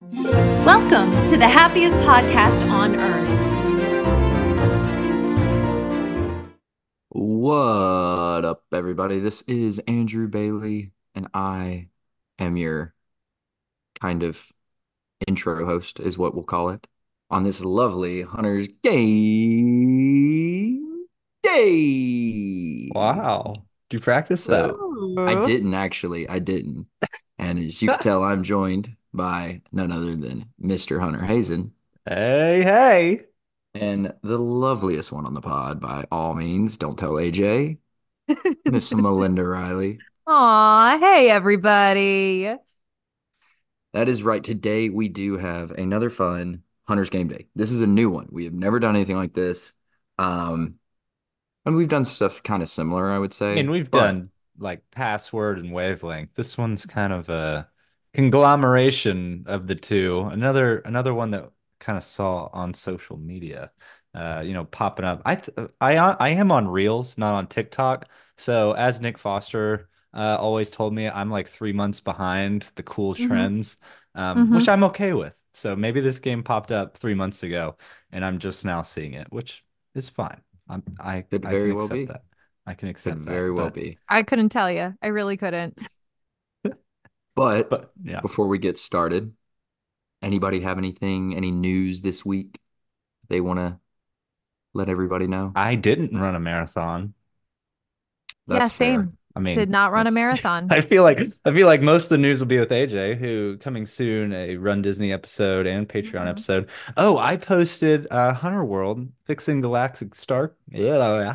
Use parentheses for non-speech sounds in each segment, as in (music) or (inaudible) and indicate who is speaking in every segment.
Speaker 1: Welcome to the happiest podcast on earth.
Speaker 2: What up, everybody? This is Andrew Bailey, and I am your kind of intro host, is what we'll call it, on this lovely Hunter's Game Day.
Speaker 3: Wow. Do you practice that?
Speaker 2: So I didn't actually, I didn't. And as you can tell, I'm joined by none other than Mr. Hunter Hazen
Speaker 3: Hey, hey.
Speaker 2: and the loveliest one on the pod, by all means. Don't tell AJ, Miss Melinda Riley.
Speaker 1: (laughs) Aw, hey everybody.
Speaker 2: That is right. Today we do have another fun Hunter's Game Day. This is a new one. We have never done anything like this. Um, and we've done stuff kind of similar, I would say.
Speaker 3: And we've
Speaker 2: But
Speaker 3: done like password and wavelength. This one's kind of a conglomeration of the two. Another another one that kind of saw on social media, uh, you know, popping up. I th I uh, I am on Reels, not on TikTok. So as Nick Foster uh, always told me, I'm like three months behind the cool
Speaker 2: Mm-hmm.
Speaker 1: Mhm,
Speaker 3: trends, um, which
Speaker 1: mhm.
Speaker 3: I'm okay with. So maybe this game popped up three months ago, and I'm just now seeing it, which is fine. I'm, I
Speaker 2: could
Speaker 3: I can
Speaker 2: very well
Speaker 3: accept
Speaker 2: be.
Speaker 3: that. I can
Speaker 2: Could
Speaker 3: accept that,
Speaker 2: very well
Speaker 3: but
Speaker 2: be.
Speaker 1: I couldn't tell you. I really couldn't.
Speaker 2: But
Speaker 3: but yeah.
Speaker 2: before we get started, anybody have anything, any news this week they want to let everybody know?
Speaker 3: I didn't run a marathon.
Speaker 1: Yeah,
Speaker 2: That's fair.
Speaker 1: same.
Speaker 3: I
Speaker 1: Did
Speaker 3: mean,
Speaker 1: not run a
Speaker 3: that's
Speaker 1: marathon.
Speaker 3: (laughs) I feel like I feel like most of the news will be with AJ, who coming soon a Run Disney episode and Patreon
Speaker 1: Mhm.
Speaker 3: episode. Oh, I posted uh Hunter World fixing Galactic Star. Yeah.
Speaker 1: Oh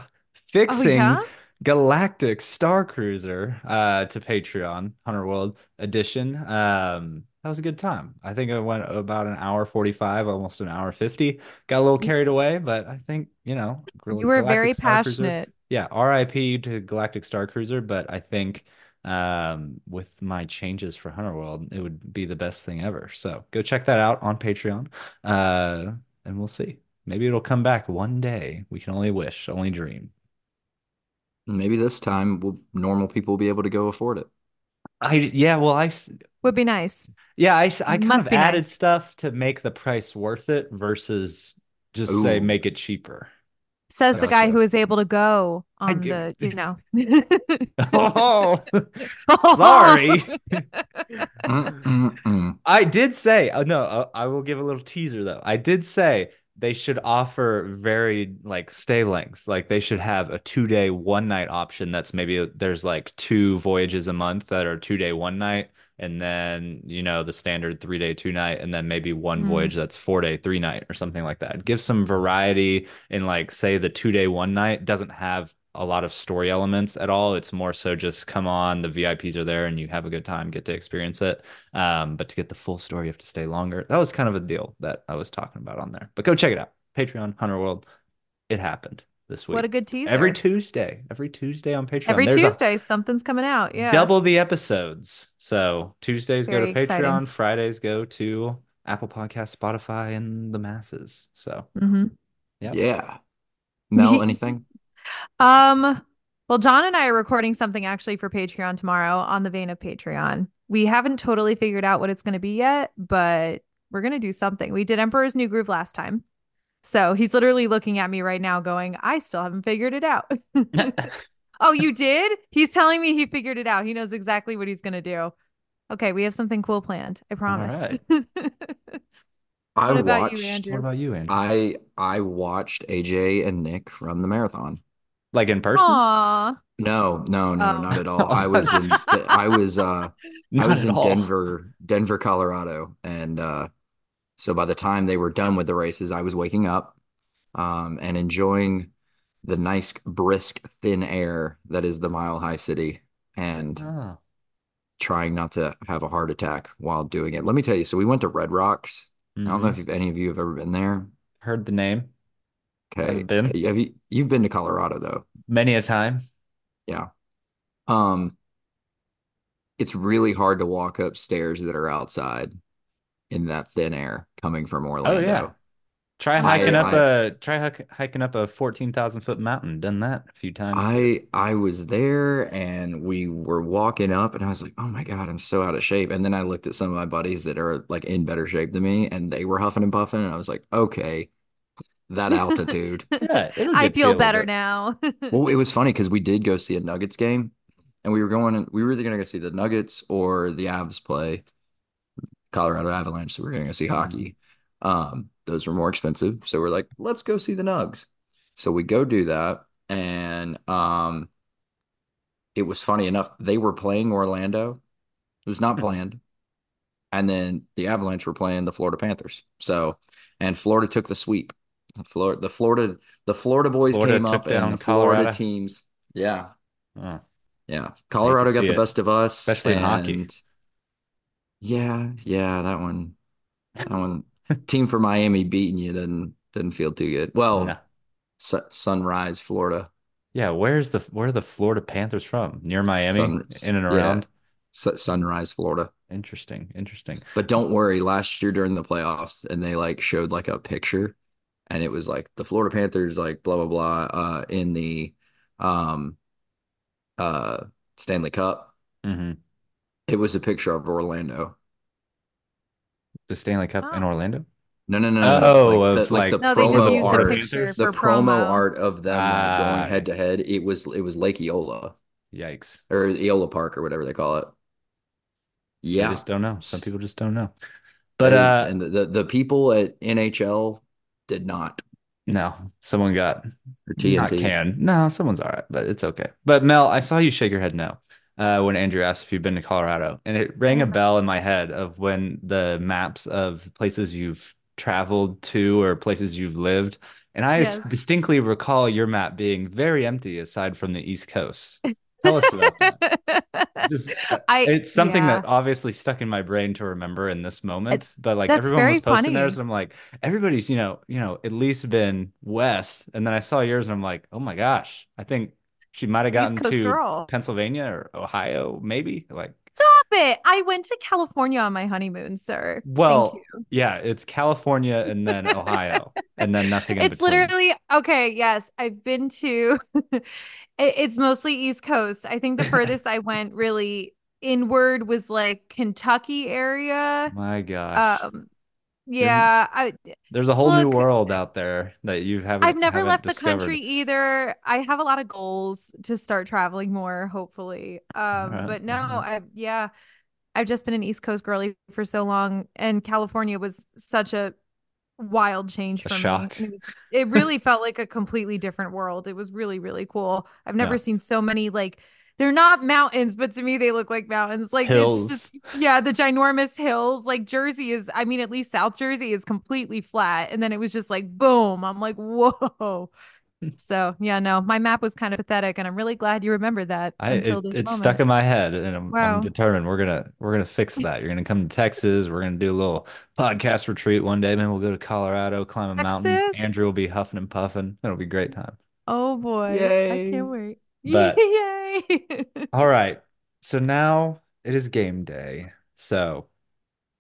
Speaker 3: Fixing
Speaker 1: yeah?
Speaker 3: Galactic Star Cruiser uh to Patreon, Hunter World edition. Um That was a good time. I think I went about an hour 45, almost an hour 50. Got a little
Speaker 1: You
Speaker 3: carried away, but I think, you know,
Speaker 1: Mm. you
Speaker 3: Gal-
Speaker 1: were
Speaker 3: Galactic
Speaker 1: very
Speaker 3: Star Cruiser
Speaker 1: passionate.
Speaker 3: yeah, RIP to Galactic Star Cruiser, but I think um, with my changes for Hunter World, it would be the best thing ever. So go check that out on Patreon, uh, and we'll see. Maybe it'll come back one day. We can only wish, only dream.
Speaker 2: Maybe this time we'll, normal people will be able to go afford
Speaker 1: (laughs)
Speaker 2: it.
Speaker 3: I yeah, well, I s-
Speaker 1: Would be nice.
Speaker 3: yeah, I s- I kind
Speaker 1: Must
Speaker 3: of
Speaker 1: be
Speaker 3: added
Speaker 1: nice.
Speaker 3: stuff to make the price worth it versus just say
Speaker 2: Ooh,
Speaker 3: make it cheaper. (laughs)
Speaker 1: Says the
Speaker 3: So
Speaker 1: guy who
Speaker 2: gotcha.
Speaker 1: is able to go
Speaker 3: I
Speaker 1: on
Speaker 3: do.
Speaker 1: the,
Speaker 3: (laughs)
Speaker 1: you know. (laughs)
Speaker 3: Oh, sorry.
Speaker 2: Mm-mm-mm.
Speaker 3: I did say, oh no, uh, I will give a little teaser though. I did say they should offer varied like stay lengths. Like they should have a two day, one night option that's maybe uh, there's like two voyages a month that are two day, one night, and then, you know, the standard three day, two night, and then maybe one voyage
Speaker 1: Mm.
Speaker 3: that's four day, three night or something like that. Give some variety in like, say, the two day, one night doesn't have a lot of story elements at all. It's more so just come on, the VIPs are there and you have a good time, get to experience it. Um, but to get the full story, you have to stay longer. That was kind of a deal that I was talking about on there. But go check it out. Patreon, Hunter World. It happened
Speaker 1: (laughs)
Speaker 3: this
Speaker 1: What a
Speaker 3: week.
Speaker 1: good
Speaker 3: Every
Speaker 1: teaser.
Speaker 3: Tuesday, every Tuesday on Patreon,
Speaker 1: Every
Speaker 3: there's a
Speaker 1: Tuesday, something's coming out. Yeah.
Speaker 3: double the episodes. So Tuesdays go to
Speaker 1: Very exciting.
Speaker 3: Patreon, Fridays go to Apple Podcast, Spotify, and the masses.
Speaker 1: (laughs)
Speaker 3: So, (laughs)
Speaker 1: hmm
Speaker 3: yep.
Speaker 2: Yeah.
Speaker 1: (laughs)
Speaker 2: Mel, anything?
Speaker 1: Um, well, John and I are recording something actually for Patreon tomorrow on the vein of Patreon. We haven't totally figured out what it's going to be yet, but we're going to do something. We did Emperor's New Groove last time. So he's literally looking at me right now going, I still haven't figured it out. (laughs) Oh, you did? He's telling me he figured it out. He knows exactly what he's going to do. Okay, we have something cool planned. I
Speaker 3: All
Speaker 1: promise. (laughs)
Speaker 3: right.
Speaker 2: I
Speaker 1: What about you,
Speaker 2: watched
Speaker 3: What
Speaker 1: Andrew?
Speaker 3: about you, Andrew?
Speaker 2: I I watched AJ and Nick run the marathon.
Speaker 3: Like in person?
Speaker 1: Aw.
Speaker 2: No, no, no,
Speaker 1: Oh.
Speaker 2: not at all.
Speaker 3: I was
Speaker 2: I
Speaker 3: about
Speaker 2: was
Speaker 3: to say,
Speaker 2: in I was
Speaker 3: (laughs)
Speaker 2: uh I
Speaker 3: not
Speaker 2: was
Speaker 3: at
Speaker 2: in
Speaker 3: all.
Speaker 2: Denver, Denver, Colorado, and uh so by the time they were done with the races, I was waking up um and enjoying the nice brisk thin air that is the Mile High City and
Speaker 3: Oh.
Speaker 2: trying not to have a heart attack while doing it. Let me tell you, so we went to Red Rocks. I don't know
Speaker 3: hmm
Speaker 2: if any of you have ever been there.
Speaker 3: Heard the name.
Speaker 2: Okay.
Speaker 3: Haven't been
Speaker 2: Have you you've been to Colorado though?
Speaker 3: many a time.
Speaker 2: Yeah. Um, it's really hard to walk up stairs that are outside in that thin air coming from
Speaker 3: Oh yeah.
Speaker 2: Orlando.
Speaker 3: Try
Speaker 1: I-
Speaker 3: hiking up
Speaker 2: I-
Speaker 3: a try hik- hiking up a fourteen thousand foot mountain. Done that a few times.
Speaker 2: I I was there and we were walking up and I was like, "Oh my God, I'm so out of shape." And then I looked at some of my buddies that are like in better shape than me and they were huffing and puffing and I was like, "Okay, that
Speaker 3: (laughs)
Speaker 2: altitude."
Speaker 1: (laughs)
Speaker 3: yeah, it'll
Speaker 1: I
Speaker 3: get you a
Speaker 1: feel
Speaker 3: little
Speaker 1: better
Speaker 3: bit.
Speaker 1: now.
Speaker 2: Well, it was funny because we did go see a Nuggets game and we were going we were either going to go see the Nuggets or the Avs play Colorado Avalanche, so we are going to go see hockey.
Speaker 3: Mm-hmm.
Speaker 2: Um, those were more expensive, so we're like, let's go see the Nugs. So we go do that, and um, it was funny enough. They were playing Orlando. It was
Speaker 3: Mm-hmm.
Speaker 2: not planned, and then the Avalanche were playing the Florida Panthers. So, and Florida took the sweep. Florida, the Florida, the Florida boys
Speaker 3: Florida
Speaker 2: came
Speaker 3: took
Speaker 2: up,
Speaker 3: down
Speaker 2: and the Florida
Speaker 3: Colorado.
Speaker 2: teams. Yeah,
Speaker 3: Oh.
Speaker 2: yeah. Colorado got
Speaker 3: see
Speaker 2: the
Speaker 3: it.
Speaker 2: best of us,
Speaker 3: Especially in hockey.
Speaker 2: and yeah, yeah, that one. That one team for Miami beating you didn't didn't feel too good. Well,
Speaker 3: No.
Speaker 2: Su- Sunrise, Florida,
Speaker 3: Oh, Yeah, where's the where are the Florida Panthers from? Near Miami,
Speaker 2: Sunrise.
Speaker 3: in and
Speaker 2: Yeah.
Speaker 3: around.
Speaker 2: Su- Sunrise, Florida.
Speaker 3: Interesting, interesting.
Speaker 2: But don't worry, last year during the playoffs, and they like showed like a picture, and it was like the Florida Panthers, like blah blah blah, uh, in the um uh Stanley Cup.
Speaker 3: hmm
Speaker 2: It was a picture of Orlando.
Speaker 3: The Stanley Cup in
Speaker 1: Oh.
Speaker 3: Orlando.
Speaker 2: No, no, no, no, no.
Speaker 3: Oh,
Speaker 2: like,
Speaker 3: of,
Speaker 2: the, like
Speaker 3: like-
Speaker 2: the
Speaker 1: No, they just
Speaker 2: promo
Speaker 1: used the
Speaker 2: art,
Speaker 1: picture
Speaker 2: the
Speaker 1: for promo.
Speaker 2: art of them like
Speaker 3: Ah.
Speaker 2: going head to head. It was it was Lake Eola.
Speaker 3: Yikes!
Speaker 2: or Eola Park or whatever they call it.
Speaker 3: You
Speaker 2: Yeah.
Speaker 3: just don't know. Some people just don't know.
Speaker 2: That
Speaker 3: But
Speaker 2: is-
Speaker 3: uh,
Speaker 2: and the, the the people at NHL did not
Speaker 3: no, someone got
Speaker 2: or
Speaker 3: not
Speaker 2: TNT.
Speaker 3: canned. No, someone's all right, but it's okay. But Mel, I saw you shake your head no uh, when Andrew asked if you've been to Colorado, and it rang a
Speaker 1: Never.
Speaker 3: bell in my head of when the maps of places you've traveled to or places you've lived. And I s-
Speaker 1: Yes.
Speaker 3: distinctly recall your map being very empty aside from the East Coast. Tell us about
Speaker 1: (laughs)
Speaker 3: that. Just, uh,
Speaker 1: I
Speaker 3: it's something
Speaker 1: yeah.
Speaker 3: that obviously stuck in my brain to remember in this moment but like
Speaker 1: that's
Speaker 3: everyone
Speaker 1: very
Speaker 3: was posting
Speaker 1: funny.
Speaker 3: theirs and i'm like everybody's you know you know at least been west and then i saw yours and i'm like oh my gosh i think she might have gotten
Speaker 1: East Coast
Speaker 3: to
Speaker 1: girl.
Speaker 3: pennsylvania or ohio maybe
Speaker 1: (laughs)
Speaker 3: like
Speaker 1: Stop it. I went to California on my honeymoon, sir.
Speaker 3: well
Speaker 1: Thank you.
Speaker 3: yeah it's california and then ohio and then nothing in
Speaker 1: It's
Speaker 3: between.
Speaker 1: literally okay. Yes, I've been to (laughs) it- it's mostly East Coast. I
Speaker 3: (laughs)
Speaker 1: think the furthest I went really inward was like Kentucky area.
Speaker 3: my gosh
Speaker 1: Um, yeah, I
Speaker 3: there's a whole new
Speaker 1: look,
Speaker 3: world out there that you haven't
Speaker 1: I've never
Speaker 3: haven't
Speaker 1: left the
Speaker 3: discovered.
Speaker 1: country either. I have a lot of goals to start traveling more, hopefully. Um,
Speaker 3: right,
Speaker 1: but no,
Speaker 3: all
Speaker 1: I yeah, I've just been an East Coast girly for so long, and California was such a wild change
Speaker 3: A
Speaker 1: for
Speaker 3: shock.
Speaker 1: me. It, was, it really felt like a completely different world. It was really, really cool. I've never
Speaker 3: Yeah.
Speaker 1: seen so many like they're not mountains, but to me they look like mountains. Like
Speaker 3: hills
Speaker 1: it's just yeah, the ginormous hills. Like Jersey is, I mean, at least South Jersey is completely flat. And then it was just like boom. I'm like,
Speaker 3: (laughs)
Speaker 1: whoa. So yeah, no, my map was kind of pathetic, and I'm really glad you remembered that
Speaker 3: I
Speaker 1: until
Speaker 3: it,
Speaker 1: this
Speaker 3: it's
Speaker 1: moment.
Speaker 3: stuck in my head, and I'm,
Speaker 1: Wow.
Speaker 3: I'm determined we're gonna we're gonna fix that. You're gonna come to Texas. We're gonna do a little podcast retreat one day. Maybe we'll go to Colorado, climb a mountain.
Speaker 1: Texas?
Speaker 3: Andrew will be huffing and puffing. It'll be a great time.
Speaker 1: Oh boy, I
Speaker 2: Yay.
Speaker 1: can't wait. (laughs)
Speaker 3: But-
Speaker 1: Yay.
Speaker 3: All right. So now it is game day. So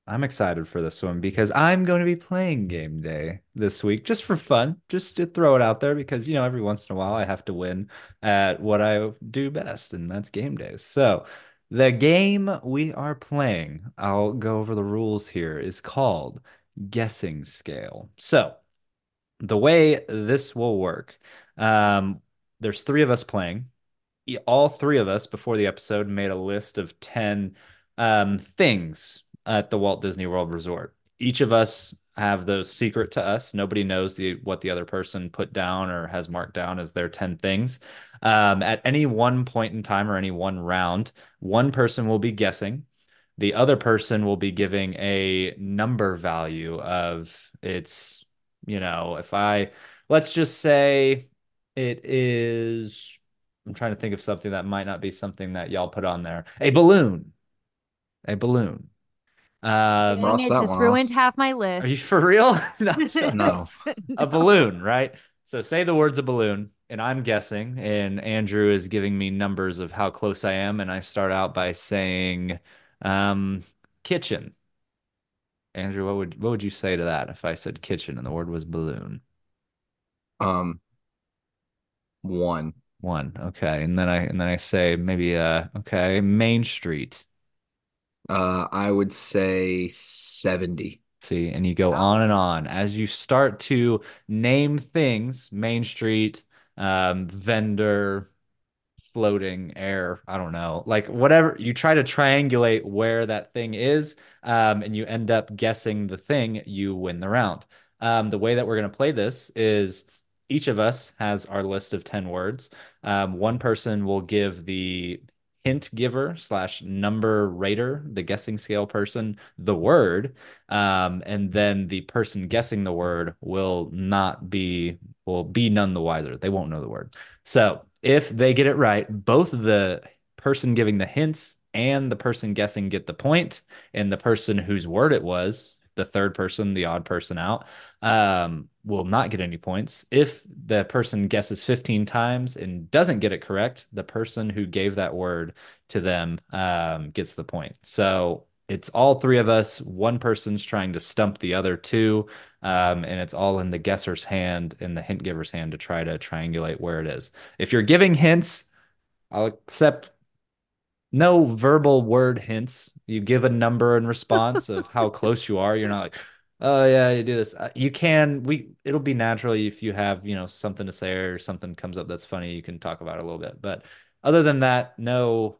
Speaker 3: I'm excited for this one because I'm going to be playing game day this week just for fun, just to throw it out there because, you know, every once in a while I have to win at what I do best, and that's game days. So the game we are playing, I'll go over the rules here, is called Guessing Scale. So the way this will work, um, there's three of us playing. E- All three of us before the episode made a list of 10 um, things at the Walt Disney World Resort. Each of us have those secret to us. Nobody knows the what the other person put down or has marked down as their 10 things. Um, at any one point in time or any one round, one person will be guessing. The other person will be giving a number value of it's, you know, if I let's just say it is I'm trying to think of something that might not be something that y'all put on there. A balloon. A balloon. Um,
Speaker 2: Ross,
Speaker 1: Dang it,
Speaker 2: that
Speaker 1: just
Speaker 2: one,
Speaker 1: ruined
Speaker 2: Ross.
Speaker 1: half my
Speaker 3: are you
Speaker 1: list. (laughs)
Speaker 3: for real? (laughs) No, I'm sorry.
Speaker 2: No.
Speaker 3: A balloon, right? So say the words a balloon, and I'm guessing, and Andrew is giving me numbers of how close I am, and I start out by saying um kitchen. Andrew, what would what would you say to that if I said kitchen and the word was balloon?
Speaker 2: Um, one.
Speaker 3: One. Okay. And then I and then I say maybe uh okay, Main Street.
Speaker 2: Uh, I would say 70.
Speaker 3: See, and you go on and on as you start to name things, Main Street, um, vendor, floating air, I don't know. Like whatever you try to triangulate where that thing is, um, and you end up guessing the thing, you win the round. Um, the way that we're going to play this is each of us has our list of 10 words. Um, one person will give the hint giver slash number rater, the guessing scale person, the word. Um, and then the person guessing the word will not be, will be none the wiser. They won't know the word. So if they get it right, both the person giving the hints and the person guessing get the point, and the person whose word it was, the third person, the odd person out, um, will not get any points. If the person guesses 15 times and doesn't get it correct, the person who gave that word to them um, gets the point. So it's all three of us. One person's trying to stump the other two, um, and it's all in the guesser's hand and the hint giver's hand to try to triangulate where it is. If you're giving hints, I'll accept no verbal word hints. You give a number in response
Speaker 1: (laughs)
Speaker 3: of how close you are. You're not like, oh yeah, you do this. Uh, You can we it'll be natural if you have, you know, something to say or something comes up that's funny, you can talk about it a little bit. But other than that, no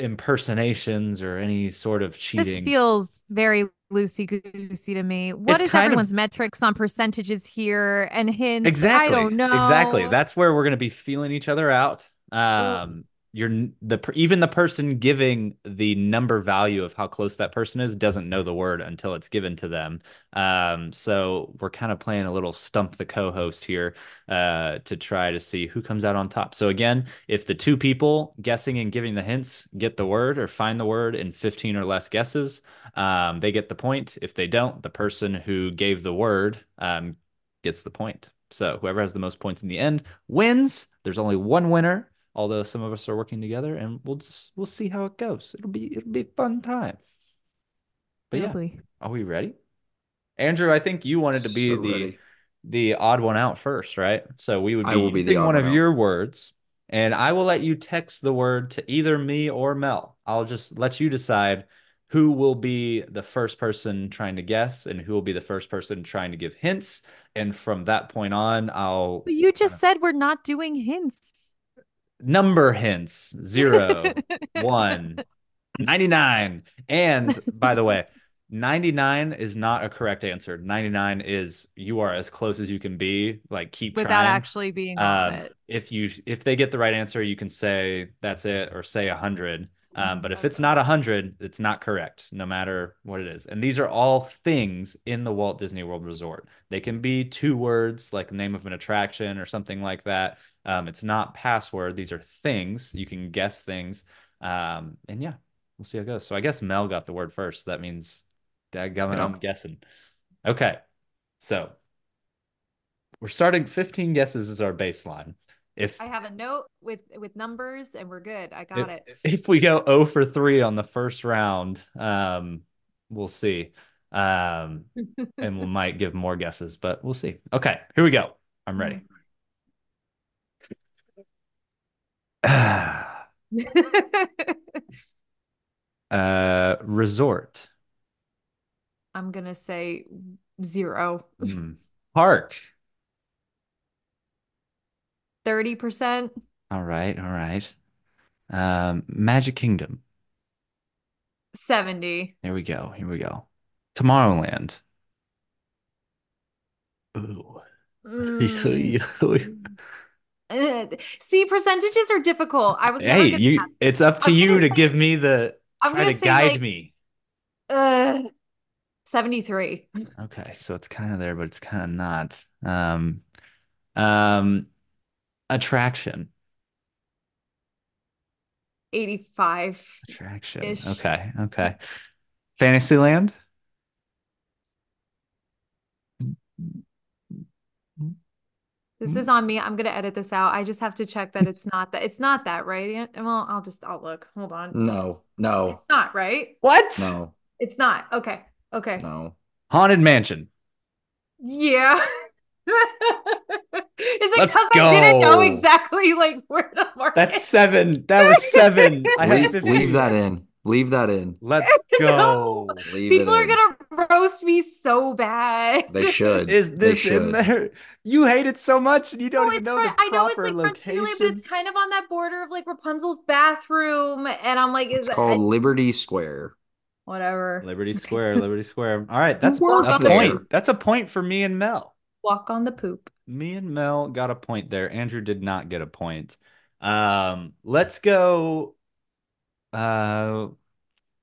Speaker 3: impersonations or any sort of
Speaker 1: This
Speaker 3: cheating.
Speaker 1: feels very loosey goosey to me. What is
Speaker 3: It's kind of-
Speaker 1: everyone's metrics on percentages here and hints?
Speaker 3: Exactly.
Speaker 1: I don't know.
Speaker 3: Exactly. That's where we're going to be feeling each other out. Um, you're n- the per- even the person giving the number value of how close that person is doesn't know the word until it's given to them. Um, so we're kind of playing a little stump the co-host here uh, to try to see who comes out on top. So again, if the two people guessing and giving the hints get the word or find the word in 15 or less guesses, um, they get the point. If they don't, the person who gave the word um, gets the point. So whoever has the most points in the end wins. There's only one winner, although some of us are working together, and we'll just we'll see how it goes. It'll be it'll be a fun time. But yeah,
Speaker 1: Lovely.
Speaker 3: are we ready? Andrew, I think you wanted to be
Speaker 2: So
Speaker 3: the
Speaker 2: ready.
Speaker 3: the odd one out first, right? So we would be,
Speaker 2: I will be the
Speaker 3: using
Speaker 2: odd
Speaker 3: one
Speaker 2: one
Speaker 3: of
Speaker 2: out.
Speaker 3: your words, and I will let you text the word to either me or Mel. I'll just let you decide who will be the first person trying to guess and who will be the first person trying to give hints. And from that point on, I'll
Speaker 1: But you just said we're not doing
Speaker 3: (laughs)
Speaker 1: hints.
Speaker 3: number hints
Speaker 2: (laughs)
Speaker 3: zero, one, 99. And by the way, 99 is not a correct answer. 99 is you are as close as you can be. Like keep
Speaker 1: (laughs) Without
Speaker 3: trying.
Speaker 1: actually being on
Speaker 3: Um,
Speaker 1: it.
Speaker 3: if you if they get the right answer, you can say that's it or say a hundred. Um, but if it's not a hundred, it's not correct, no matter what it is. And these are all things in the Walt Disney World Resort. They can be two words, like the name of an attraction or something like that. Um, it's not password. These are things you can guess things. Um, and yeah, we'll see how it goes. So I guess Mel got the word first. That means, dadgummit,
Speaker 2: Yeah.
Speaker 3: I'm guessing. Okay, so we're starting 15 guesses is our baseline. If
Speaker 1: I have a note with with numbers and we're good. I
Speaker 3: if,
Speaker 1: got it.
Speaker 3: if we go 0 for 3 on the first round, um, we'll see. Um,
Speaker 1: (laughs)
Speaker 3: and we might give more guesses, but we'll see. Okay, here we go. I'm ready. (sighs) Uh, Uh,
Speaker 1: (laughs)
Speaker 3: resort,
Speaker 1: (laughs) I'm gonna say zero.
Speaker 3: Mm. park.
Speaker 1: Thirty percent,
Speaker 3: All right, all right. Um, Magic Kingdom. (laughs)
Speaker 1: seventy,
Speaker 3: There we go. Here we go. Tomorrowland. Ooh.
Speaker 1: Mm. (laughs) Uh, See, percentages are difficult. I was never
Speaker 3: Hey,
Speaker 1: good
Speaker 3: you,
Speaker 1: at that.
Speaker 3: it's up to
Speaker 1: I'm
Speaker 3: you
Speaker 1: gonna
Speaker 3: to
Speaker 1: say-
Speaker 3: give me the
Speaker 1: I'm
Speaker 3: try
Speaker 1: gonna
Speaker 3: to
Speaker 1: say,
Speaker 3: guide
Speaker 1: like,
Speaker 3: me.
Speaker 1: uh, 73.
Speaker 3: Okay, so it's kind of there, but it's kind of not. Um, um, attraction,
Speaker 1: 85
Speaker 3: attraction.
Speaker 1: Ish.
Speaker 3: Okay, okay. Fantasyland. Mm-hmm.
Speaker 1: This is on me. I'm gonna edit this out. I just have to check that it's not that it's not that, right? Ant- Well, I'll just I'll look. Hold on.
Speaker 2: No, no,
Speaker 1: It's not, right?
Speaker 3: What?
Speaker 2: no.
Speaker 1: It's not. Okay. Okay.
Speaker 2: No.
Speaker 3: Haunted Mansion.
Speaker 1: Yeah. (laughs) Is it
Speaker 3: Let's
Speaker 1: because I didn't
Speaker 3: go.
Speaker 1: know exactly like where to mark
Speaker 3: That's
Speaker 1: it?
Speaker 3: seven.
Speaker 1: (laughs)
Speaker 3: That was seven. I had
Speaker 2: Leave,
Speaker 3: 15.
Speaker 2: leave that in. Leave that in.
Speaker 3: Let's go.
Speaker 1: (laughs) No.
Speaker 2: Leave
Speaker 1: People
Speaker 2: it
Speaker 1: are
Speaker 2: in.
Speaker 1: gonna roast me so bad.
Speaker 2: They should.
Speaker 3: Is
Speaker 2: They
Speaker 3: this in
Speaker 2: should.
Speaker 3: there? You hate it so much, and you don't
Speaker 1: (laughs) No,
Speaker 3: even
Speaker 1: it's
Speaker 3: know
Speaker 1: fr-
Speaker 3: the
Speaker 1: I know it's
Speaker 3: proper
Speaker 1: like
Speaker 3: location.
Speaker 1: Frontierland, but it's kind of on that border of like Rapunzel's bathroom, and I'm like, is
Speaker 2: It's
Speaker 1: that
Speaker 2: called Liberty Square.
Speaker 1: (laughs) whatever?
Speaker 3: Liberty Square, Liberty Square. All right, that's
Speaker 2: We're
Speaker 3: that's a
Speaker 2: there.
Speaker 3: point. That's a point for me and Mel.
Speaker 1: Walk on the poop. (laughs)
Speaker 3: Me and Mel got a point there. Andrew did not get a point. Um, let's go. Uh,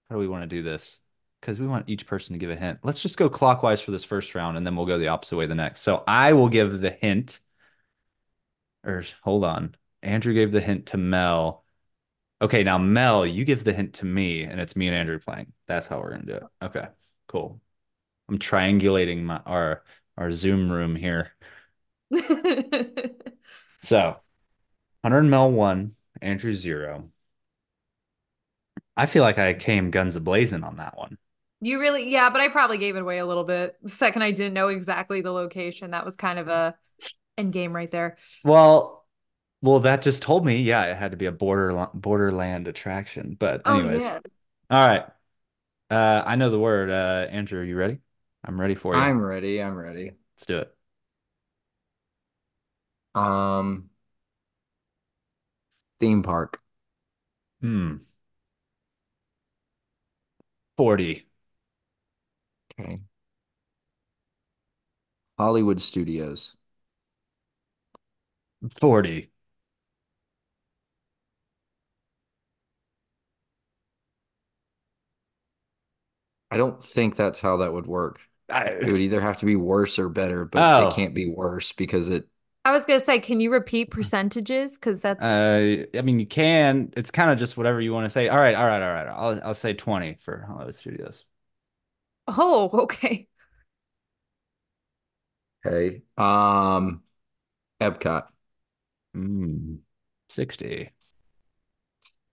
Speaker 3: how do we want to do this? Because we want each person to give a hint. Let's just go clockwise for this first round, and then we'll go the opposite way the next. So I will give the hint. Or hold on. Andrew gave the hint to Mel. Okay, now Mel, you give the hint to me, and it's me and Andrew playing. That's how we're gonna do it. Okay, cool. I'm triangulating my our our Zoom room here. So, 100 mil one, Andrew zero. I feel like I came guns a blazing on that one.
Speaker 1: You really, yeah, but I probably gave it away a little bit. The second I didn't know exactly the location, that was kind of a end game right there.
Speaker 3: Well, well, that just told me, yeah, it had to be a border borderland attraction. But
Speaker 1: Oh
Speaker 3: anyways,
Speaker 1: yeah.
Speaker 3: all right. Uh, I know the word. Uh, Andrew, are you ready? I'm ready for you.
Speaker 2: I'm ready. I'm ready.
Speaker 3: Let's do it.
Speaker 2: Um, theme park.
Speaker 3: Hmm. 40.
Speaker 2: Okay. Hollywood Studios.
Speaker 3: 40.
Speaker 2: I don't think that's how that would work. It
Speaker 3: I,
Speaker 2: would either have to be worse or better, but
Speaker 3: Oh.
Speaker 2: it can't be worse because it
Speaker 1: I was gonna say, can you repeat percentages? Because that's
Speaker 3: Uh, I mean, you can. It's kind of just whatever you want to say. All right, all right, all right. I'll I'll say 20 for Hollywood Studios.
Speaker 1: oh okay. (laughs)
Speaker 2: okay. Um, Epcot,
Speaker 3: Mm, 60,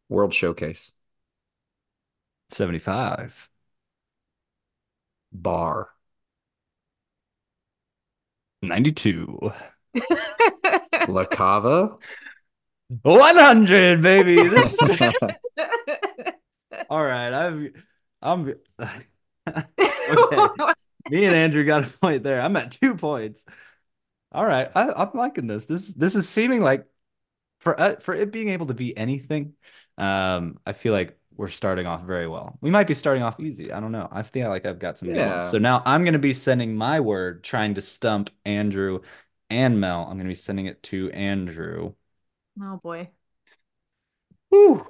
Speaker 2: World Showcase,
Speaker 3: 75,
Speaker 2: bar,
Speaker 3: (laughs) 92,
Speaker 2: La Cava. (laughs)
Speaker 3: 100, baby. This is all right. I've I'm Okay. me and Andrew got a point there. I'm at two points. All right, I, I'm liking this. This this is seeming like for uh, for it being able to be anything. Um, I feel like we're starting off very well. We might be starting off easy. I don't know. I feel like I've got some good ones.
Speaker 2: Yeah.
Speaker 3: So now I'm gonna be sending my word, trying to stump Andrew and Mel. I'm gonna be sending it to Andrew.
Speaker 1: Oh boy,
Speaker 3: Whew.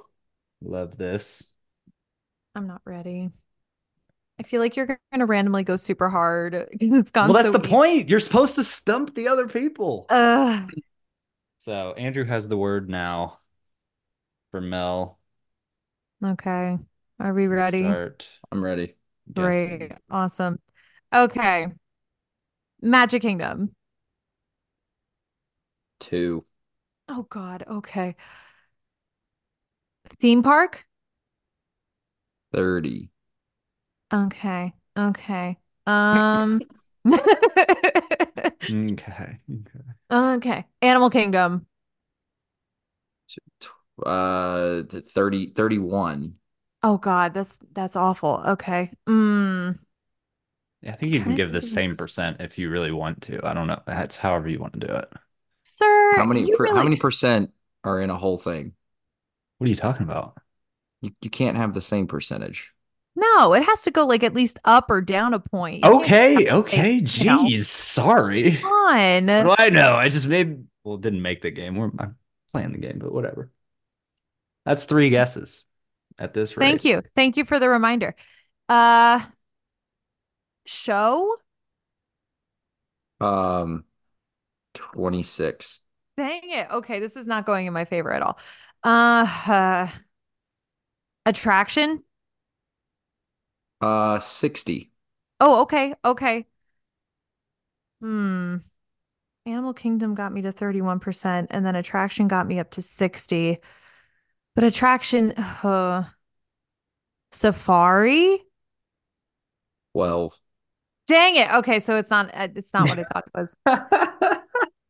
Speaker 3: Love this.
Speaker 1: I'm not ready. I feel like you're gonna randomly go super hard because it's gone
Speaker 3: well, that's
Speaker 1: so
Speaker 3: the
Speaker 1: easy.
Speaker 3: point. You're supposed to stump the other people.
Speaker 1: Ugh.
Speaker 3: So Andrew has the word now for Mel.
Speaker 1: Okay. Are we ready?
Speaker 3: Start
Speaker 2: I'm ready.
Speaker 3: guessing.
Speaker 1: Great. Awesome. Okay. Magic Kingdom.
Speaker 2: Two,
Speaker 1: Oh God. Okay. Theme park?
Speaker 2: 30,
Speaker 1: Okay. Okay.
Speaker 3: (laughs)
Speaker 1: Um
Speaker 3: Okay. okay.
Speaker 1: Okay. Animal Kingdom.
Speaker 2: uh, th- 30, 31.
Speaker 1: Oh God, that's that's awful. Okay. Mm.
Speaker 3: Yeah, I think you
Speaker 1: I'm
Speaker 3: can
Speaker 1: trying to
Speaker 3: give the
Speaker 1: think of
Speaker 3: same
Speaker 1: this.
Speaker 3: percent if you really want to. I don't know. That's however you want to do it.
Speaker 1: Sir,
Speaker 2: How many,
Speaker 1: you
Speaker 2: per, how
Speaker 1: really-
Speaker 2: many percent are in a whole thing?
Speaker 3: What are you talking about?
Speaker 2: You, you can't have the same percentage.
Speaker 1: No, it has to go like at least up or down a point. You can't- (laughs)
Speaker 3: Okay. Okay.
Speaker 1: you know. Uh,
Speaker 3: Jeez. Sorry.
Speaker 1: Come on.
Speaker 3: What do I know? I just made, well, didn't make the game. We're, I'm playing the game, but whatever. That's three guesses at this rate.
Speaker 1: Thank you. Thank you for the reminder. Uh show?
Speaker 2: Um, 26.
Speaker 1: Dang it. Okay, this is not going in my favor at all. Uh, attraction?
Speaker 2: Uh, 60.
Speaker 1: Oh, okay. Okay. Hmm. Animal Kingdom got me to 31% and then attraction got me up to 60. But attraction, uh, Safari?
Speaker 2: twelve.
Speaker 1: Dang it. Okay, so it's not uh, it's not what I thought it was.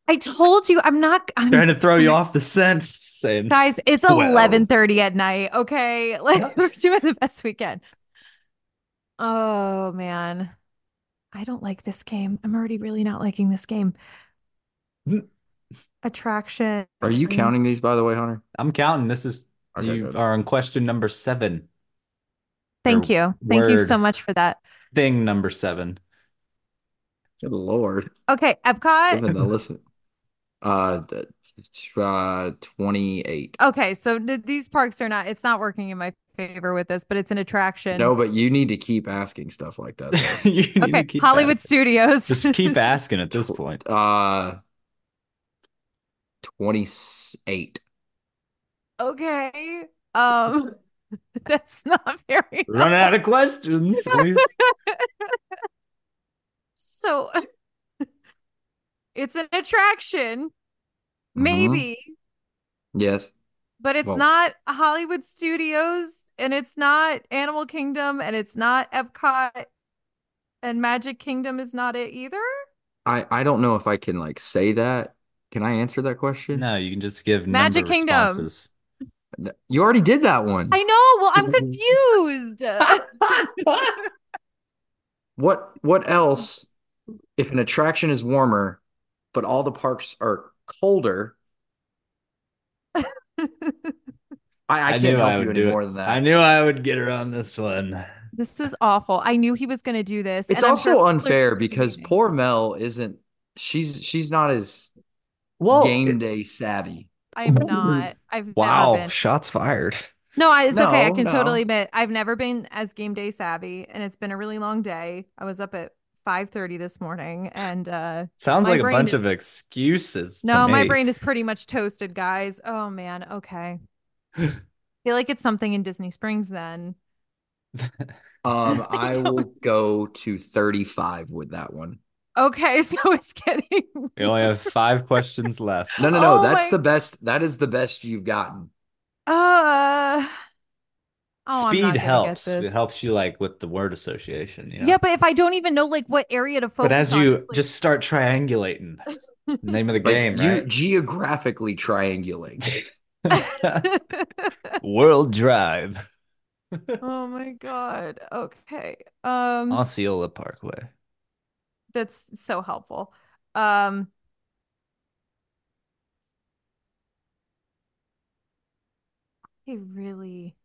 Speaker 1: I told you I'm not I'm
Speaker 3: (laughs) Trying to throw you off the scent, saying
Speaker 1: guys, it's
Speaker 3: 12.
Speaker 1: eleven thirty at night. Okay. (laughs) Like we're doing the best we can. Oh man. I don't like this game. I'm already really not liking this game.
Speaker 3: Mm.
Speaker 1: Attraction.
Speaker 2: Are you counting these, by the way, Hunter?
Speaker 3: I'm counting. This is
Speaker 2: Okay,
Speaker 3: you
Speaker 2: good.
Speaker 3: are on question number seven.
Speaker 1: Thank
Speaker 3: Or
Speaker 1: you. Thank you so
Speaker 3: word.
Speaker 1: much for that.
Speaker 3: Thing number seven. (laughs)
Speaker 2: Good lord.
Speaker 1: Okay, Epcot. (laughs)
Speaker 2: Even the listen. Uh, d- t- uh, twenty-eight.
Speaker 1: Okay, so th- these parks are not, it's not working in my favor with this, but it's an attraction.
Speaker 2: No, but you need to keep asking stuff like
Speaker 1: (laughs)
Speaker 2: that. though.
Speaker 3: You need to
Speaker 1: Okay,
Speaker 3: keep
Speaker 1: Hollywood
Speaker 3: asking.
Speaker 1: Studios. (laughs)
Speaker 3: Just keep asking at this point.
Speaker 2: Uh, 28.
Speaker 1: Okay. Um, (laughs) that's not very
Speaker 3: We're running out
Speaker 1: (laughs)
Speaker 3: of questions. Please.
Speaker 1: So (laughs) it's an attraction, maybe,
Speaker 2: Mm-hmm. Yes.
Speaker 1: but it's
Speaker 2: Well-
Speaker 1: not Hollywood Studios and it's not Animal Kingdom and it's not Epcot and Magic Kingdom is not it either.
Speaker 2: I, I don't know if I can like say that. Can I answer that question?
Speaker 3: No, you can just give
Speaker 1: Magic
Speaker 3: number
Speaker 1: Kingdom. (laughs)
Speaker 3: responses.
Speaker 2: No. You already did that one.
Speaker 1: I know. Well, I'm
Speaker 2: (laughs)
Speaker 1: confused.
Speaker 2: What what else if an attraction is warmer, but all the parks are colder? I, I
Speaker 3: I
Speaker 2: can't
Speaker 3: knew
Speaker 2: help
Speaker 3: I
Speaker 2: you
Speaker 3: would
Speaker 2: any
Speaker 3: do it.
Speaker 2: more than that.
Speaker 3: I knew I would get her on this one.
Speaker 1: This is awful. I knew he was going to do this.
Speaker 2: It's
Speaker 1: and I'm
Speaker 2: also
Speaker 1: sure people are
Speaker 2: unfair because
Speaker 1: screaming.
Speaker 2: poor Mel isn't she's she's not as
Speaker 3: Well,
Speaker 2: game day savvy.
Speaker 1: I'm not. I've never
Speaker 3: wow,
Speaker 1: been.
Speaker 3: shots fired.
Speaker 1: No, I, it's okay. I
Speaker 2: No,
Speaker 1: can
Speaker 2: no.
Speaker 1: totally admit I've never been as game day savvy, and it's been a really long day. I was up at 5:30 this morning, and uh
Speaker 3: Sounds
Speaker 1: My
Speaker 3: like a
Speaker 1: brain
Speaker 3: bunch
Speaker 1: is-
Speaker 3: of excuses. to
Speaker 1: no, my
Speaker 3: me.
Speaker 1: brain is pretty much toasted, guys. Oh man, okay. I feel like it's something in Disney Springs then.
Speaker 3: (laughs)
Speaker 2: Um,
Speaker 1: I
Speaker 2: I will go to 35 with that one.
Speaker 1: Okay, (laughs) so it's getting
Speaker 3: (laughs) We only have five questions left.
Speaker 2: No, no, no.
Speaker 1: (laughs) Oh
Speaker 2: That's
Speaker 1: my-
Speaker 2: the best. That is the best you've gotten.
Speaker 1: (laughs) uh Oh, I'm
Speaker 3: Speed
Speaker 1: not gonna get
Speaker 3: helps. It
Speaker 1: this.
Speaker 3: helps you like with the word association. You know?
Speaker 1: Yeah, but if I don't even know like what area to focus
Speaker 3: But as
Speaker 1: on,
Speaker 3: you
Speaker 1: it's like-
Speaker 3: just start
Speaker 1: (laughs)
Speaker 3: triangulating, the name of the
Speaker 2: Like
Speaker 3: game,
Speaker 2: you geographically triangulate.
Speaker 3: (laughs) right? World Drive,
Speaker 1: (laughs) oh my God. Okay. Um
Speaker 3: Osceola Parkway.
Speaker 1: That's so helpful. Um, I really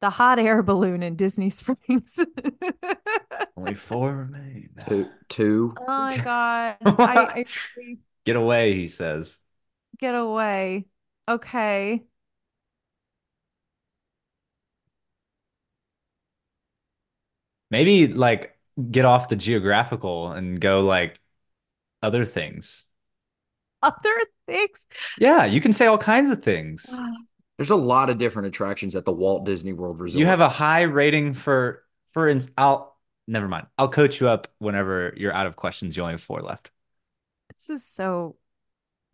Speaker 1: the hot air balloon in Disney (laughs) Springs. Oh
Speaker 3: Only
Speaker 1: (laughs)
Speaker 3: four remain.
Speaker 2: Two, two.
Speaker 1: my (laughs) God. I, I really
Speaker 3: Get away, he says.
Speaker 1: get away. Okay.
Speaker 3: Maybe like get off the geographical and go like other things.
Speaker 1: Other (sighs) things.
Speaker 3: Yeah, you can say all kinds of things.
Speaker 1: Ah.
Speaker 2: There's a lot of different attractions at the Walt Disney World Resort.
Speaker 3: You have a high rating for for ins I'll never mind. I'll coach you up whenever you're out of questions. You only have four left.
Speaker 1: This is so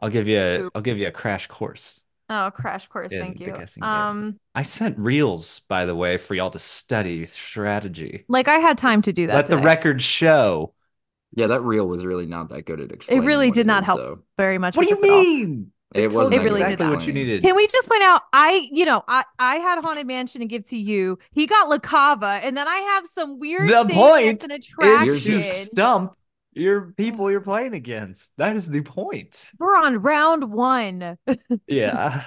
Speaker 3: I'll give you a
Speaker 1: Oop.
Speaker 3: I'll give you a crash course.
Speaker 1: oh crash course. Thank
Speaker 3: In the
Speaker 1: you.
Speaker 3: guessing game.
Speaker 1: Um,
Speaker 3: I sent reels, by the way, for y'all to study strategy.
Speaker 1: like I had time to do that
Speaker 3: Let the
Speaker 1: today.
Speaker 3: record show.
Speaker 2: yeah, that reel was really not that good at explaining.
Speaker 1: really
Speaker 2: what
Speaker 1: did not
Speaker 2: is,
Speaker 1: help.
Speaker 2: though.
Speaker 1: Very much
Speaker 3: What do
Speaker 1: with
Speaker 3: you
Speaker 1: this at all.
Speaker 3: mean?
Speaker 2: It
Speaker 3: told
Speaker 2: wasn't
Speaker 3: you
Speaker 1: It really did
Speaker 3: exactly
Speaker 2: not.
Speaker 3: what you needed.
Speaker 1: Can we just point out I, you know, I I had Haunted Mansion to give to you. He got La Cava, and then I have some weird
Speaker 3: The
Speaker 1: thing
Speaker 3: point
Speaker 1: that's an
Speaker 3: is to
Speaker 1: attraction.
Speaker 3: stump your people you're playing against. That is the point.
Speaker 1: We're on round one.
Speaker 3: Yeah.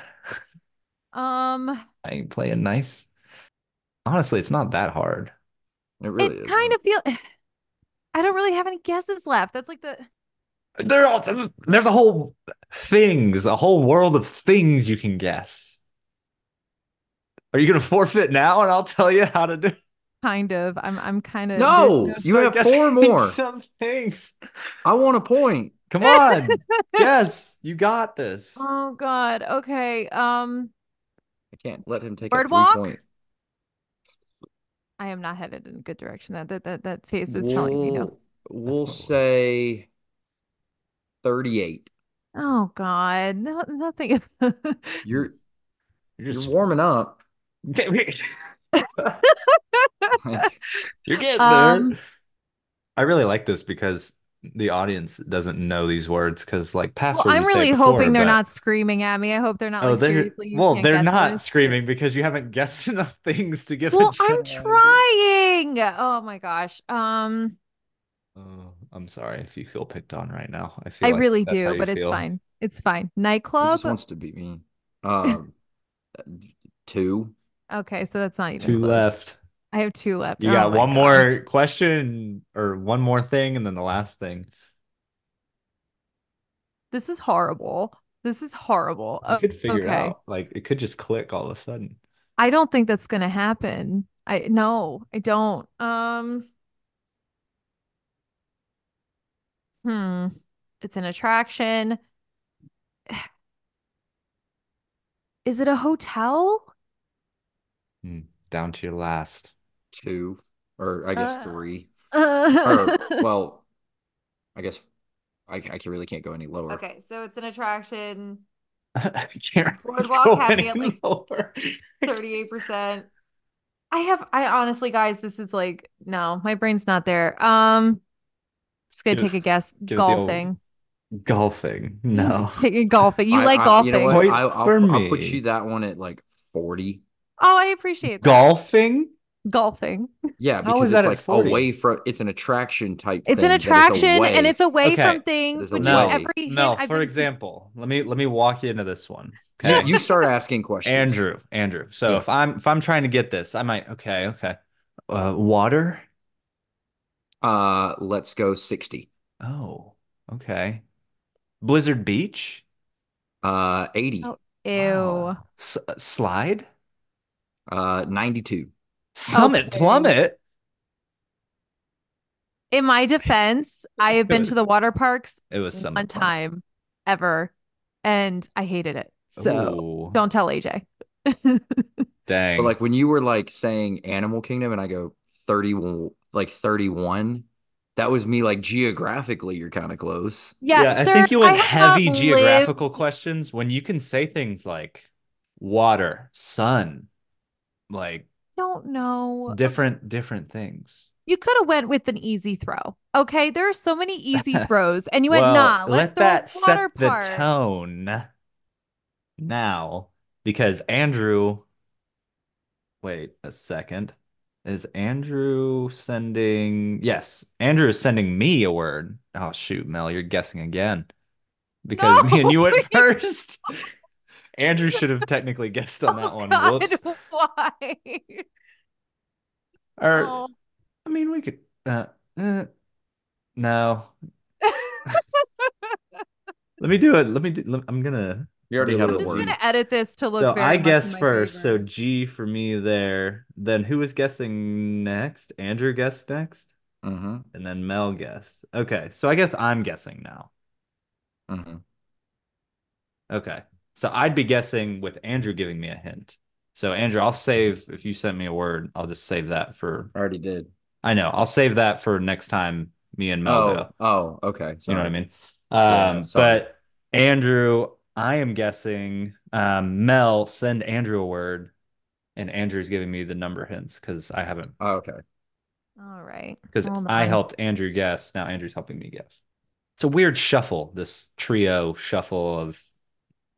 Speaker 1: Um,
Speaker 3: (laughs) I ain't playing nice. Honestly, it's not that hard.
Speaker 2: It really
Speaker 1: it
Speaker 2: is.
Speaker 1: kind of feel (sighs) I don't really have any guesses left. That's like the
Speaker 3: There are there's a whole things, a whole world of things you can guess. Are you gonna forfeit now and I'll tell you how to do
Speaker 1: kind of. I'm I'm kind of
Speaker 2: No!
Speaker 1: there's
Speaker 2: You
Speaker 3: Start
Speaker 2: have four
Speaker 3: guessing
Speaker 2: more.
Speaker 3: Some things.
Speaker 2: I want a point.
Speaker 3: Come (laughs) on. Yes, you got this.
Speaker 1: Oh God. Okay. Um,
Speaker 2: I can't let him take a
Speaker 1: Boardwalk?
Speaker 2: three point.
Speaker 1: I am not headed in a good direction. That that that that face is telling me no.
Speaker 2: We'll, we'll say 38.
Speaker 1: Oh God. No, nothing. (laughs)
Speaker 2: You're
Speaker 3: You're
Speaker 2: you're
Speaker 3: just
Speaker 2: warming up. (laughs) Like,
Speaker 3: You're getting
Speaker 1: Um,
Speaker 3: there. I really like this because the audience doesn't know these words because like
Speaker 1: Well,
Speaker 3: password.
Speaker 1: I'm
Speaker 3: you say it
Speaker 1: really
Speaker 3: before,
Speaker 1: hoping they're
Speaker 3: but-
Speaker 1: not screaming at me. I hope they're not
Speaker 3: Oh,
Speaker 1: like
Speaker 3: they're
Speaker 1: seriously. you
Speaker 3: well,
Speaker 1: can't
Speaker 3: they're
Speaker 1: get
Speaker 3: not
Speaker 1: this."
Speaker 3: screaming because you haven't guessed (laughs) enough things to give
Speaker 1: Well,
Speaker 3: it.
Speaker 1: I'm trying. Oh my gosh. Um,
Speaker 3: Oh, I'm sorry if you feel picked on right now. I feel
Speaker 1: I
Speaker 3: like
Speaker 1: really
Speaker 3: that's how
Speaker 1: do,
Speaker 3: you
Speaker 1: but it's
Speaker 3: feel.
Speaker 1: fine. It's fine.
Speaker 2: He
Speaker 1: Nightclub.
Speaker 2: just wants to beat me. Um, (laughs) two.
Speaker 1: Okay, so that's not even
Speaker 3: Two
Speaker 1: close.
Speaker 3: left.
Speaker 1: I have two left.
Speaker 3: You
Speaker 1: Oh
Speaker 3: got
Speaker 1: my
Speaker 3: one
Speaker 1: God.
Speaker 3: more question or one more thing, and then the last thing.
Speaker 1: This is horrible. This is horrible.
Speaker 3: You
Speaker 1: Oh,
Speaker 3: could figure it
Speaker 1: okay.
Speaker 3: out. Like it could just click all of a sudden.
Speaker 1: I don't think that's gonna happen. I no, I don't. Um, hmm. It's an attraction. (sighs) Is it a hotel?
Speaker 3: Hmm. Down to your last. (laughs)
Speaker 2: two, or I guess
Speaker 1: Uh. (laughs)
Speaker 2: three.
Speaker 1: Uh,
Speaker 2: Or well, I guess I, I can- really can't go any lower.
Speaker 1: Okay, so it's an (laughs) attraction,
Speaker 3: I can't
Speaker 1: Boardwalk
Speaker 3: go
Speaker 1: had me
Speaker 3: any
Speaker 1: at, like,
Speaker 3: lower.
Speaker 1: 38%. I have, I honestly, guys, this is like, no, my brain's not there. Um, just gonna
Speaker 3: Give-
Speaker 1: take a guess.
Speaker 3: the old-
Speaker 1: Golfing.
Speaker 3: Golfing.
Speaker 1: (laughs)
Speaker 3: No.
Speaker 1: Just taking golfing. You
Speaker 2: I-
Speaker 1: like
Speaker 2: I,
Speaker 1: golfing.
Speaker 2: you know what?
Speaker 3: Point
Speaker 2: I, I'll,
Speaker 3: for
Speaker 2: I'll put
Speaker 3: me.
Speaker 2: you that one at like 40.
Speaker 1: Oh, I appreciate that.
Speaker 3: Golfing?
Speaker 1: Golfing.
Speaker 2: Yeah,
Speaker 3: How
Speaker 2: because
Speaker 3: is that
Speaker 2: it's
Speaker 3: at
Speaker 2: like
Speaker 3: 40?
Speaker 2: away from it's an attraction type
Speaker 1: It's
Speaker 2: thing
Speaker 1: an
Speaker 2: that is
Speaker 1: attraction and
Speaker 2: away.
Speaker 1: it's away
Speaker 3: Okay.
Speaker 1: from things,
Speaker 2: is
Speaker 1: which is
Speaker 2: away.
Speaker 1: every hint
Speaker 3: no.
Speaker 1: I've
Speaker 3: For
Speaker 1: been-
Speaker 3: example, let me let me walk you into this one.
Speaker 2: You-
Speaker 3: Okay.
Speaker 2: You, start asking questions.
Speaker 3: Andrew, Andrew. So
Speaker 2: Yeah.
Speaker 3: if I'm if I'm trying to get this, I might okay, okay. Uh water?
Speaker 2: Uh, let's go 60.
Speaker 3: Oh, okay. Blizzard Beach?
Speaker 2: Uh, 80.
Speaker 1: Oh. Ew.
Speaker 3: Wow. S- uh, slide?
Speaker 2: Uh, 92.
Speaker 3: Summit
Speaker 1: Okay.
Speaker 3: plummet?
Speaker 1: In my defense, I have been to the water parks
Speaker 3: It was Summit
Speaker 1: one
Speaker 3: Plummet.
Speaker 1: time ever, and I hated it. So
Speaker 3: Ooh,
Speaker 1: don't tell (laughs) AJ.
Speaker 3: dang.
Speaker 2: But like when you were like saying Animal Kingdom and I go 30, like 31, that was me like geographically, you're kind of close.
Speaker 1: Yeah,
Speaker 3: I
Speaker 1: sir,
Speaker 3: think you went
Speaker 1: I have
Speaker 3: heavy
Speaker 1: not lived-
Speaker 3: geographical questions when you can say things like water, sun, like
Speaker 1: Don't know.
Speaker 3: different different things.
Speaker 1: You could have went with an easy throw. Okay, there are so many
Speaker 2: (laughs)
Speaker 1: easy throws, and you went
Speaker 3: Well,
Speaker 1: nah. Let's
Speaker 3: let
Speaker 1: throw a
Speaker 3: that
Speaker 1: water
Speaker 3: set the
Speaker 1: park.
Speaker 3: tone now because Andrew wait a second. Is Andrew sending yes, Andrew is sending me a word. Oh shoot, Mel, you're guessing again. Because me and you went
Speaker 1: (laughs) No,
Speaker 3: first. Andrew should have technically guessed on
Speaker 1: (laughs)
Speaker 3: that
Speaker 1: Oh,
Speaker 3: one.
Speaker 1: God,
Speaker 3: Whoops.
Speaker 1: why?
Speaker 3: Or
Speaker 1: Oh.
Speaker 3: I mean we could uh, uh no.
Speaker 1: (laughs)
Speaker 3: Let me do it. Let me do let, I'm gonna
Speaker 2: You already
Speaker 3: do a
Speaker 2: have
Speaker 1: I'm
Speaker 2: the
Speaker 1: just
Speaker 2: word.
Speaker 1: gonna edit this to look
Speaker 3: So
Speaker 1: very
Speaker 3: I
Speaker 1: much
Speaker 3: guess
Speaker 1: in my
Speaker 3: first. So
Speaker 1: favor.
Speaker 3: G for me there. Then who was guessing next? Andrew guessed next,
Speaker 2: hmm
Speaker 3: and then Mel guessed. Okay, so I guess I'm guessing now.
Speaker 2: hmm
Speaker 3: Okay, so I'd be guessing with Andrew giving me a hint. So Andrew, I'll save if you sent me a word, I'll just save that for.
Speaker 2: I already did.
Speaker 3: I know I'll save that for next time me and Mel
Speaker 2: Oh,
Speaker 3: go.
Speaker 2: oh, okay.
Speaker 3: You know what I
Speaker 2: Sorry.
Speaker 3: mean?
Speaker 2: Yeah,
Speaker 3: Um,
Speaker 2: sorry.
Speaker 3: but Andrew, I am guessing um, Mel send Andrew a word, and Andrew's giving me the number hints because I haven't
Speaker 2: Oh, okay.
Speaker 1: All right.
Speaker 3: because
Speaker 1: Hold
Speaker 3: I
Speaker 1: on.
Speaker 3: helped Andrew guess. Now Andrew's helping me guess. It's a weird shuffle, this trio shuffle of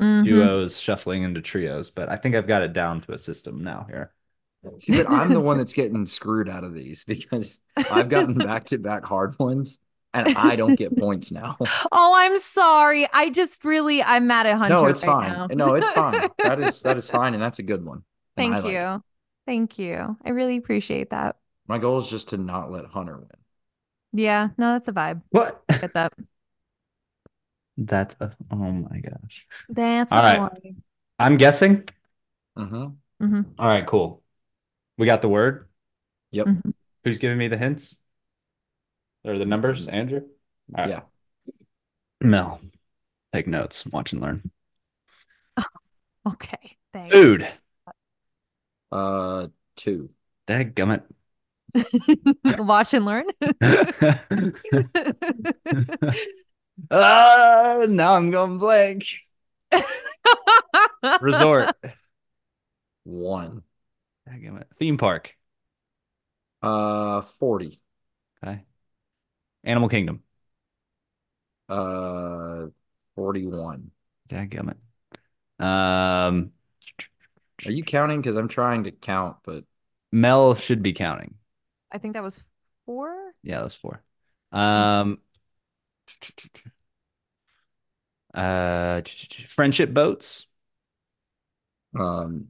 Speaker 1: Mhm.
Speaker 2: uh,
Speaker 3: duos shuffling into trios, but I think I've got it down to a system now here.
Speaker 2: See, but I'm the
Speaker 1: (laughs)
Speaker 2: one that's getting screwed out of these because
Speaker 1: Mm-hmm.
Speaker 2: I've gotten back to back hard ones and I don't get points
Speaker 1: (laughs)
Speaker 2: now.
Speaker 1: Oh, I'm sorry. I just really I'm mad at Hunter
Speaker 2: No, it's
Speaker 1: right
Speaker 2: fine.
Speaker 1: now.
Speaker 2: No, it's
Speaker 1: (laughs)
Speaker 2: fine. That is that is fine and that's a good one. And I
Speaker 1: Thank
Speaker 2: like it.
Speaker 1: you. Thank you. I really appreciate that.
Speaker 2: My goal is just to not let Hunter win.
Speaker 1: Yeah, no, that's a vibe.
Speaker 3: What?
Speaker 1: Get that.
Speaker 3: (laughs) That's a, oh my gosh.
Speaker 1: That's
Speaker 3: All right.
Speaker 1: annoying.
Speaker 3: I'm guessing.
Speaker 2: hmm
Speaker 1: Mhm.
Speaker 3: All right, cool. We got the word.
Speaker 2: Yep.
Speaker 1: Mhm.
Speaker 3: Who's giving me the hints? Or the numbers, Andrew? All right.
Speaker 2: Yeah.
Speaker 3: Mel, take notes, watch and learn.
Speaker 1: Okay. Thanks.
Speaker 3: Food.
Speaker 2: Uh two.
Speaker 3: Dadgummit.
Speaker 1: (laughs)
Speaker 3: (laughs)
Speaker 1: Watch and learn. (laughs)
Speaker 3: Ah, now I'm going blank.
Speaker 1: (laughs)
Speaker 3: Resort.
Speaker 2: One.
Speaker 3: Daggum it. Theme park.
Speaker 2: Uh, 40.
Speaker 3: Okay. Animal Kingdom.
Speaker 2: Uh, 41.
Speaker 3: Daggum it. Um,
Speaker 2: Are you counting? Because I'm trying to count, but
Speaker 3: Mel should be counting.
Speaker 1: I think that was four.
Speaker 3: Yeah, that's four. Um, uh, friendship boats.
Speaker 2: um,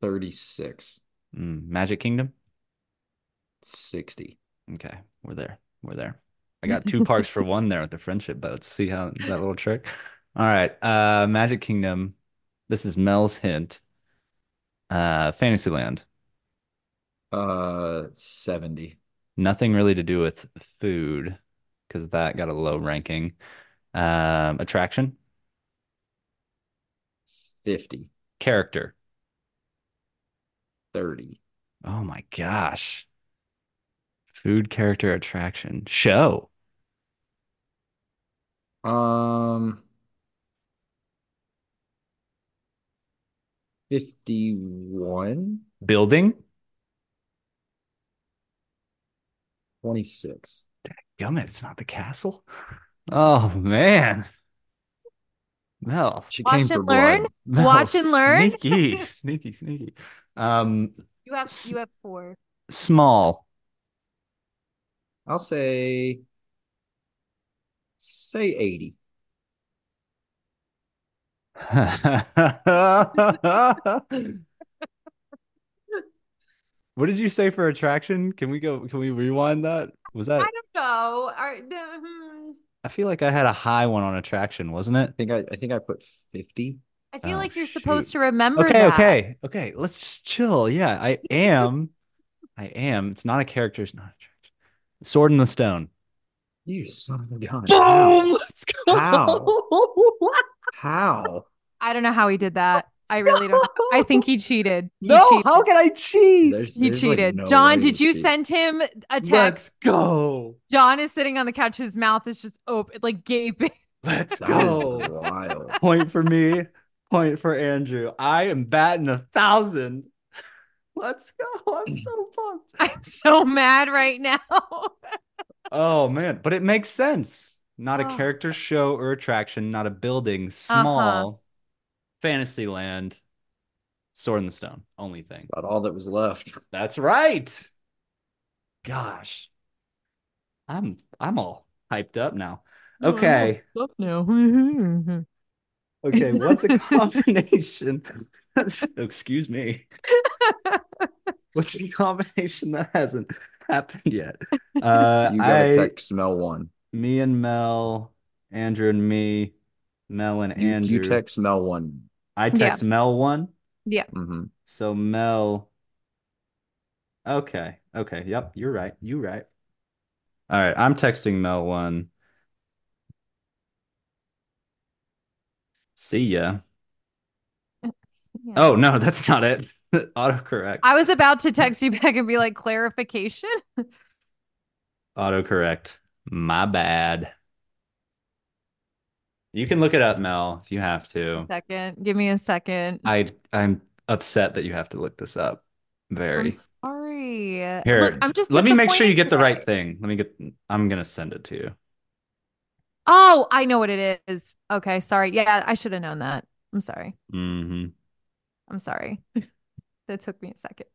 Speaker 2: 36.
Speaker 3: Mm, Magic Kingdom.
Speaker 2: 60.
Speaker 3: Okay, we're there. We're there. I got two parks for one there with the friendship boats. See how that little trick? All right. Uh, Magic Kingdom. This is Mel's hint. Uh, Fantasyland.
Speaker 2: Uh, 70.
Speaker 3: Nothing really to do with food because that got a low ranking. Um, attraction,
Speaker 2: 50.
Speaker 3: character.
Speaker 2: 30.
Speaker 3: Oh my gosh. Food, character, attraction, show.
Speaker 2: Um, 51.
Speaker 3: Building?
Speaker 2: 26.
Speaker 3: Gum it, it's not the castle. Oh man. Mel.
Speaker 2: She
Speaker 1: Watch
Speaker 2: came
Speaker 1: and
Speaker 2: for
Speaker 1: learn?
Speaker 2: blood.
Speaker 3: Mel,
Speaker 1: Watch and learn?
Speaker 3: Sneaky, sneaky, sneaky. Um,
Speaker 1: You have
Speaker 3: S-
Speaker 1: you have four.
Speaker 3: small. (laughs)
Speaker 2: I'll say, say 80.
Speaker 3: What did you say for attraction? Can we go, can we rewind that? Was
Speaker 1: I
Speaker 2: Uh,
Speaker 3: that,
Speaker 1: don't know. Are, the, hmm.
Speaker 3: I feel like I had a high one on attraction, wasn't it?
Speaker 2: I think I, I think I put 50.
Speaker 1: I feel
Speaker 3: Oh,
Speaker 1: like you're supposed
Speaker 3: shoot.
Speaker 1: to remember
Speaker 3: Okay,
Speaker 1: that.
Speaker 3: okay, okay. Let's just chill. Yeah, I am. I am. It's not a character. It's not a character. Sword in the Stone.
Speaker 2: You son of a
Speaker 1: (laughs)
Speaker 2: gun. How?
Speaker 3: Let's
Speaker 2: How?
Speaker 1: I don't know how he did that. I really don't. know. I think he cheated. He
Speaker 3: No,
Speaker 1: cheated.
Speaker 3: how can I cheat?
Speaker 2: There's-
Speaker 1: he
Speaker 2: there's, like,
Speaker 1: cheated.
Speaker 2: no
Speaker 1: John,
Speaker 2: way to
Speaker 1: did you
Speaker 2: cheat.
Speaker 1: send him a text?
Speaker 3: Let's go.
Speaker 1: John is sitting on the couch. His mouth is just open, like gaping. (laughs)
Speaker 3: Let's
Speaker 2: That is
Speaker 3: go.
Speaker 2: wild.
Speaker 3: Point for me. Point for Andrew. I am batting a thousand. Let's go. I'm so pumped.
Speaker 1: I'm so mad right now. (laughs)
Speaker 3: Oh man, but it makes sense. Not a
Speaker 1: Oh.
Speaker 3: character show or attraction, not a building, small, Fantasyland, Sword in the Stone, only thing.
Speaker 2: About all that was left.
Speaker 3: That's right. Gosh. I'm I'm all hyped up now. Okay.
Speaker 1: Up now.
Speaker 3: Okay, what's (laughs) a combination? Excuse me. What's a combination that hasn't happened yet? (laughs) Uh
Speaker 2: You gotta
Speaker 3: I
Speaker 2: text Mel one.
Speaker 3: me and Mel, Andrew and me, Mel and
Speaker 2: You, you
Speaker 3: Andrew.
Speaker 2: text Mel one.
Speaker 3: I
Speaker 1: Yeah.
Speaker 3: text Mel one.
Speaker 2: hmm
Speaker 3: So Mel. Okay. Okay. Yep. You're right. You right. All right. I'm texting Mel one. See ya.
Speaker 1: Yeah.
Speaker 3: Oh no, (laughs) that's not it. Autocorrect.
Speaker 1: I was about to text you back and be like, clarification.
Speaker 3: Oh. Autocorrect. My bad. You can look it up, Mel, if you have to.
Speaker 1: Second, give me a second.
Speaker 3: I I'm upset that you have to look this up. Very.
Speaker 1: I'm sorry.
Speaker 3: Here,
Speaker 1: Look, I'm just
Speaker 3: let me make sure
Speaker 1: disappointed
Speaker 3: you get the
Speaker 1: today.
Speaker 3: right thing. Let me get, I'm gonna send it to you.
Speaker 1: Oh, I know what it is. Okay, sorry. Yeah, I should have known that. I'm sorry.
Speaker 3: hmm
Speaker 1: I'm sorry. (laughs) that took me a second.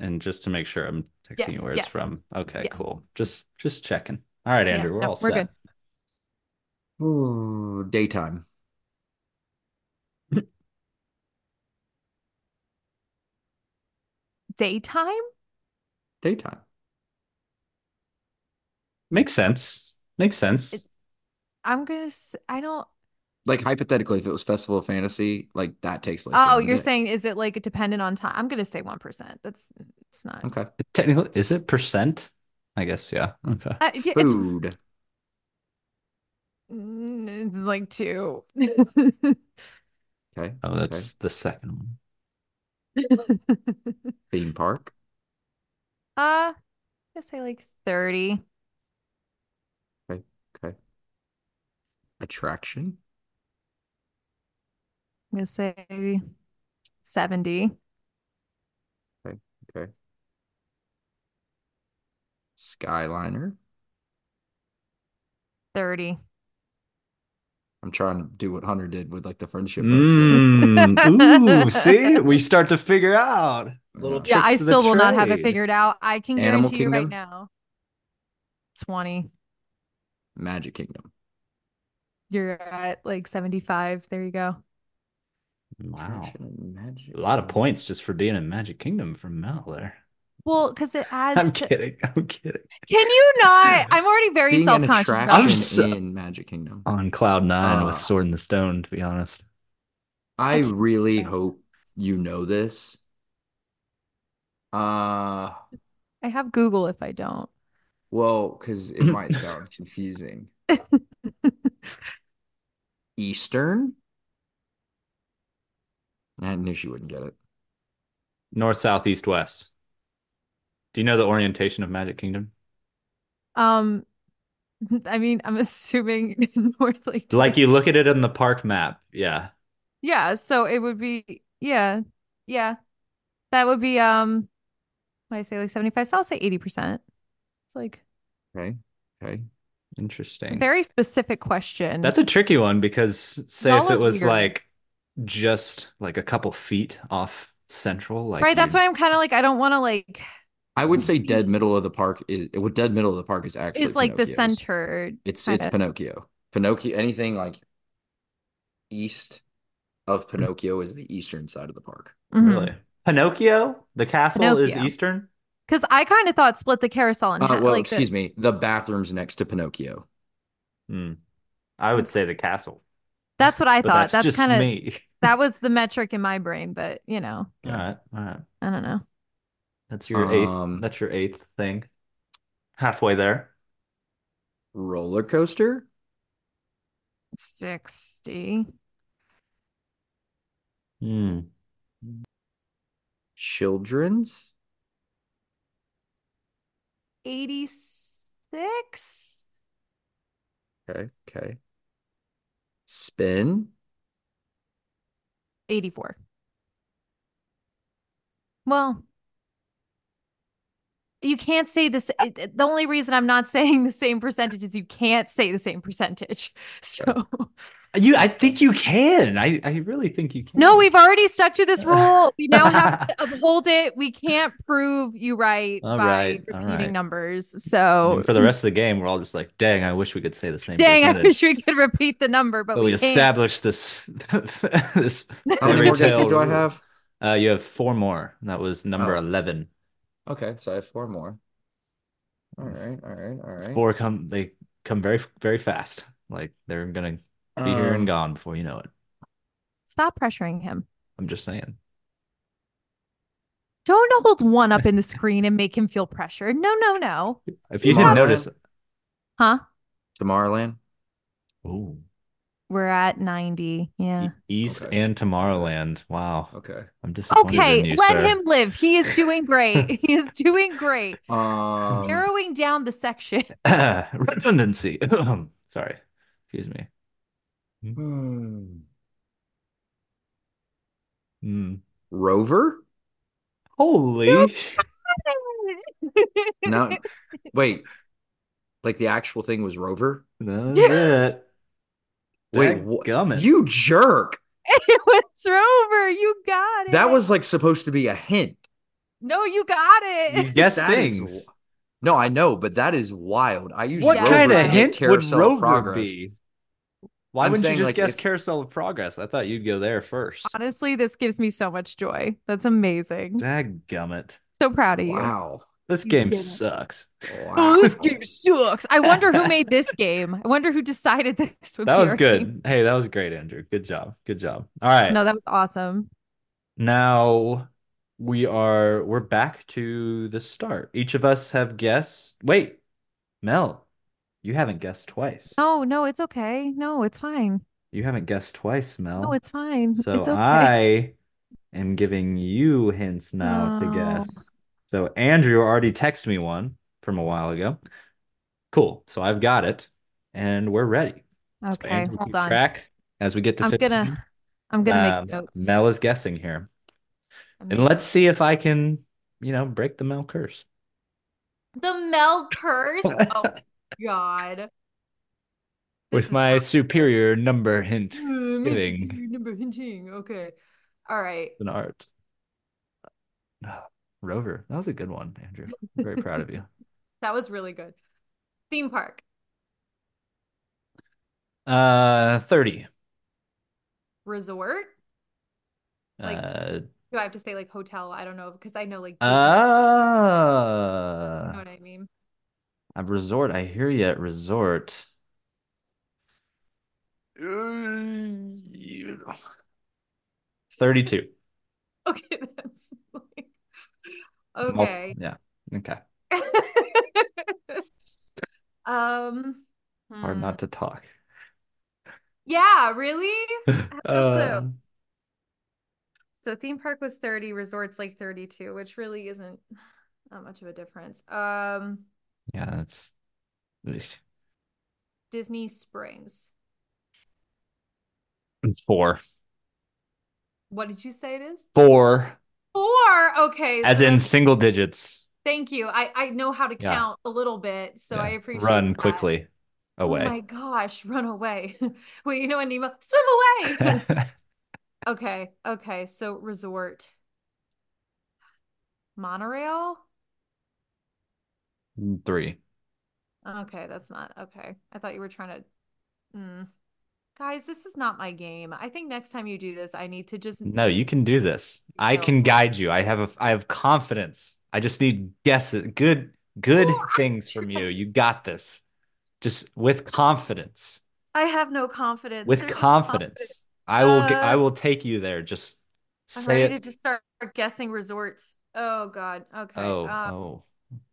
Speaker 3: And just to make sure I'm texting
Speaker 1: Yes,
Speaker 3: you where it's
Speaker 1: yes.
Speaker 3: from. Okay,
Speaker 1: Yes.
Speaker 3: cool. Just just checking. All right,
Speaker 1: Yes,
Speaker 3: Andrew, we're
Speaker 1: no,
Speaker 3: all
Speaker 1: we're
Speaker 3: set.
Speaker 2: Ooh, daytime.
Speaker 1: Daytime?
Speaker 2: Daytime.
Speaker 3: Makes sense. Makes sense.
Speaker 1: It- I'm gonna. s- I don't.
Speaker 2: Like hypothetically, if it was Festival of Fantasy, like that takes place.
Speaker 1: Oh,
Speaker 2: during the
Speaker 1: you're
Speaker 2: day.
Speaker 1: saying is it like dependent on time? I'm gonna say one percent. That's it's not.
Speaker 2: okay.
Speaker 3: Technically, is it percent? I guess, yeah. Okay.
Speaker 1: Uh, yeah, it's,
Speaker 2: Food.
Speaker 1: mm, it's like two. (laughs)
Speaker 2: Okay.
Speaker 3: Oh, that's the second one.
Speaker 2: Theme park.
Speaker 1: uh, I say like thirty.
Speaker 2: Attraction.
Speaker 1: I'm gonna say 70.
Speaker 2: Skyliner.
Speaker 1: 30.
Speaker 2: I'm trying to do what Hunter did with like the friendship. bracelet.
Speaker 3: (laughs) Mm. Ooh, see, we start to figure out little.
Speaker 1: Yeah, I
Speaker 3: tricks of the
Speaker 1: still will not have it
Speaker 3: trade.
Speaker 1: figured out. I can
Speaker 2: Animal
Speaker 1: guarantee you right
Speaker 2: Kingdom?
Speaker 1: now. 20.
Speaker 2: Magic Kingdom.
Speaker 1: You're at like 75. There you go.
Speaker 3: Wow,
Speaker 2: Attraction and Magic
Speaker 3: a lot of
Speaker 2: Kingdom.
Speaker 3: points just for being in Magic Kingdom from Mel there. (laughs)
Speaker 1: Well, because it
Speaker 3: I'm
Speaker 1: adds to.
Speaker 3: kidding. (laughs) I'm kidding.
Speaker 1: Can you not? I'm already very
Speaker 2: Being an
Speaker 1: self-conscious
Speaker 2: attraction
Speaker 1: about
Speaker 3: I'm
Speaker 1: it.
Speaker 3: so-
Speaker 2: in Magic Kingdom.
Speaker 3: On cloud nine with
Speaker 2: Ah.
Speaker 3: Sword in the Stone, to be honest.
Speaker 2: I
Speaker 1: Okay.
Speaker 2: really hope you know this. Uh,
Speaker 1: I have Google if I don't. (laughs)
Speaker 2: well, because it might sound confusing. Eastern? I knew she wouldn't get it.
Speaker 3: North, south, east, west. Do you know the orientation of Magic Kingdom?
Speaker 1: Um, (laughs) I mean, I'm assuming (laughs) north like
Speaker 3: Like you look at it on the park map. Yeah.
Speaker 1: Yeah, so it would be yeah. Yeah. That would be um when I say like 75, so I'll say 80%. It's like
Speaker 2: Okay. Okay.
Speaker 1: a
Speaker 3: Interesting.
Speaker 1: very specific question.
Speaker 3: That's a tricky one because say
Speaker 1: Y'all
Speaker 3: if it
Speaker 1: are
Speaker 3: was
Speaker 1: weird.
Speaker 3: like just like a couple feet off central, like
Speaker 1: right, that's
Speaker 3: you'd-
Speaker 1: why I'm kind of like I don't want to like
Speaker 2: I would say dead middle of the park is well, dead middle of the park is actually
Speaker 1: is like the
Speaker 2: Pinocchio's.
Speaker 1: center.
Speaker 2: It's
Speaker 1: kinda.
Speaker 2: it's Pinocchio. Pinocchio, anything like east of Pinocchio is the eastern side of the park.
Speaker 1: mm-hmm.
Speaker 3: really Mm-hmm. Pinocchio, the castle is
Speaker 1: Pinocchio.
Speaker 3: eastern.
Speaker 1: Because I kind of thought split the carousel in
Speaker 2: Uh,
Speaker 1: half.
Speaker 2: well,
Speaker 1: like
Speaker 2: excuse me, the bathrooms next to Pinocchio.
Speaker 3: Hmm. I would say the castle.
Speaker 1: that's what I
Speaker 3: But
Speaker 1: thought.
Speaker 3: that's
Speaker 1: That's,
Speaker 3: just
Speaker 1: kind of
Speaker 3: me. (laughs)
Speaker 1: that was the metric in my brain, but you know,
Speaker 3: All right, all right.
Speaker 1: I don't know.
Speaker 3: That's your eighth.
Speaker 2: Um,
Speaker 3: that's your eighth thing. Halfway there.
Speaker 2: Roller coaster?
Speaker 1: 60.
Speaker 3: Hmm.
Speaker 2: Children's?
Speaker 1: 86?
Speaker 2: Okay, okay. Spin?
Speaker 1: 84. Well, you can't say this. it- it- The only reason I'm not (laughs) saying the same percentage is you can't say the same percentage. (laughs) So,
Speaker 3: You, I think you can. I, I really think you can.
Speaker 1: no, we've already stuck to
Speaker 3: (laughs)
Speaker 1: this rule. We now have to uphold it. We can't prove you right
Speaker 3: All
Speaker 1: by
Speaker 3: right, all
Speaker 1: repeating
Speaker 3: right.
Speaker 1: numbers.
Speaker 3: I
Speaker 1: So,
Speaker 3: mean, for the rest of the game, we're all just like, dang, I wish we could say the same
Speaker 1: dang, I
Speaker 3: percentage.
Speaker 1: wish we could repeat the number, but,
Speaker 3: But we
Speaker 1: we can't. (laughs)
Speaker 3: established this (laughs) this
Speaker 2: How many
Speaker 3: Fairy
Speaker 2: more guesses
Speaker 3: tale
Speaker 2: do I
Speaker 3: rule.
Speaker 2: have?
Speaker 3: uh you have four more. and That was number
Speaker 2: Oh.
Speaker 3: 11.
Speaker 2: Okay, so I have four more. All right, all right, all right.
Speaker 3: Four come they come very very fast. Like they're gonna be here and
Speaker 2: Um,
Speaker 3: gone before you know it.
Speaker 1: Stop pressuring him.
Speaker 3: I'm just saying.
Speaker 1: Don't hold one up in the screen and make him feel pressured. No, no, no.
Speaker 3: If you didn't
Speaker 2: Tomorrowland?
Speaker 3: notice,
Speaker 1: Huh?
Speaker 2: Tomorrowland?
Speaker 3: oh,
Speaker 1: We're at 90. Yeah.
Speaker 3: E-, East
Speaker 2: Okay.
Speaker 3: and Tomorrowland. Wow,
Speaker 2: Okay.
Speaker 3: I'm disappointed in
Speaker 1: Okay,
Speaker 3: you,
Speaker 1: let
Speaker 3: sir.
Speaker 1: him live. He is doing
Speaker 3: (laughs)
Speaker 1: great. he is doing great.
Speaker 2: Um,
Speaker 1: Narrowing down the
Speaker 3: (laughs)
Speaker 1: section.
Speaker 3: redundancy. (laughs) Um, Sorry, excuse me.
Speaker 2: hmm.
Speaker 3: Hmm.
Speaker 2: Rover?
Speaker 3: Holy. (laughs)
Speaker 2: No, wait. Like the actual thing was Rover?
Speaker 3: No,
Speaker 1: Yeah.
Speaker 3: that.
Speaker 2: Wait, what?
Speaker 3: Dadgummit.
Speaker 2: You jerk.
Speaker 1: (laughs) it was Rover. You got it.
Speaker 2: That was like supposed to be a hint.
Speaker 1: No, you got
Speaker 3: You
Speaker 1: it.
Speaker 3: guess
Speaker 2: That is
Speaker 3: things.
Speaker 2: wi- no, I know, but that is wild. I use
Speaker 3: What
Speaker 1: Rover
Speaker 3: kind
Speaker 1: to
Speaker 3: of
Speaker 1: get
Speaker 3: hint would
Speaker 2: Carousel of
Speaker 3: Rover
Speaker 2: Progress.
Speaker 3: be? Why
Speaker 2: I'm
Speaker 3: wouldn't you
Speaker 2: saying,
Speaker 3: just
Speaker 2: like,
Speaker 3: guess
Speaker 2: if-
Speaker 3: Carousel of Progress? I thought you'd go there first.
Speaker 1: Honestly, this gives me so much joy. That's amazing.
Speaker 3: Dadgummit.
Speaker 1: So proud of you.
Speaker 2: Wow.
Speaker 3: This
Speaker 1: You
Speaker 3: game
Speaker 1: did it.
Speaker 3: sucks.
Speaker 1: Oh,
Speaker 3: (laughs)
Speaker 1: this
Speaker 2: Wow.
Speaker 1: game sucks. I wonder who made this game. I wonder who decided (laughs) this would
Speaker 3: That
Speaker 1: be
Speaker 3: was
Speaker 1: our
Speaker 3: good.
Speaker 1: game.
Speaker 3: Hey, that was great, Andrew. Good job. Good job. All right.
Speaker 1: No, that was awesome.
Speaker 3: Now we are we're back to the start. Each of us have guessed. Wait, Mel, you haven't guessed twice.
Speaker 1: No, no, it's okay. No, it's fine.
Speaker 3: You haven't guessed twice,
Speaker 1: No,
Speaker 3: Mel.
Speaker 1: it's fine.
Speaker 3: So
Speaker 1: it's okay.
Speaker 3: I am giving you hints now to
Speaker 1: No.
Speaker 3: guess. So Andrew already texted me one from a while ago. Cool. So I've got it and we're ready. So
Speaker 1: Okay,
Speaker 3: Andrew,
Speaker 1: hold
Speaker 3: keep
Speaker 1: on.
Speaker 3: track as we get to
Speaker 1: I'm
Speaker 3: 15.
Speaker 1: gonna I'm gonna make
Speaker 3: Um,
Speaker 1: notes.
Speaker 3: Mel is guessing here. And let's see if I can, you know, break the Mel curse.
Speaker 1: The Mel
Speaker 3: (laughs)
Speaker 1: curse. Oh God. This
Speaker 3: with
Speaker 1: is
Speaker 3: my
Speaker 1: not-
Speaker 3: superior number hint
Speaker 1: Uh, Mr.
Speaker 3: hitting.
Speaker 1: Number hinting. Okay. All right.
Speaker 3: in art. (sighs) Rover, that was a good one, Andrew. I'm very
Speaker 1: (laughs)
Speaker 3: proud of you.
Speaker 1: That was really good. Theme park.
Speaker 3: (laughs) Uh, thirty.
Speaker 1: Resort. Like-
Speaker 3: uh,
Speaker 1: Do I have to say like hotel? I don't know because I know like Disney,
Speaker 3: ah.
Speaker 1: you know
Speaker 3: uh,
Speaker 1: what I mean? (laughs)
Speaker 3: a resort. I hear you at resort. Thirty-two.
Speaker 1: Okay, that's like
Speaker 3: Multi-
Speaker 1: okay. (laughs)
Speaker 3: yeah. Okay.
Speaker 1: Um,
Speaker 3: Hard
Speaker 1: hmm.
Speaker 3: not to talk.
Speaker 1: Yeah, really?
Speaker 3: Uh,
Speaker 1: So theme park was 30, resorts like 32, which really isn't not much of a difference. Um,
Speaker 3: yeah, that's. it's
Speaker 1: Disney Springs.
Speaker 3: Four.
Speaker 1: What did you say it is?
Speaker 3: Four.
Speaker 1: Four. Okay,
Speaker 3: As
Speaker 1: so
Speaker 3: in single digits.
Speaker 1: thank you. I I know how to
Speaker 3: Yeah.
Speaker 1: count a little bit, so I
Speaker 3: Yeah.
Speaker 1: appreciate
Speaker 3: Run
Speaker 1: that.
Speaker 3: quickly away.
Speaker 1: Oh my gosh, run away. (laughs) Wait, you know what, Nemo?
Speaker 3: (laughs)
Speaker 1: Swim away. Okay, okay. So resort. Monorail?
Speaker 3: Three.
Speaker 1: Okay, that's not okay. I thought you were trying to. Mm. Guys, this is not my game. I think next time you do this, I need to just.
Speaker 3: No, you can do this. I
Speaker 1: No.
Speaker 3: can guide you. I have a I have confidence. I just need guesses. Good good
Speaker 1: Well, I-
Speaker 3: things from you. You got this. Just with confidence.
Speaker 1: I have no confidence.
Speaker 3: With
Speaker 1: There's no
Speaker 3: confidence. I will get, I
Speaker 1: Uh,
Speaker 3: will take you there. Just
Speaker 1: I'm
Speaker 3: say
Speaker 1: ready to
Speaker 3: it.
Speaker 1: just start guessing resorts. Oh God. Okay.
Speaker 3: Oh,
Speaker 1: Um,
Speaker 3: oh.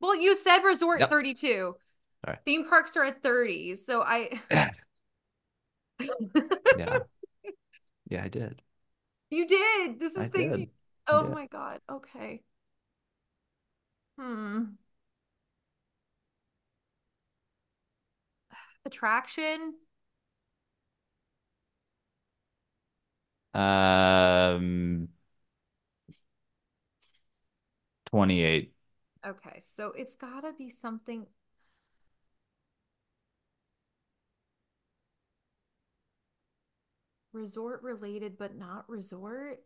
Speaker 1: well, you said resort
Speaker 3: Yep.
Speaker 1: 32.
Speaker 3: Alright.
Speaker 1: Theme parks are at 30. So
Speaker 3: (clears throat)
Speaker 1: I. (laughs)
Speaker 3: Yeah. Yeah, I did.
Speaker 1: You did. This
Speaker 3: I
Speaker 1: is things you.
Speaker 3: did. I
Speaker 1: Oh
Speaker 3: did.
Speaker 1: my God. Okay. Hmm. Attraction.
Speaker 3: Um 28.
Speaker 1: Okay, so it's gotta be something. Resort related, but not resort.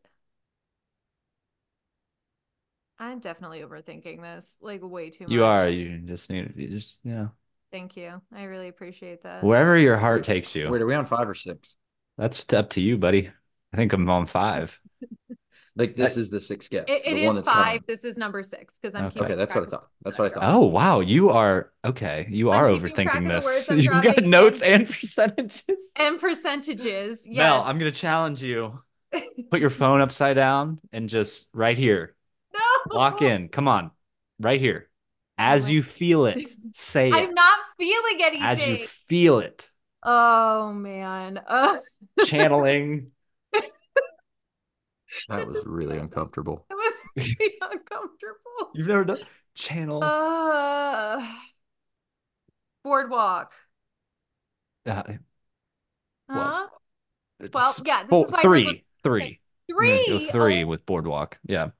Speaker 1: I'm definitely overthinking this, like way too
Speaker 3: You
Speaker 1: much.
Speaker 3: are. You just need you just yeah.
Speaker 1: Thank you. I really appreciate that.
Speaker 3: Wherever your heart takes you.
Speaker 2: Wait, are we on five or six?
Speaker 3: That's t- up to you, buddy. I think I'm on five.
Speaker 2: Like this is the sixth guess.
Speaker 1: It, it
Speaker 2: the one
Speaker 1: is
Speaker 2: that's coming.
Speaker 1: five. This is number six because I'm
Speaker 3: Okay.
Speaker 1: keeping
Speaker 2: Okay, that's what I
Speaker 1: track of-
Speaker 2: thought. That's what I thought.
Speaker 3: Oh wow, you are okay. You
Speaker 1: I'm
Speaker 3: are
Speaker 1: keeping track
Speaker 3: overthinking
Speaker 1: of the
Speaker 3: this. (laughs)
Speaker 1: words I'm
Speaker 3: You got
Speaker 1: dropping
Speaker 3: notes and
Speaker 1: (laughs)
Speaker 3: (laughs) percentages.
Speaker 1: and percentages.
Speaker 3: (laughs) Mel,
Speaker 1: Yes.
Speaker 3: I'm gonna challenge you.
Speaker 1: (laughs)
Speaker 3: Put your phone upside down and just right here.
Speaker 1: No. (laughs)
Speaker 3: Lock in. Come on. Right here. As
Speaker 1: my-
Speaker 3: you feel it,
Speaker 1: (laughs)
Speaker 3: say it.
Speaker 1: I'm not feeling
Speaker 3: As you
Speaker 1: anything.
Speaker 3: feel it.
Speaker 1: Oh man. (laughs) Oh, Ugh. (laughs)
Speaker 3: Channeling.
Speaker 2: That was really uncomfortable.
Speaker 1: It
Speaker 3: (laughs)
Speaker 1: was really uncomfortable.
Speaker 3: You've never done channel.
Speaker 1: Uh,
Speaker 4: Boardwalk.
Speaker 3: Uh, Well,
Speaker 1: huh?
Speaker 3: it's
Speaker 1: well, yeah, this
Speaker 3: four-
Speaker 1: is why we're
Speaker 3: three.
Speaker 1: looking-
Speaker 3: Three. I'm gonna go
Speaker 1: Three. oh.
Speaker 3: Three with boardwalk. Yeah.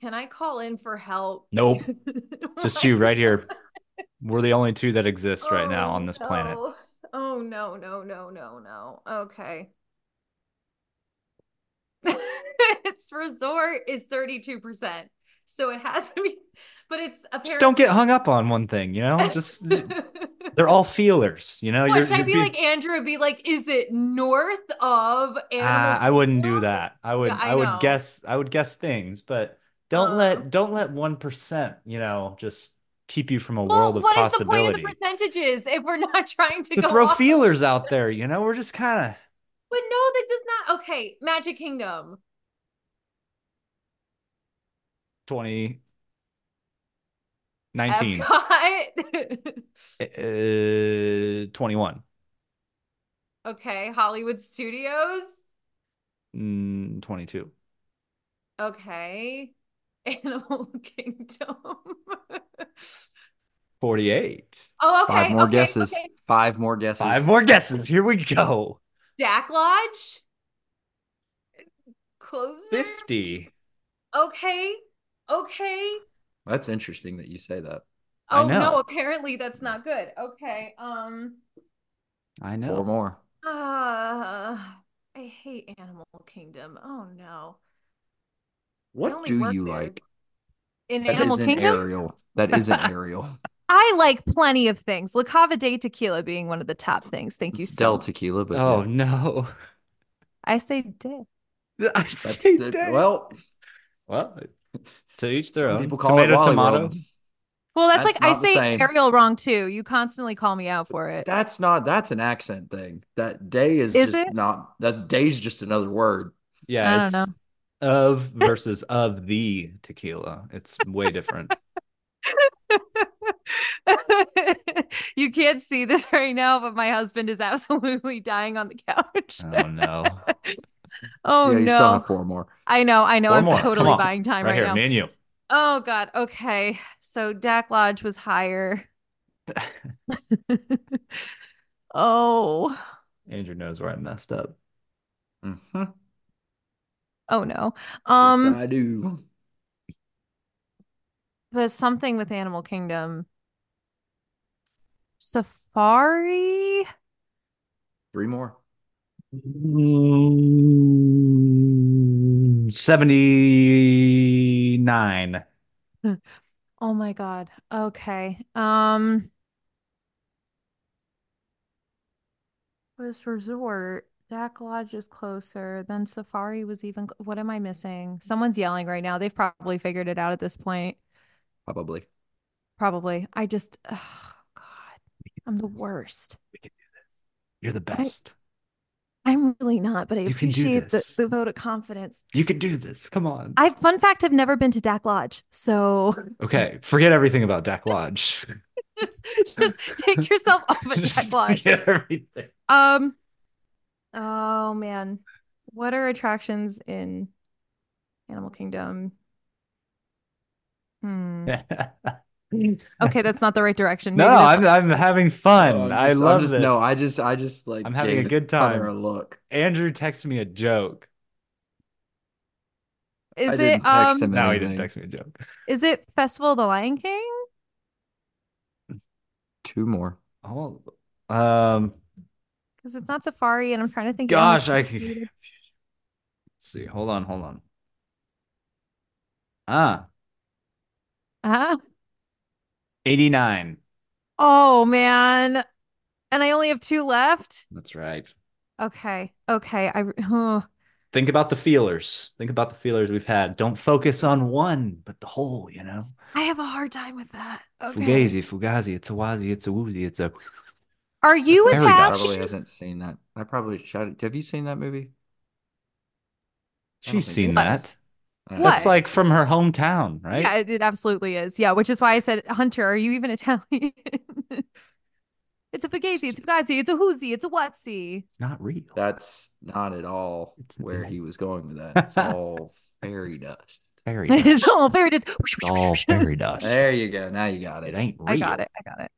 Speaker 4: Can I call in for help?
Speaker 1: (laughs)
Speaker 3: Nope. (laughs) Just you right here. We're the only two that exist right now
Speaker 4: Oh,
Speaker 3: on this planet.
Speaker 4: no. Oh no, no, no, no, no.
Speaker 1: (laughs)
Speaker 4: Okay.
Speaker 1: Its resort is 32%. So it has to be, but it's apparently.
Speaker 3: Just don't get hung up on one thing, you know?
Speaker 1: (laughs)
Speaker 3: Just they're all feelers, you know?
Speaker 1: What,
Speaker 3: You're-
Speaker 1: should I
Speaker 3: you're
Speaker 1: be
Speaker 3: being-
Speaker 1: like Andrew and be like, is it north of
Speaker 3: Ah,
Speaker 1: animal?
Speaker 3: I wouldn't do that. I would
Speaker 1: Yeah, I
Speaker 3: I would
Speaker 1: know.
Speaker 3: guess I would guess things, but don't
Speaker 1: Uh.
Speaker 3: let don't let 1%, you know, just keep you from a
Speaker 1: Well,
Speaker 3: world of
Speaker 1: what is the point of the
Speaker 3: possibility.
Speaker 1: percentages if we're not (laughs) trying to
Speaker 3: To
Speaker 1: go
Speaker 3: throw
Speaker 1: off?
Speaker 3: feelers out there, you know? We're just kind
Speaker 1: But no, that does not. Okay, Magic Kingdom.
Speaker 3: of 20 19
Speaker 1: Epcot.
Speaker 3: Eh, uh, 21
Speaker 1: (laughs) Okay, Hollywood Studios.
Speaker 3: mm, 22.
Speaker 1: Okay. (laughs) Animal Kingdom. (laughs) Oh,
Speaker 3: 48.
Speaker 1: okay.
Speaker 2: Five more
Speaker 1: okay,
Speaker 2: guesses.
Speaker 1: okay.
Speaker 2: Five more guesses. (laughs)
Speaker 3: Five more guesses. Here we go.
Speaker 1: Dak Lodge.
Speaker 4: closer?
Speaker 3: 50.
Speaker 4: Okay. Okay.
Speaker 2: That's interesting that you say that.
Speaker 3: I
Speaker 4: Oh
Speaker 3: know.
Speaker 4: no, apparently that's not good. Okay. Um
Speaker 3: I
Speaker 2: Or
Speaker 3: know.
Speaker 2: more.
Speaker 4: uh I hate Animal Kingdom. Oh no.
Speaker 2: What
Speaker 4: only
Speaker 2: do
Speaker 4: work
Speaker 2: you
Speaker 4: there
Speaker 2: like?
Speaker 1: in
Speaker 2: That
Speaker 1: Animal
Speaker 2: isn't
Speaker 1: Kingdom.
Speaker 2: Ariel.
Speaker 1: (laughs)
Speaker 2: That isn't Ariel.
Speaker 1: I like plenty of things. La Cava de Tequila being one of the top things. Thank you
Speaker 2: It's
Speaker 1: so
Speaker 2: Del
Speaker 1: much.
Speaker 2: Tequila, but
Speaker 3: Oh, (laughs)
Speaker 2: yeah.
Speaker 3: no.
Speaker 1: I say de.
Speaker 3: I
Speaker 2: that's
Speaker 3: see
Speaker 2: the,
Speaker 3: that.
Speaker 2: well.
Speaker 3: well, to each their
Speaker 2: some
Speaker 3: own.
Speaker 2: people call it
Speaker 3: Tomato,
Speaker 2: Wally
Speaker 3: tomato.
Speaker 2: World.
Speaker 1: Well, that's,
Speaker 2: That's
Speaker 1: like I
Speaker 2: not the
Speaker 1: say
Speaker 2: same.
Speaker 1: Ariel wrong too. You constantly call me out for it.
Speaker 2: That's not. That's an accent thing. That day is,
Speaker 1: Is
Speaker 2: just
Speaker 1: it?
Speaker 2: not. That day's just another word.
Speaker 3: Yeah,
Speaker 1: I don't
Speaker 3: it's
Speaker 1: know.
Speaker 2: (laughs)
Speaker 3: of versus of the tequila. It's
Speaker 2: (laughs)
Speaker 3: way different.
Speaker 1: (laughs) you can't see this (laughs) right now, but my husband is absolutely dying on the couch.
Speaker 3: Oh no.
Speaker 1: (laughs) Oh
Speaker 2: yeah, you
Speaker 1: no.
Speaker 2: still have four more.
Speaker 1: I know, I know.
Speaker 3: Four
Speaker 1: I'm
Speaker 3: more. Come
Speaker 1: totally
Speaker 3: on.
Speaker 1: buying time
Speaker 3: right
Speaker 1: right,
Speaker 3: here,
Speaker 1: now.
Speaker 3: me and you.
Speaker 1: Oh God. Okay. So Dak Lodge was higher. oh.
Speaker 3: Andrew knows where I messed up.
Speaker 2: Mm-hmm.
Speaker 1: Oh no. Um
Speaker 2: I do.
Speaker 1: but something with Animal Kingdom. Safari?
Speaker 2: Three more.
Speaker 3: Mm, 79.
Speaker 1: Oh my God. Okay. Um this resort, Dak Lodge is closer, then Safari was even cl- what am I missing? Someone's yelling right now. They've probably figured it out at this point.
Speaker 2: Probably.
Speaker 1: Probably. I just, oh God, I'm the worst.
Speaker 3: You're the best.
Speaker 1: I'm really not, but I
Speaker 3: You can do
Speaker 1: appreciate the,
Speaker 3: this.
Speaker 1: the vote of confidence.
Speaker 3: You can do this. Come on.
Speaker 1: I fun fact, I've never been to Dak Lodge, so (laughs)
Speaker 3: Okay, forget everything about Dak Lodge.
Speaker 1: just just take yourself off of Dak
Speaker 3: (laughs) Just
Speaker 1: Lodge.
Speaker 3: forget
Speaker 1: (laughs)
Speaker 3: everything.
Speaker 1: Um, oh man, what are attractions in Animal Kingdom?
Speaker 3: (laughs)
Speaker 1: Hmm. Okay, that's not the right direction.
Speaker 3: No,
Speaker 1: Maybe there's-
Speaker 3: I'm I'm having
Speaker 2: Oh, I'm
Speaker 3: fun. I
Speaker 2: just- I'm
Speaker 3: love
Speaker 2: just-
Speaker 3: this.
Speaker 2: No, I just, I just like.
Speaker 3: I'm having a
Speaker 2: gave
Speaker 3: good
Speaker 2: Connor
Speaker 3: time.
Speaker 2: A look.
Speaker 3: Andrew texted me a joke.
Speaker 1: is
Speaker 2: I
Speaker 1: it
Speaker 2: didn't text
Speaker 1: um
Speaker 2: him
Speaker 3: No, he
Speaker 2: anything.
Speaker 3: didn't text me a joke.
Speaker 1: is it Festival of the Lion King?
Speaker 2: Two more.
Speaker 3: Oh, um,
Speaker 1: Because it's not Safari, and I'm trying to think. Animal
Speaker 3: gosh, I could.
Speaker 1: Kingdom.
Speaker 3: Let's see. Hold on, hold on. Ah,
Speaker 1: (laughs) Uh-huh.
Speaker 3: 89.
Speaker 1: Oh man. And I only have two left.
Speaker 3: That's right.
Speaker 1: Okay. Okay. I (sighs) huh.
Speaker 3: Think about the feelers. Think about the feelers we've had. Don't focus on one, but the whole, you know?
Speaker 1: I have a hard time with that. Okay.
Speaker 3: Fugazi, Fugazi, it's a Wazi, it's a Woozy, it's a.
Speaker 1: Are you
Speaker 3: There we go.
Speaker 1: attached?
Speaker 2: Probably hasn't seen that. I probably should. Have you seen that movie? think
Speaker 3: She's seen
Speaker 2: she
Speaker 1: has.
Speaker 3: that.
Speaker 2: I don't
Speaker 1: What?
Speaker 3: That's like from her hometown, right?
Speaker 1: Yeah, it, it absolutely is. Yeah, which is why I said, Hunter, are you even (laughs) Italian? It's a Fugazi, it's a Fugazi, it's a Hoosie, it's a Whatsy.
Speaker 3: It's not real.
Speaker 2: That's not at all
Speaker 3: It's
Speaker 2: where
Speaker 3: not.
Speaker 2: he was going with that.
Speaker 3: (laughs)
Speaker 2: It's all fairy dust.
Speaker 1: (laughs)
Speaker 3: Fairy dust.
Speaker 1: It's all very just
Speaker 3: It's all fairy dust.
Speaker 2: There you go. Now you got
Speaker 3: It
Speaker 2: it.
Speaker 3: ain't real.
Speaker 1: I got it. I got it.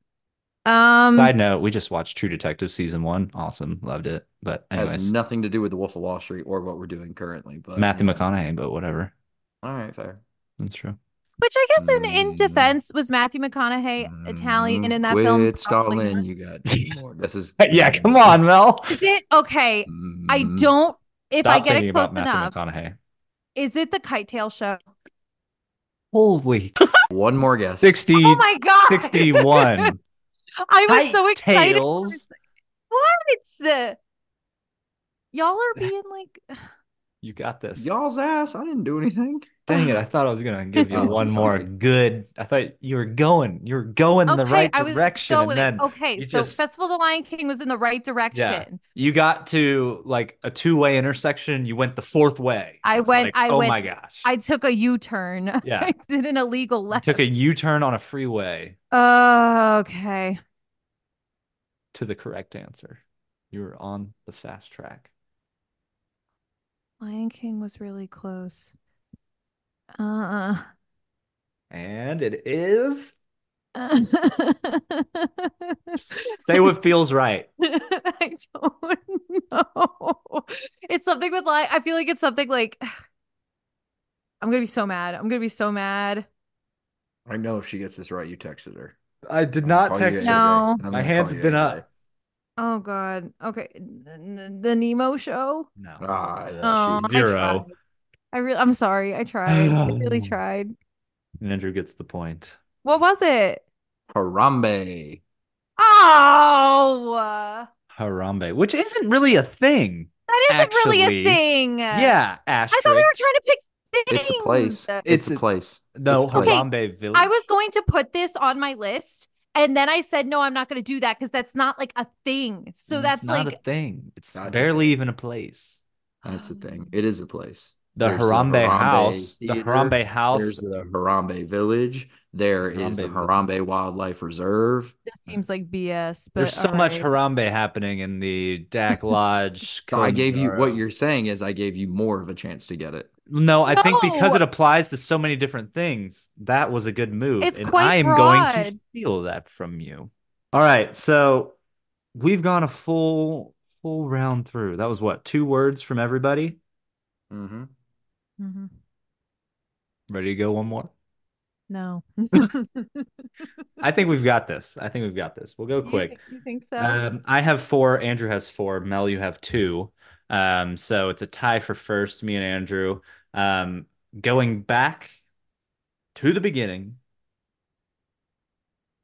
Speaker 1: Um,
Speaker 3: Side note, we just watched True Detective season one. Awesome. Loved it. But
Speaker 2: Has
Speaker 3: anyways,
Speaker 2: nothing to do with the Wolf of Wall Street or what we're doing currently. But
Speaker 3: Matthew
Speaker 2: you know.
Speaker 3: McConaughey, but whatever.
Speaker 2: All right, fair.
Speaker 3: That's true.
Speaker 1: which I guess in in
Speaker 3: Hmm.
Speaker 2: Mm.
Speaker 1: defense was Matthew McConaughey Italian in that film?
Speaker 2: Mm-hmm. Quit
Speaker 1: Probably
Speaker 2: stalling.
Speaker 1: not.
Speaker 2: You
Speaker 3: (laughs)
Speaker 2: got two more. This is
Speaker 3: (laughs) Yeah, come on, Mel.
Speaker 1: Is it okay? I
Speaker 2: Mm.
Speaker 1: don't. If I
Speaker 3: Hmm. Stop
Speaker 1: get
Speaker 3: thinking
Speaker 1: it close
Speaker 3: about Matthew
Speaker 1: enough,
Speaker 3: McConaughey.
Speaker 1: is it the Kite Tail Show? (laughs)
Speaker 3: Holy
Speaker 2: One more guess.
Speaker 3: 60,
Speaker 1: Oh my Oh god!
Speaker 3: 61.
Speaker 1: I was so
Speaker 3: Kite
Speaker 1: excited. for a
Speaker 3: Tales.
Speaker 1: sec- What? Y'all are being like,
Speaker 3: You got this.
Speaker 2: Y'all's ass. I didn't do anything.
Speaker 3: Dang it. I thought I was going to
Speaker 1: (laughs)
Speaker 3: give you
Speaker 2: Oh,
Speaker 3: one more
Speaker 2: sorry.
Speaker 3: good. I thought you were going. You were going in the
Speaker 1: okay,
Speaker 3: right
Speaker 1: I was
Speaker 3: direction.
Speaker 1: going-
Speaker 3: and then
Speaker 1: okay,
Speaker 3: you
Speaker 1: so
Speaker 3: just-
Speaker 1: Festival of the Lion King was in the right direction.
Speaker 3: you got to like a two way intersection. You went the fourth way.
Speaker 1: I
Speaker 3: It's
Speaker 1: went-
Speaker 3: like,
Speaker 1: I
Speaker 3: oh
Speaker 1: went-
Speaker 3: my gosh.
Speaker 1: I took a U turn.
Speaker 3: (laughs)
Speaker 1: (laughs)
Speaker 3: Yeah.
Speaker 1: I did an illegal
Speaker 3: You
Speaker 1: left. Oh,
Speaker 3: took a U turn on a freeway
Speaker 1: okay.
Speaker 3: to the correct answer. You were on the fast track.
Speaker 1: Lion King was really close. Uh, (laughs)
Speaker 3: And it is
Speaker 1: (laughs)
Speaker 3: Say what feels right.
Speaker 1: I don't (laughs) know. It's something with like I feel like it's something like (sighs) I'm gonna be so mad. I'm gonna be so mad.
Speaker 2: I know if she gets this right, you texted her.
Speaker 3: I did
Speaker 2: I'm
Speaker 3: not
Speaker 2: gonna call you
Speaker 3: text
Speaker 1: AJ.
Speaker 3: her.
Speaker 1: No.
Speaker 2: I'm
Speaker 3: My
Speaker 2: gonna
Speaker 3: hand's
Speaker 2: call you
Speaker 3: been
Speaker 2: AJ.
Speaker 3: up.
Speaker 1: Oh god. Okay. N- The Nemo show.
Speaker 3: No.
Speaker 2: Ah, yeah,
Speaker 1: Oh, I
Speaker 2: she's-
Speaker 3: Zero.
Speaker 1: tried. I really I'm sorry. I tried. I
Speaker 2: (sighs)
Speaker 1: really tried.
Speaker 3: And Andrew gets the point.
Speaker 1: What was it?
Speaker 2: Harambe.
Speaker 1: Oh uh,
Speaker 3: Harambe, which isn't really a thing.
Speaker 1: that isn't really
Speaker 3: Actually,
Speaker 1: a thing.
Speaker 3: Yeah, Asterisk.
Speaker 1: I thought we were trying to pick things.
Speaker 2: It's a place. It's, a
Speaker 3: It's-
Speaker 2: place. It's
Speaker 3: No,
Speaker 2: a place.
Speaker 3: Harambe Village.
Speaker 1: I was going to put this on my list, and then I said, no, I'm not going to do that because that's not like a thing. So
Speaker 3: It's
Speaker 1: that's
Speaker 3: not
Speaker 1: like,
Speaker 3: a thing. It's
Speaker 2: That's a
Speaker 3: barely
Speaker 2: thing.
Speaker 3: even a place.
Speaker 1: Um,
Speaker 2: That's a thing. It is a place.
Speaker 3: The
Speaker 2: There's
Speaker 3: Harambe, house. the
Speaker 2: Theater.
Speaker 3: Harambe house.
Speaker 2: There's the Harambe Village. There is the
Speaker 3: Harambe
Speaker 2: Harambe Wildlife Reserve.
Speaker 1: this seems like BS. But
Speaker 3: There's so
Speaker 1: all
Speaker 3: much
Speaker 1: right.
Speaker 3: Harambe happening in the
Speaker 2: (laughs)
Speaker 3: Dak Lodge.
Speaker 2: So I gave you what
Speaker 3: Kilimanjaro.
Speaker 2: you're saying is I gave you more of a chance to get it.
Speaker 3: No, I think because
Speaker 1: No!
Speaker 3: it applies to so many different things, that was a good move.
Speaker 1: It's
Speaker 3: and
Speaker 1: quite
Speaker 3: I am going to
Speaker 1: broad.
Speaker 3: steal that from you. All right, so we've gone a full full round through. That was what, two words from everybody?
Speaker 2: Mm-hmm.
Speaker 1: Mhm.
Speaker 3: Ready to go one more?
Speaker 1: (laughs) No.
Speaker 3: I think we've got this. I think we've got this. We'll go
Speaker 1: You
Speaker 3: quick.
Speaker 1: think- You think so?
Speaker 3: Um, I have four. Andrew has four. Mel, you have two. Um, so it's a tie for first, me and Andrew. Um, going back to the beginning.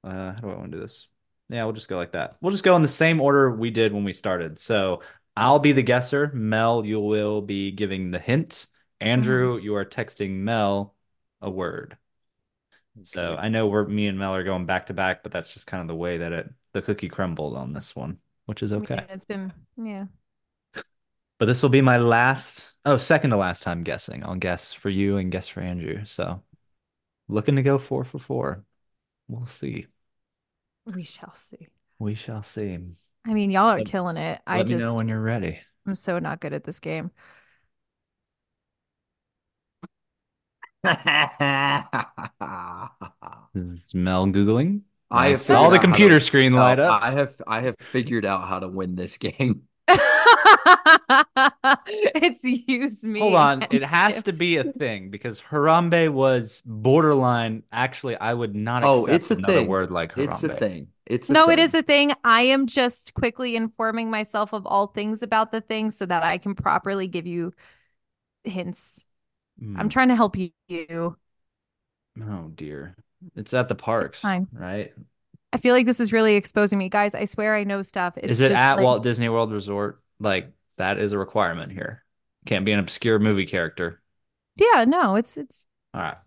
Speaker 3: Uh, how do I want to do this? Yeah, we'll just go like that. We'll just go in the same order we did when we started. So I'll be the guesser. Mel, you will be giving the hint. Andrew, you are texting Mel a word. So I know we're me and Mel are going back to back, but that's just kind of the way that it the cookie crumbled on this one, which is
Speaker 1: I mean,
Speaker 3: okay.
Speaker 1: It's been, yeah.
Speaker 3: But this will be my last, oh, second to last time guessing. I'll guess for you and guess for Andrew. So looking to go four for four. We'll see.
Speaker 1: We shall see.
Speaker 3: We shall see.
Speaker 1: I mean, y'all are
Speaker 3: Let-
Speaker 1: killing it. I
Speaker 3: Let me
Speaker 1: just,
Speaker 3: know when you're ready.
Speaker 1: I'm so not good at this game. (laughs)
Speaker 2: I
Speaker 3: Is Mel Googling?
Speaker 2: (laughs) I have figured out how
Speaker 3: saw the
Speaker 2: to-
Speaker 3: computer screen light up.
Speaker 2: I have I have figured out how to win this (laughs) game.
Speaker 1: it's use me.
Speaker 3: Hold on, it
Speaker 1: against
Speaker 3: has
Speaker 1: you.
Speaker 3: to be a thing because Harambe was borderline. Actually, I would not
Speaker 2: Oh,
Speaker 3: accept
Speaker 2: it's a
Speaker 3: another
Speaker 2: thing.
Speaker 3: word like Harambe.
Speaker 2: It's a thing. It's a
Speaker 1: No, it
Speaker 2: thing.
Speaker 1: is a thing. I am just quickly informing myself of all things about the thing so that I can properly give you hints. I'm
Speaker 3: Mm.
Speaker 1: trying to help you.
Speaker 3: Oh dear. It's at the parks,
Speaker 1: fine.
Speaker 3: right?
Speaker 1: I feel like this is really exposing me, guys. I swear I know stuff. It's
Speaker 3: is it
Speaker 1: just
Speaker 3: at
Speaker 1: like-
Speaker 3: Walt Disney World Resort? Like that is a requirement here. Can't be an obscure movie character.
Speaker 1: Yeah, no, it's it's
Speaker 3: All right.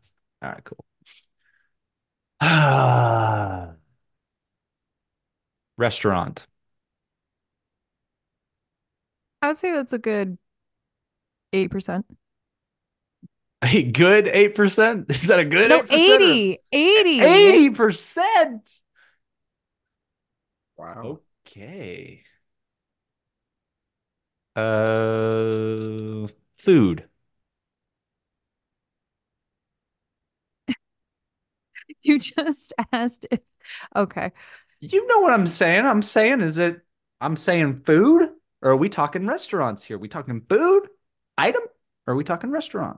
Speaker 3: All right, cool. (sighs) Restaurant. (laughs)
Speaker 1: I would say that's a good 8%.
Speaker 3: A good 8%? Is that a good
Speaker 1: No,
Speaker 3: 8%?
Speaker 1: 80, 80.
Speaker 3: 80%.
Speaker 2: Wow.
Speaker 3: Okay. Uh, food.
Speaker 1: (laughs) You just (laughs) asked if okay.
Speaker 3: You know what I'm saying. I'm saying, is it, I'm saying food, or are we talking restaurants here? we talking food item, or are we talking restaurant?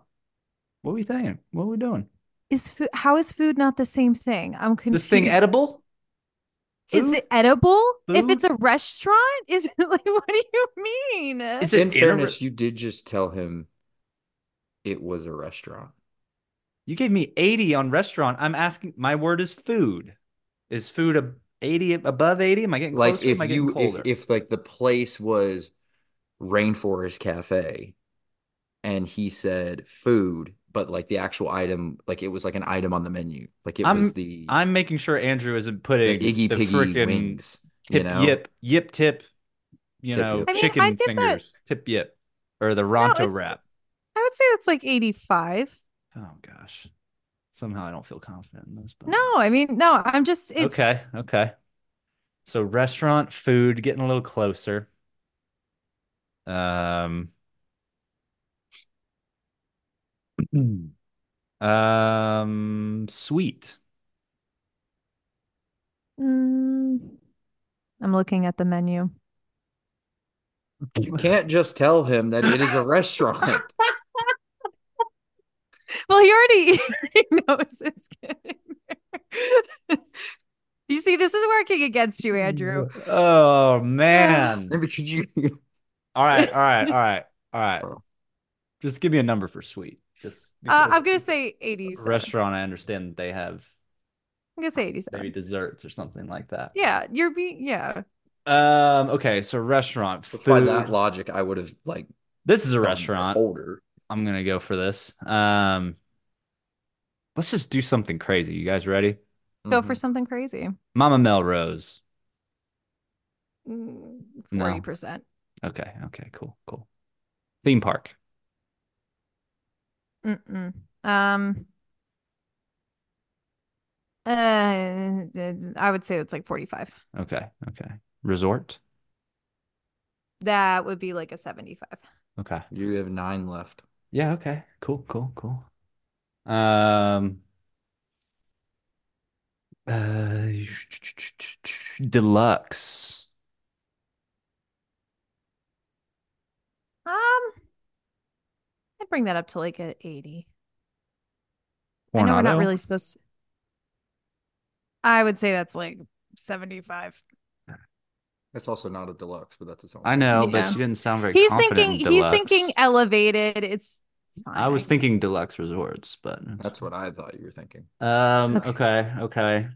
Speaker 3: What are we thinking? What are we doing?
Speaker 1: Is food how is food not the same thing? I'm confused.
Speaker 3: This thing edible?
Speaker 1: Is
Speaker 3: Food?
Speaker 1: it edible? If
Speaker 3: Food?
Speaker 1: it's a restaurant, is it (laughs) like what do you mean?
Speaker 3: Is it
Speaker 2: In
Speaker 3: in a
Speaker 2: fairness,
Speaker 3: re-
Speaker 2: you did just tell him it was a restaurant.
Speaker 3: You gave me 80 on restaurant. I'm asking, my word is food. Is food a 80 above 80? Am I getting
Speaker 2: Like
Speaker 3: closer? Am
Speaker 2: if
Speaker 3: I getting
Speaker 2: you if
Speaker 3: colder?
Speaker 2: if like the place was Rainforest Cafe and he said food, but like the actual item, like it was like an item on the menu. Like it
Speaker 3: I'm-
Speaker 2: was the
Speaker 3: I'm making sure Andrew isn't
Speaker 2: the
Speaker 3: putting
Speaker 2: Iggy
Speaker 3: the
Speaker 2: Piggy
Speaker 3: frickin'
Speaker 2: wings, you
Speaker 3: Tip
Speaker 2: know?
Speaker 3: yip, yip tip, you
Speaker 2: Tip
Speaker 3: know,
Speaker 1: I
Speaker 2: yip.
Speaker 1: mean, I'd
Speaker 3: chicken
Speaker 1: give that-
Speaker 3: fingers, tip yip, or the
Speaker 1: No,
Speaker 3: Ronto
Speaker 1: it's-
Speaker 3: wrap.
Speaker 1: I would say that's like 85.
Speaker 3: Oh gosh. Somehow I don't feel confident in this. But
Speaker 1: No, I mean, no, I'm just it's
Speaker 3: Oh. Okay. Okay. So restaurant food getting a little closer. Um. (clears throat) Um. Sweet.
Speaker 1: Mm, I'm looking at the menu.
Speaker 2: You can't just tell him that it is a restaurant. (laughs)
Speaker 1: Well, he already, (laughs) he knows it's getting there. (laughs) you see, this is working against you, Andrew. Uh,
Speaker 3: Oh man.
Speaker 2: because you
Speaker 3: All right, all right, all right, all right.
Speaker 1: (laughs)
Speaker 2: Oh.
Speaker 3: Just give me a number for sweet. Just
Speaker 1: Uh,
Speaker 3: because
Speaker 1: I'm gonna say 80s.
Speaker 3: restaurant. I understand that they have
Speaker 1: I'm gonna say
Speaker 3: maybe
Speaker 1: 87.
Speaker 3: desserts or something like that.
Speaker 1: Yeah, you're being yeah.
Speaker 3: Um. Okay. So restaurant
Speaker 2: That's by
Speaker 3: food.
Speaker 2: that Um, logic, I would have like
Speaker 3: This is a
Speaker 2: gone
Speaker 3: restaurant.
Speaker 2: colder.
Speaker 3: I'm gonna go for this. Um. Let's just do something crazy. You guys ready?
Speaker 1: Go
Speaker 2: Mhm.
Speaker 3: Mm-hmm.
Speaker 1: for something crazy.
Speaker 3: Mama Melrose. No.
Speaker 1: Mm, Forty percent.
Speaker 3: Okay. Okay. Cool. Cool. Theme park.
Speaker 1: Mm-mm. Um. Uh, I would say it's like 45.
Speaker 3: Okay. Okay. Resort.
Speaker 1: That would be like a 75.
Speaker 3: Okay.
Speaker 2: Mm-hmm. You have nine left.
Speaker 3: Yeah, okay. Cool, cool, cool. Um, uh, (sniffs) deluxe.
Speaker 1: Um, I'd bring that up to like a 80. I know we're not
Speaker 3: Coronado?
Speaker 1: really supposed to. I would say that's like 75.
Speaker 2: That's also not a deluxe, but that's its own.
Speaker 3: I know, but
Speaker 1: Yeah.
Speaker 3: she didn't sound very
Speaker 1: He's
Speaker 3: confident
Speaker 1: thinking
Speaker 3: in
Speaker 1: he's thinking
Speaker 3: deluxe.
Speaker 1: elevated. It's, it's fine.
Speaker 3: I was thinking deluxe resorts, but
Speaker 2: That's what I thought you were thinking.
Speaker 3: um,
Speaker 1: Okay.
Speaker 3: okay, okay.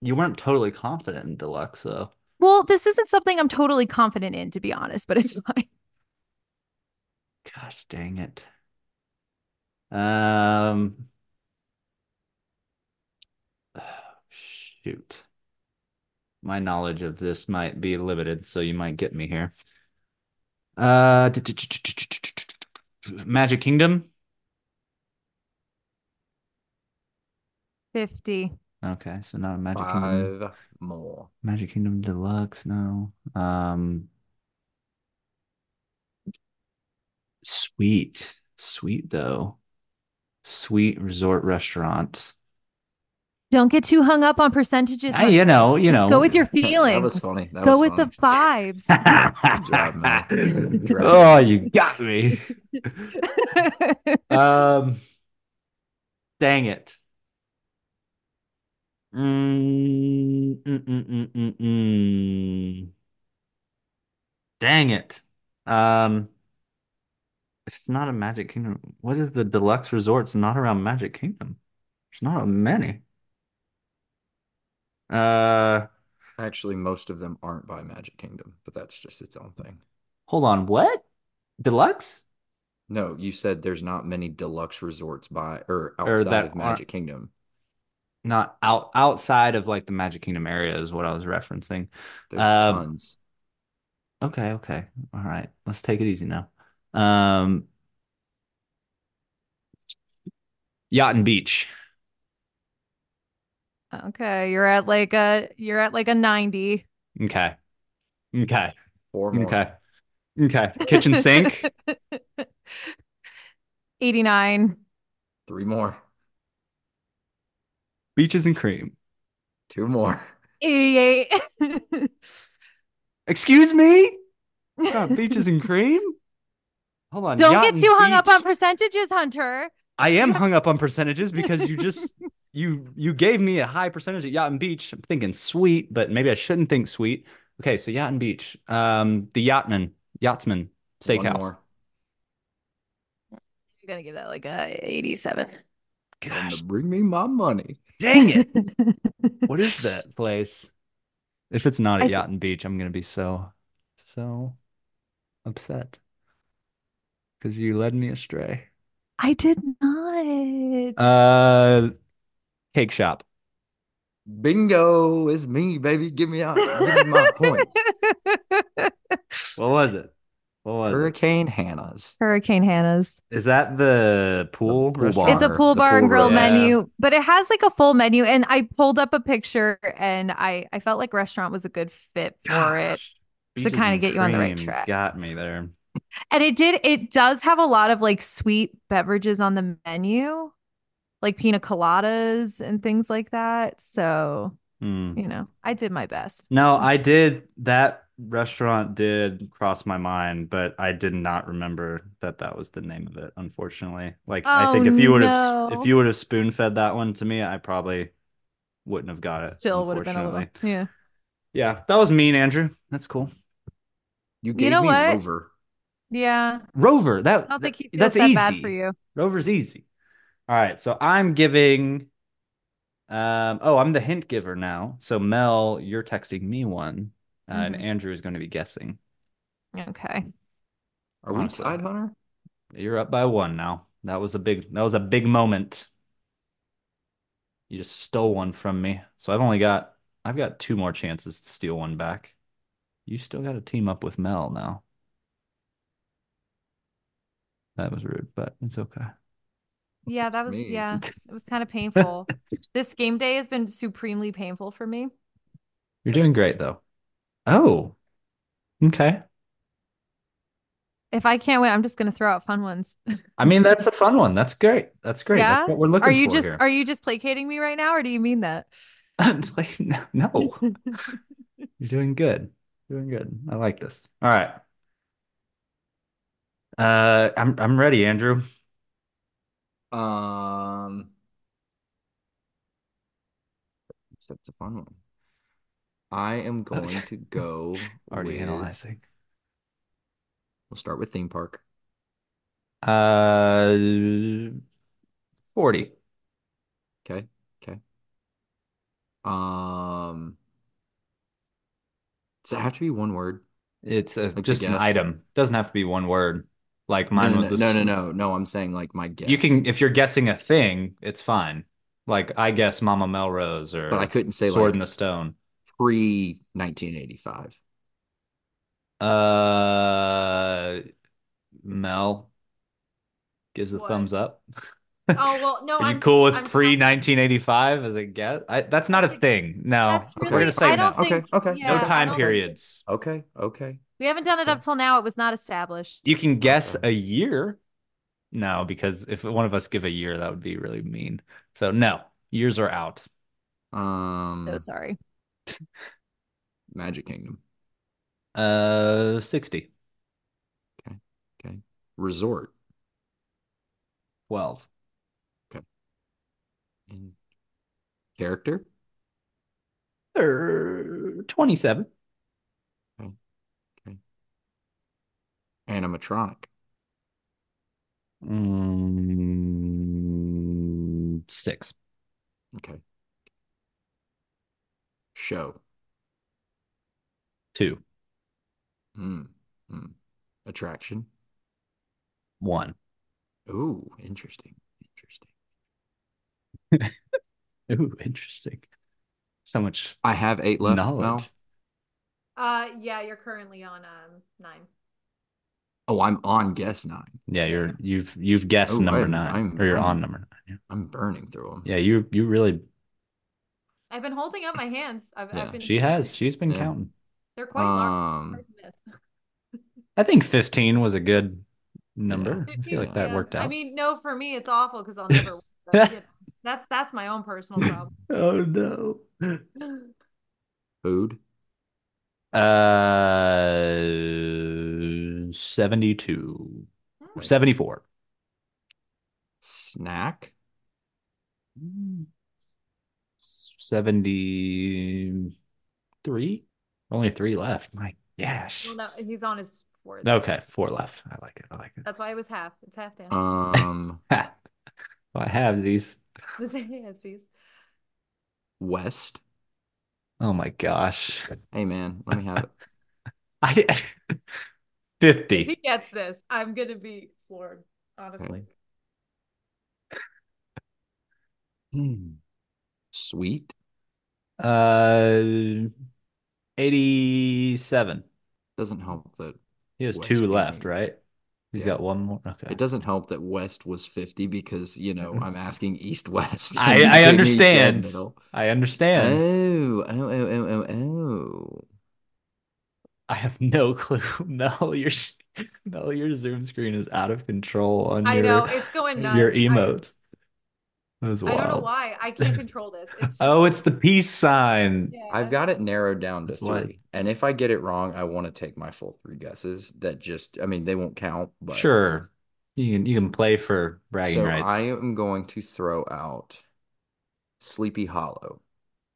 Speaker 3: You weren't totally confident in deluxe, though.
Speaker 1: Well, this isn't something I'm totally confident in, to be honest, but it's (laughs) fine.
Speaker 3: Gosh dang it. Um, shoot. My knowledge of this might be limited, so you might get me here. Uh, d- d- d- d- d- d- d- d- d- Magic Kingdom?
Speaker 1: 50.
Speaker 3: Okay, so not a Magic Kingdom.
Speaker 2: Five more.
Speaker 3: Magic Kingdom Deluxe, no. Um, sweet, sweet though. Sweet resort restaurant.
Speaker 1: Don't get too hung up on percentages.
Speaker 3: Ah, you know, you
Speaker 1: Just
Speaker 3: know.
Speaker 1: go
Speaker 3: (laughs)
Speaker 1: with your
Speaker 2: That
Speaker 1: feelings.
Speaker 2: was funny. That
Speaker 1: Go
Speaker 2: was
Speaker 1: with the
Speaker 2: funny.
Speaker 1: vibes.
Speaker 2: job, Mel. Good job.
Speaker 3: (laughs) Oh, you got me.
Speaker 1: (laughs)
Speaker 3: Um, dang it. Mm, mm, mm, mm, mm, mm. Dang it. Um, if it's not a Magic Kingdom, what is the deluxe resorts not around Magic Kingdom? There's not many. Uh,
Speaker 2: Actually, most of them aren't by Magic Kingdom, but that's just its own thing.
Speaker 3: hold on, what? Deluxe?
Speaker 2: No, you said there's not many deluxe resorts by or
Speaker 3: Or
Speaker 2: outside
Speaker 3: that
Speaker 2: of
Speaker 3: aren't-
Speaker 2: Magic Kingdom.
Speaker 3: Not out outside of like the Magic Kingdom area is what I was referencing.
Speaker 2: There's
Speaker 3: Um,
Speaker 2: tons.
Speaker 3: Okay, okay. All right. Let's take it easy now. Um, Yacht and Beach.
Speaker 1: (laughs) Okay, you're at like a you're at like a 90.
Speaker 3: Okay. Okay.
Speaker 2: Four more.
Speaker 3: Okay. Okay. Kitchen
Speaker 1: (laughs)
Speaker 3: sink.
Speaker 1: 89.
Speaker 2: Three more.
Speaker 3: Beaches and cream.
Speaker 2: Two
Speaker 3: (laughs)
Speaker 2: more.
Speaker 1: 88.
Speaker 3: Excuse me? Not beaches and cream? Hold
Speaker 1: (laughs)
Speaker 3: on.
Speaker 1: Don't
Speaker 3: Yacht
Speaker 1: get
Speaker 3: and
Speaker 1: too hung up on
Speaker 3: Beach.
Speaker 1: percentages, Hunter.
Speaker 3: I am hung up
Speaker 1: (laughs)
Speaker 3: on percentages because you just you you gave me a high percentage at Yacht and Beach. I'm thinking sweet, but maybe I shouldn't think sweet. Okay, so Yacht and Beach. Um, the Yachtman,
Speaker 2: One
Speaker 3: Yachtsman, Steakhouse.
Speaker 2: more.
Speaker 1: I'm gonna give that like a 87.
Speaker 2: Tell 'em to
Speaker 3: Gosh,
Speaker 2: bring me my money.
Speaker 3: (laughs) dang it! What is that place? If it's not
Speaker 1: I
Speaker 3: at
Speaker 1: thi-
Speaker 3: Yacht and Beach, I'm gonna be so so upset because you led me astray.
Speaker 1: (laughs) I did not.
Speaker 3: Uh, cake shop.
Speaker 2: Bingo, it's me, baby. Give me out. Give me
Speaker 3: (laughs)
Speaker 2: my point.
Speaker 3: What was it? What was it?
Speaker 2: Hurricane Hannah's.
Speaker 1: (laughs) Hurricane Hannah's.
Speaker 3: Is that the pool
Speaker 2: pool
Speaker 3: restaurant?
Speaker 2: bar.
Speaker 1: It's a pool
Speaker 2: the
Speaker 1: bar and
Speaker 2: pool
Speaker 1: grill
Speaker 3: room. Yeah.
Speaker 1: menu, but it has like a full menu. And I pulled up a picture and I, I felt like restaurant was a good fit for it.
Speaker 3: Gosh. Beaches
Speaker 1: kinda
Speaker 3: and
Speaker 1: get you on the right
Speaker 3: cream
Speaker 1: track.
Speaker 3: Got me there.
Speaker 1: And it did, it does have a lot of like sweet beverages on the menu, like pina coladas and things like that. So
Speaker 3: Hmm.
Speaker 1: You know, I did my best.
Speaker 3: No, I did. That restaurant did cross my mind, but I did not remember that that was the name of it, unfortunately. Like, I
Speaker 1: Oh,
Speaker 3: think if you would have,
Speaker 1: no.
Speaker 3: if you would have spoon fed that one to me, I probably wouldn't have got it.
Speaker 1: Still would have been a little.
Speaker 3: Uh, unfortunately.
Speaker 1: Yeah.
Speaker 3: Yeah, that was mean, Andrew. That's cool.
Speaker 1: You
Speaker 2: You gave
Speaker 1: know
Speaker 2: me
Speaker 1: what?
Speaker 2: Rover.
Speaker 1: Yeah.
Speaker 3: Rover, that
Speaker 1: I don't think he feels
Speaker 3: that- that's
Speaker 1: that
Speaker 3: easy.
Speaker 1: bad for you.
Speaker 3: Rover's easy. All right, so I'm giving um oh, I'm the hint giver now. So Mel, you're texting me one, uh, and
Speaker 1: Mhm.
Speaker 3: Andrew is going to be guessing.
Speaker 1: Okay.
Speaker 2: Are we
Speaker 3: Honestly.
Speaker 2: tied, Hunter?
Speaker 3: You're up by one now. That was a big that was a big moment. You just stole one from me. So I've only got I've got two more chances to steal one back. You still got to team up with Mel now. That was rude, but it's okay.
Speaker 1: Yeah,
Speaker 2: That's
Speaker 1: that was
Speaker 2: me.
Speaker 1: yeah. It was kind of painful. This game day has been supremely painful for me.
Speaker 3: You're doing great though. Oh. Okay.
Speaker 1: If I can't win, I'm just gonna throw out fun ones.
Speaker 3: I mean, that's a fun one. That's great. That's great.
Speaker 1: Yeah?
Speaker 3: That's what we're looking
Speaker 1: Are you
Speaker 3: for
Speaker 1: just
Speaker 3: here.
Speaker 1: are you just placating me right now, or do you mean that?
Speaker 3: (laughs) Like, no, no. You're doing good. Doing good. I like this. All right. Uh, I'm I'm ready, Andrew.
Speaker 2: Um, that's a fun one. I
Speaker 3: (laughs)
Speaker 2: am going to go
Speaker 3: Already
Speaker 2: with-
Speaker 3: analyzing.
Speaker 2: We'll start with theme park.
Speaker 3: Uh, 40.
Speaker 2: Okay. Okay. Um, does it have to be one word?
Speaker 3: It's a,
Speaker 2: a
Speaker 3: just an
Speaker 2: guess.
Speaker 3: item. Doesn't have to be one word. Like
Speaker 2: No,
Speaker 3: mine
Speaker 2: no,
Speaker 3: was
Speaker 2: no,
Speaker 3: this.
Speaker 2: no, no, no, no. I'm saying like my guess.
Speaker 3: You can if you're guessing a thing, it's fine. Like I guess Mama Melrose or
Speaker 2: but I couldn't say
Speaker 3: Sword
Speaker 2: like
Speaker 3: in the Stone.
Speaker 2: pre 1985.
Speaker 3: Uh, Mel gives a
Speaker 4: What?
Speaker 3: thumbs up.
Speaker 4: Oh well, no.
Speaker 3: Are you
Speaker 4: I'm
Speaker 3: cool with
Speaker 4: I'm
Speaker 3: pre 1985 as a guess? I, that's not a
Speaker 4: That's a-
Speaker 3: thing. No,
Speaker 4: that's
Speaker 3: we're
Speaker 2: really-
Speaker 3: gonna say
Speaker 4: I
Speaker 3: no.
Speaker 4: don't
Speaker 2: Okay,
Speaker 4: think,
Speaker 2: okay. No
Speaker 4: yeah,
Speaker 3: No
Speaker 4: I
Speaker 3: time
Speaker 4: don't-
Speaker 3: periods.
Speaker 2: Okay. Okay.
Speaker 1: We haven't done it up till now. It was not established.
Speaker 3: You can guess
Speaker 2: Okay.
Speaker 3: a year. No, because if one of us give a year, that would be really mean. So no, years are out.
Speaker 2: Um,
Speaker 1: So sorry.
Speaker 2: Magic Kingdom.
Speaker 3: Uh, 60,
Speaker 2: Resort.
Speaker 3: 12,
Speaker 2: And character.
Speaker 3: er, 27,
Speaker 2: Animatronic.
Speaker 3: mm, 6,
Speaker 2: Okay. Show.
Speaker 3: 2,
Speaker 2: Mm. Mm. Attraction.
Speaker 3: 1.
Speaker 2: Ooh, interesting. Interesting.
Speaker 3: Ooh, interesting. So much
Speaker 2: I have eight left. Mel.
Speaker 3: knowledge.
Speaker 4: Uh, yeah, you're currently on um nine.
Speaker 2: Oh, I'm on guess nine.
Speaker 3: Yeah, you're you've you've guessed
Speaker 2: Oh,
Speaker 3: number
Speaker 2: I'm-
Speaker 3: 9
Speaker 2: I'm-
Speaker 3: or you're
Speaker 2: I'm-
Speaker 3: on number 9. Yeah.
Speaker 2: I'm burning through them.
Speaker 3: Yeah, you you really
Speaker 4: I've been holding up my hands. I've,
Speaker 3: yeah,
Speaker 4: I've been.
Speaker 3: she has. She's been
Speaker 2: Yeah.
Speaker 3: counting.
Speaker 4: They're quite large. It's
Speaker 2: Um,
Speaker 4: hard to miss.
Speaker 3: I think 15 was a good number. I feel
Speaker 4: 15,
Speaker 3: like that (laughs)
Speaker 4: yeah.
Speaker 3: worked out.
Speaker 4: I mean, no, for me it's awful because I'll never. win, but, you
Speaker 3: (laughs)
Speaker 4: know, that's that's my own personal problem.
Speaker 3: oh no.
Speaker 2: Food.
Speaker 3: Uh 72
Speaker 4: Hmm.
Speaker 3: 74
Speaker 2: Snack.
Speaker 3: 73 only 3 left. My gosh.
Speaker 4: Well, no, he's on his fourth.
Speaker 3: Okay, 4 left. I like it. I like it. (laughs)
Speaker 4: That's why it was half. It's half down.
Speaker 2: Um,
Speaker 3: Ha. Well, I have these.
Speaker 4: (laughs) It's AFCs.
Speaker 2: West.
Speaker 3: Oh my gosh.
Speaker 2: Hey man, let me have it.
Speaker 3: (laughs) I (laughs)
Speaker 4: If he
Speaker 3: 50.
Speaker 4: gets this, I'm gonna be floored. Honestly,
Speaker 3: Mm.
Speaker 2: Hmm. Sweet.
Speaker 3: Uh 87.
Speaker 2: Doesn't help that
Speaker 3: He has
Speaker 2: West
Speaker 3: two
Speaker 2: gave
Speaker 3: left,
Speaker 2: me-
Speaker 3: right? He's
Speaker 2: Yeah.
Speaker 3: got one more. Okay.
Speaker 2: it doesn't help that West was 50 because, you know, I'm asking East West. (laughs)
Speaker 3: I-
Speaker 2: You
Speaker 3: I
Speaker 2: gave me dead
Speaker 3: understand.
Speaker 2: middle.
Speaker 3: I understand.
Speaker 2: Oh, oh, oh, oh, oh,
Speaker 3: I have no (laughs) clue. Mel, your (laughs) Mel, your Zoom screen is out of control on
Speaker 4: I
Speaker 3: (laughs) your
Speaker 4: know it's going nuts.
Speaker 3: your
Speaker 4: I-
Speaker 3: emotes. It was
Speaker 4: I don't know
Speaker 3: wild.
Speaker 4: why. I can't control this. It's just,
Speaker 3: (laughs) Oh, it's the peace sign.
Speaker 4: (laughs) yeah.
Speaker 2: I've got it narrowed down to
Speaker 3: That's what-
Speaker 2: three. And if I get it wrong, I want to take my full three guesses that just, I mean, they won't count, but
Speaker 3: Sure. You can you can play for bragging
Speaker 2: So
Speaker 3: rights.
Speaker 2: I am going to throw out Sleepy Hollow.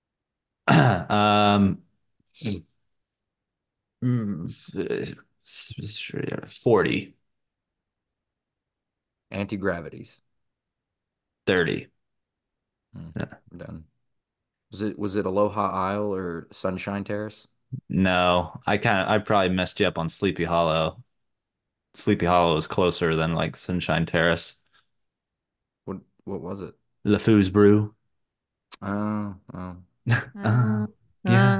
Speaker 3: (clears throat) um mm, s- s- sure, yeah, 40
Speaker 2: Anti-gravities.
Speaker 3: 30
Speaker 2: I'm done. Was it was it Aloha Isle or Sunshine Terrace?
Speaker 3: no i kind of i probably messed you up on sleepy hollow sleepy hollow is closer than like sunshine terrace
Speaker 2: What what was it?
Speaker 3: the foos brew
Speaker 2: Oh, oh.
Speaker 3: Uh, yeah.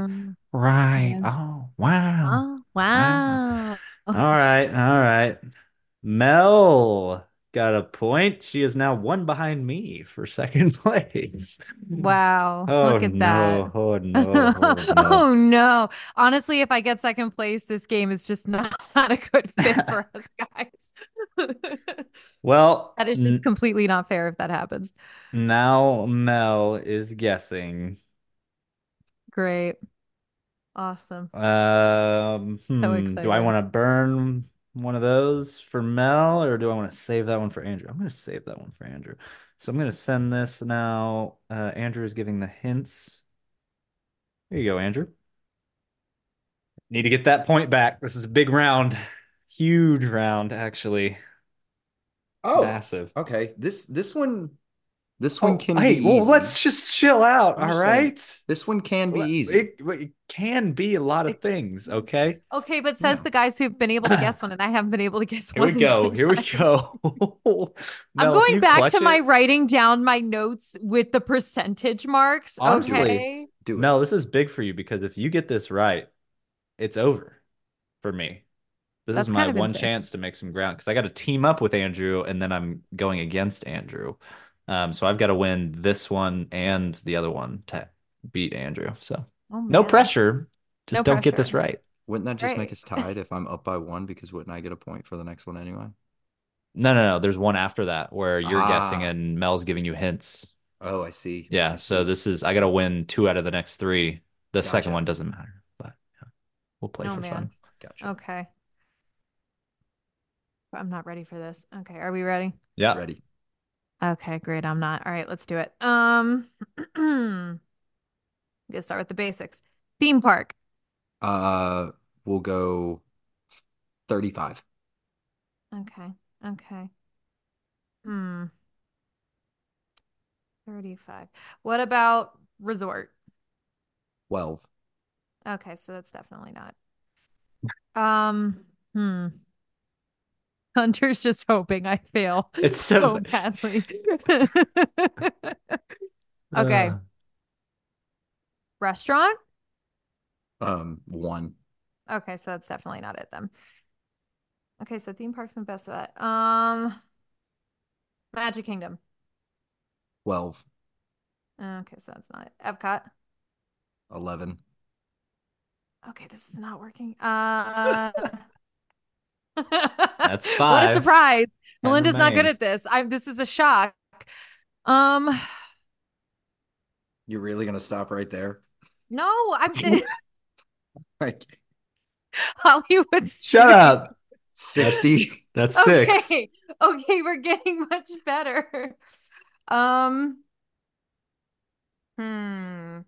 Speaker 1: Um,
Speaker 3: (laughs) right
Speaker 1: Oh, Yes.
Speaker 3: oh wow
Speaker 1: oh, wow.
Speaker 3: all right all right mel got a point she is now one behind me for second (laughs) place
Speaker 1: (laughs) Wow.
Speaker 3: oh
Speaker 1: Look at
Speaker 3: no
Speaker 1: that.
Speaker 3: oh no oh no
Speaker 1: (laughs) Oh no. Honestly, if I get second place, this game is just (laughs) not, not a good fit
Speaker 3: (laughs)
Speaker 1: for us guys. (laughs)
Speaker 3: Well,
Speaker 1: that is
Speaker 3: n-
Speaker 1: just completely not fair if that happens.
Speaker 3: now Mel is guessing.
Speaker 1: Great. Awesome.
Speaker 3: Um, hmm, do I
Speaker 1: exciting.
Speaker 3: want to burn one of those for Mel or do I want to save that one for Andrew? I'm going to save that one for Andrew. So I'm going to send this now. Uh, Andrew is giving the hints. Here you go, Andrew. Need to get that point back. This is a big round, huge round, actually. Massive.
Speaker 2: okay. Oh. This this one this
Speaker 3: Oh,
Speaker 2: one can
Speaker 3: hey,
Speaker 2: be
Speaker 3: well,
Speaker 2: easy.
Speaker 3: let's just chill out,
Speaker 2: I'm
Speaker 3: all
Speaker 2: just saying.
Speaker 3: right?
Speaker 2: This one can be
Speaker 3: Well,
Speaker 2: easy.
Speaker 3: It, well, it can be a lot of things. Okay.
Speaker 1: Okay, but says
Speaker 2: Yeah.
Speaker 1: the guys who've been able to guess one, and I haven't been able to guess (laughs)
Speaker 3: Here
Speaker 1: one.
Speaker 3: we
Speaker 1: this
Speaker 3: go. Here we
Speaker 1: entire-
Speaker 3: go.
Speaker 1: (laughs) I'm
Speaker 3: Mel, if
Speaker 1: going
Speaker 3: you
Speaker 1: back
Speaker 3: clutch
Speaker 1: to
Speaker 3: it-
Speaker 1: my writing down my notes with the percentage marks.
Speaker 3: Honestly,
Speaker 1: okay.
Speaker 2: Do it.
Speaker 3: Mel, this is big for you because if you get this right, it's over for me. This
Speaker 1: That's
Speaker 3: is my
Speaker 1: kind of
Speaker 3: one
Speaker 1: insane.
Speaker 3: chance to make some ground because I got to team up with Andrew and then I'm going against Andrew. Um, so I've got to win this one and the other one to beat Andrew. So
Speaker 1: Oh,
Speaker 3: no
Speaker 1: man.
Speaker 3: pressure. Just don't get this
Speaker 1: pressure.
Speaker 3: right.
Speaker 2: Wouldn't that just make
Speaker 1: Right. (laughs)
Speaker 2: us tied if I'm up by one? Because wouldn't I get a point for the next one anyway?
Speaker 3: No, no, no. There's one after that where you're guessing
Speaker 2: Ah.
Speaker 3: and Mel's giving you hints.
Speaker 2: Oh, I see.
Speaker 3: Yeah, so this is I gotta win two out of the next three. The second
Speaker 2: Gotcha.
Speaker 3: one doesn't matter, but yeah, we'll play
Speaker 1: Oh,
Speaker 3: for fun.
Speaker 1: man.
Speaker 2: Gotcha.
Speaker 1: Okay. I'm not ready for this. Okay. Are we ready?
Speaker 3: Yeah.
Speaker 2: Ready.
Speaker 1: Okay, great. I'm not. All right, let's do it. Um, (clears throat) I'm gonna start with the basics. Theme park,
Speaker 2: Uh, we'll go 35.
Speaker 1: Okay. Okay. Hmm. 35. What about resort?
Speaker 2: 12.
Speaker 1: Okay, so that's definitely not. Um, hmm. (laughs) Hunter's just hoping I
Speaker 3: (laughs)
Speaker 1: fail
Speaker 3: It's
Speaker 1: so
Speaker 3: so
Speaker 1: badly. Okay.
Speaker 3: Ugh.
Speaker 1: (laughs) Restaurant?
Speaker 2: Um, one.
Speaker 1: Okay, so that's definitely not it then. Okay, so theme parks and best bet. Um, Magic Kingdom.
Speaker 2: 12.
Speaker 1: Okay, so that's not it. Epcot.
Speaker 2: 11.
Speaker 1: Okay, this is not working. Uh, (laughs)
Speaker 3: That's
Speaker 1: What
Speaker 3: five.
Speaker 1: a surprise. Melinda's not good
Speaker 3: remain.
Speaker 1: at this. I this is a shock. Um,
Speaker 2: You're really gonna stop right there? (laughs)
Speaker 1: no,
Speaker 3: (laughs)
Speaker 1: I'm the (laughs)
Speaker 2: Like
Speaker 1: Hollywood
Speaker 3: Shut up.
Speaker 2: 60.
Speaker 3: That's
Speaker 1: series.
Speaker 3: six.
Speaker 1: (laughs) Okay. Okay, we're getting much better. Um, hmm.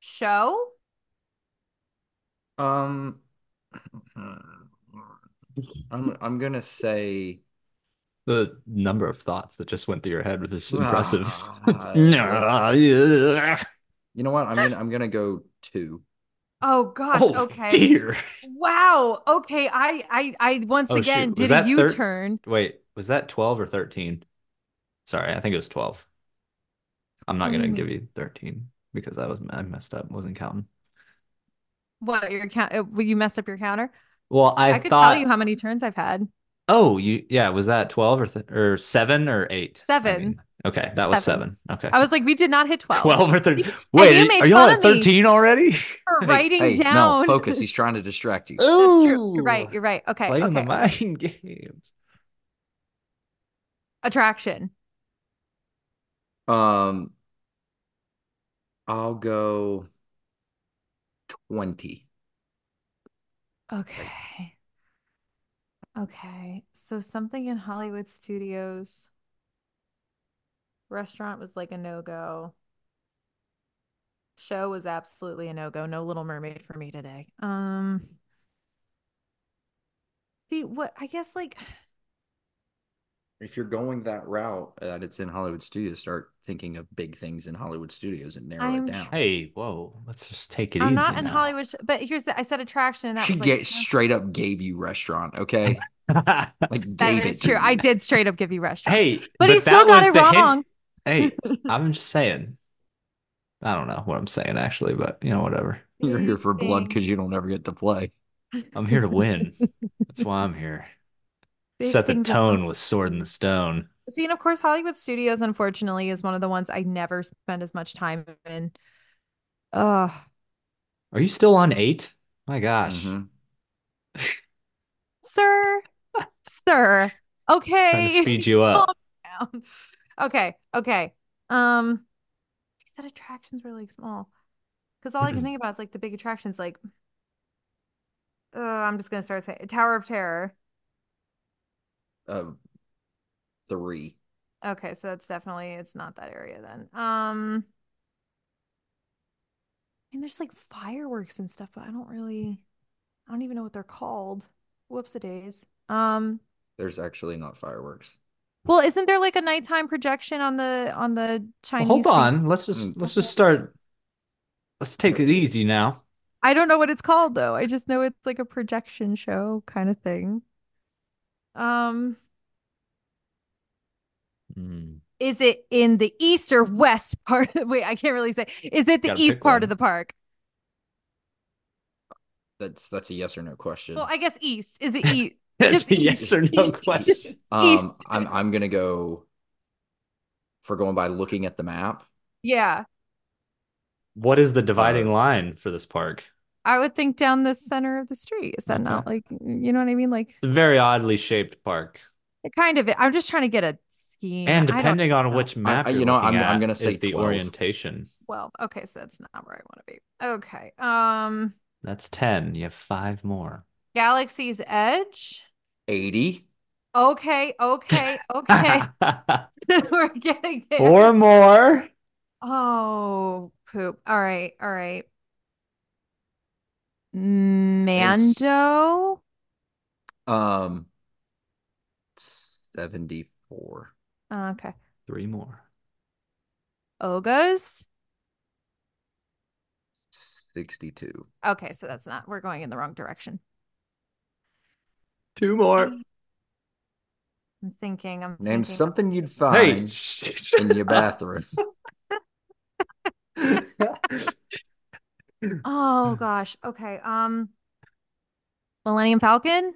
Speaker 1: Show?
Speaker 2: Um, (clears throat) I'm I'm gonna say
Speaker 3: The number of thoughts that just went through your head was just impressive. (laughs)
Speaker 2: Ah,
Speaker 3: No. yeah.
Speaker 2: you know what? I'm gonna I'm gonna go two.
Speaker 1: Oh gosh,
Speaker 3: Oh
Speaker 1: okay.
Speaker 3: dear.
Speaker 1: Wow. Okay, I I I once
Speaker 3: Oh, shoot.
Speaker 1: again
Speaker 3: Was
Speaker 1: did
Speaker 3: that
Speaker 1: a
Speaker 3: thir-
Speaker 1: U-turn.
Speaker 3: Wait, was that 12 or 13? Sorry, I think it was 12. I'm not
Speaker 1: What do you
Speaker 3: gonna
Speaker 1: mean?
Speaker 3: give you 13 because I was I messed up, wasn't counting.
Speaker 1: What your count? uh, well, You messed up your counter.
Speaker 3: Well, I
Speaker 1: I, could
Speaker 3: thought
Speaker 1: tell you how many turns I've had.
Speaker 3: Oh, you yeah, was that 12 or th or 7 or 8? I
Speaker 1: Seven.
Speaker 3: mean, okay, that was
Speaker 1: Seven.
Speaker 3: 7. Okay.
Speaker 1: I was like, we did not hit 12.
Speaker 3: 12 or
Speaker 1: (laughs)
Speaker 3: 13.
Speaker 1: And
Speaker 3: Wait,
Speaker 1: you
Speaker 3: are-
Speaker 1: made
Speaker 3: are y'all
Speaker 1: fun
Speaker 3: at
Speaker 1: of me.
Speaker 3: 13 already? (laughs)
Speaker 1: For
Speaker 2: Hey,
Speaker 1: writing
Speaker 2: hey,
Speaker 1: down.
Speaker 2: No, focus. He's trying to distract you.
Speaker 1: (laughs) That's true.
Speaker 3: Ooh.
Speaker 1: You're right. You're right. Okay.
Speaker 3: Playing
Speaker 1: okay.
Speaker 3: the mind (laughs) games.
Speaker 1: Attraction.
Speaker 2: Um, I'll go 20.
Speaker 1: Okay. Okay. So something in Hollywood Studios restaurant was like a no-go. Show was absolutely a no-go. No Little Mermaid for me today. Um See what I guess like
Speaker 2: If you're going that route, uh, that it's in Hollywood Studios, start thinking of big things in Hollywood Studios and narrow
Speaker 1: I'm
Speaker 2: it down.
Speaker 3: Hey, whoa, let's just take it
Speaker 1: I'm
Speaker 3: easy.
Speaker 1: not in
Speaker 3: now.
Speaker 1: Hollywood, but here's the I said attraction and that
Speaker 2: she
Speaker 1: was like
Speaker 2: ga- straight up gave you restaurant,
Speaker 1: (laughs)
Speaker 2: okay? Like
Speaker 1: that
Speaker 2: gave
Speaker 1: is
Speaker 2: it to
Speaker 1: true. I
Speaker 2: you.
Speaker 1: did straight up give you restaurant.
Speaker 3: (laughs) hey,
Speaker 1: but he still
Speaker 3: that
Speaker 1: got
Speaker 3: was
Speaker 1: it
Speaker 3: the hint.
Speaker 1: wrong. (laughs)
Speaker 3: Hey, I'm just saying. I don't know what I'm saying actually, but you know, whatever.
Speaker 2: You're here for blood
Speaker 1: Big
Speaker 2: because you don't ever get to play.
Speaker 3: I'm here to win. That's why I'm here.
Speaker 1: Big
Speaker 3: Set the
Speaker 1: things in
Speaker 3: tone with Sword in the Stone.
Speaker 1: See, and of course, Hollywood Studios, unfortunately, is one of the ones I never spend as much time in. Ugh.
Speaker 3: Are you still on eight? My gosh.
Speaker 1: Mm-hmm.
Speaker 2: Mhm.
Speaker 1: Sir, sir.
Speaker 3: Trying to
Speaker 1: Okay.
Speaker 3: speed you up.
Speaker 1: Calm (laughs) down. Okay. Okay. Um, he said attractions were like small. Because all I can think about is like the big attractions, like uh, I'm just gonna start saying Tower of Terror.
Speaker 2: Uh, three.
Speaker 1: Okay, so that's definitely it's not that area then. Um and there's like fireworks and stuff, but I don't really I don't even know what they're called. Whoops a days. Um
Speaker 2: There's actually not fireworks.
Speaker 1: well, isn't there like a nighttime projection on the on the
Speaker 3: Well,
Speaker 1: Chinese
Speaker 3: hold
Speaker 1: thing?
Speaker 3: on. Let's just
Speaker 2: Mm.
Speaker 3: let's just start. Let's take it easy now.
Speaker 1: I don't know what it's called though. I just know it's like a projection show kind of thing. Um
Speaker 3: Hmm.
Speaker 1: is it in the east or west part? Wait, I can't really say. Is it the
Speaker 3: Gotta
Speaker 1: east
Speaker 3: pick
Speaker 1: part
Speaker 3: one.
Speaker 1: of the park?
Speaker 2: That's that's a yes or no question.
Speaker 1: Well, I guess east. Is
Speaker 3: (laughs)
Speaker 1: it e, east?
Speaker 3: That's
Speaker 1: Just
Speaker 3: a yes
Speaker 1: east-
Speaker 3: or no
Speaker 1: east-
Speaker 3: question.
Speaker 1: East.
Speaker 2: Um, I'm I'm gonna go for going by looking at the map.
Speaker 1: Yeah.
Speaker 3: What is the dividing line for this park?
Speaker 1: I would think down the center of the street. Is that not like you know what I mean? Like
Speaker 3: It's a very oddly shaped park.
Speaker 1: it kind of. I'm just trying to get a scheme.
Speaker 3: And
Speaker 1: I don't-
Speaker 3: depending on
Speaker 1: know.
Speaker 3: which map
Speaker 2: I-
Speaker 3: you're
Speaker 2: you know, I'm-
Speaker 3: looking
Speaker 2: I'm
Speaker 3: at
Speaker 2: gonna say
Speaker 3: is the
Speaker 2: 12.
Speaker 3: orientation.
Speaker 1: well, okay, so that's not where I want to be. Okay. Um,
Speaker 3: That's 10. You have five more.
Speaker 1: Galaxy's Edge.
Speaker 2: 80.
Speaker 1: Okay,
Speaker 3: (laughs)
Speaker 1: okay, okay. (laughs) We're getting there.
Speaker 3: Four more.
Speaker 1: Oh, poop. All right, all right.
Speaker 2: It's-
Speaker 1: Mando.
Speaker 2: Um, 74.
Speaker 1: Oh, okay.
Speaker 3: Three more.
Speaker 1: Ogas.
Speaker 2: 62.
Speaker 1: Okay, so that's not. We're going in the wrong direction.
Speaker 3: Two more.
Speaker 1: I'm thinking. I'm thinking.
Speaker 2: Name something you'd
Speaker 3: Hey.
Speaker 2: find in your bathroom.
Speaker 3: hmm.
Speaker 1: Oh gosh. Okay. Um Millennium Falcon?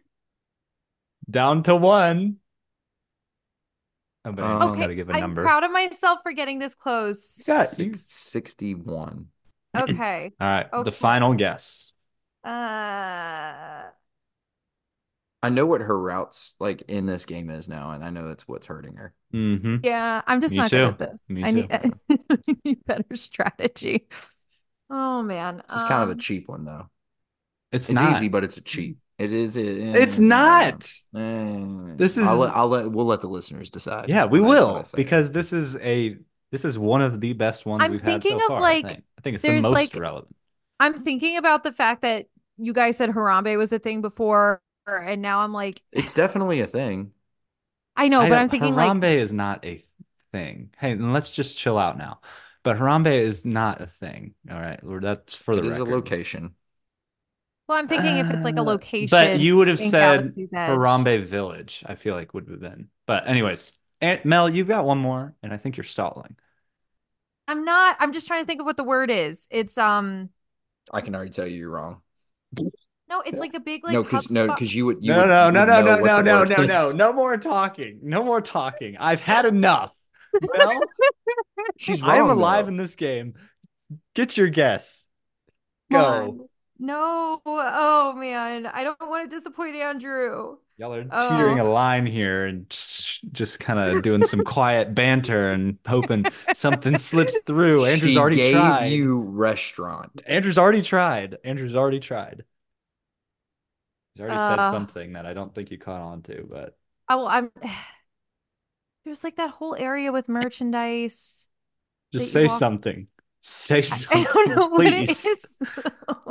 Speaker 3: (laughs) Down to one. Oh, I'm gonna,
Speaker 2: Um,
Speaker 3: I'm
Speaker 1: Okay.
Speaker 3: gonna give a
Speaker 1: I'm
Speaker 3: number.
Speaker 1: proud of myself for getting this close.
Speaker 3: Scott, you-
Speaker 2: Six, 61.
Speaker 1: Okay.
Speaker 3: All right,
Speaker 1: Okay.
Speaker 3: the final guess.
Speaker 1: Uh
Speaker 2: I know what her routes like in this game is now, and I know that's what's hurting her.
Speaker 3: Mm-hmm.
Speaker 1: yeah, I'm just
Speaker 3: Me
Speaker 1: not good
Speaker 3: too.
Speaker 1: at this.
Speaker 3: Me
Speaker 1: I uh,
Speaker 3: too.
Speaker 1: need (laughs) I need better strategy. Oh man.
Speaker 2: This is kind of a
Speaker 1: Um,
Speaker 2: cheap one, though.
Speaker 3: It's,
Speaker 2: It's
Speaker 3: not.
Speaker 2: easy, but it's a cheap. It is. It,
Speaker 3: It's not. This
Speaker 2: This
Speaker 3: is-
Speaker 2: I'll let, I'll let we'll let the listeners decide.
Speaker 3: Yeah, we
Speaker 2: when I- when I
Speaker 3: will
Speaker 2: say it.
Speaker 3: because this is a this is one of the best ones
Speaker 1: I'm
Speaker 3: we've had
Speaker 1: thinking
Speaker 3: so
Speaker 1: of,
Speaker 3: far.
Speaker 1: like,
Speaker 3: I think, I think it's the
Speaker 1: there's,
Speaker 3: most
Speaker 1: like-
Speaker 3: relevant.
Speaker 1: I'm thinking about the fact that you guys said Harambe was a thing before, and now I'm like,
Speaker 2: it's definitely a thing.
Speaker 1: I know,
Speaker 3: I
Speaker 1: but
Speaker 3: don't-
Speaker 1: I'm thinking like
Speaker 3: Harambe is not a thing. Hey, and let's just chill out now. But Harambe is not a thing. All right, Lord, that's for the
Speaker 2: It is a
Speaker 3: record.
Speaker 2: location.
Speaker 1: well, I'm thinking if it's like a
Speaker 3: Uh, But
Speaker 1: location
Speaker 3: you would have
Speaker 1: in
Speaker 3: said
Speaker 1: Galaxy's Edge.
Speaker 3: Harambe Village. I feel like would have been. But anyways, Aunt Mel, you've got one more, and I think you're stalling.
Speaker 1: I'm not. I'm just trying to think of what the word is. It's um
Speaker 2: I can already tell you you're wrong.
Speaker 1: no, it's like a big like
Speaker 2: no, because no,
Speaker 1: HubSpot-
Speaker 2: because you would. You
Speaker 3: No,
Speaker 2: would,
Speaker 3: no,
Speaker 2: you
Speaker 3: no,
Speaker 2: would
Speaker 3: no,
Speaker 2: know
Speaker 3: no,
Speaker 2: what
Speaker 3: no,
Speaker 2: the
Speaker 3: no,
Speaker 2: word
Speaker 3: no, no,
Speaker 2: is.
Speaker 3: no more talking. No more talking. I've
Speaker 1: (laughs)
Speaker 3: had enough. Well,
Speaker 2: (laughs) She's wrong.
Speaker 3: I am alive
Speaker 2: though.
Speaker 3: in this game. Get your guess.
Speaker 1: Come
Speaker 3: Go.
Speaker 1: on. No, oh man, I don't want to disappoint Andrew.
Speaker 3: Y'all are
Speaker 1: Oh.
Speaker 3: teetering a line here and just, just kind
Speaker 1: (laughs)
Speaker 3: of doing some quiet banter and hoping something slips through. Andrew's
Speaker 2: she
Speaker 3: already
Speaker 2: gave
Speaker 3: tried.
Speaker 2: you restaurant.
Speaker 3: Andrew's already tried. Andrew's already tried. He's already said
Speaker 1: Uh.
Speaker 3: something that I don't think you caught on to, but
Speaker 1: Oh, well, I'm. (sighs) There's like that whole area with merchandise.
Speaker 3: just
Speaker 1: That
Speaker 3: say
Speaker 1: you walk-
Speaker 3: something. Say something.
Speaker 1: I don't know what it
Speaker 3: please.
Speaker 1: is.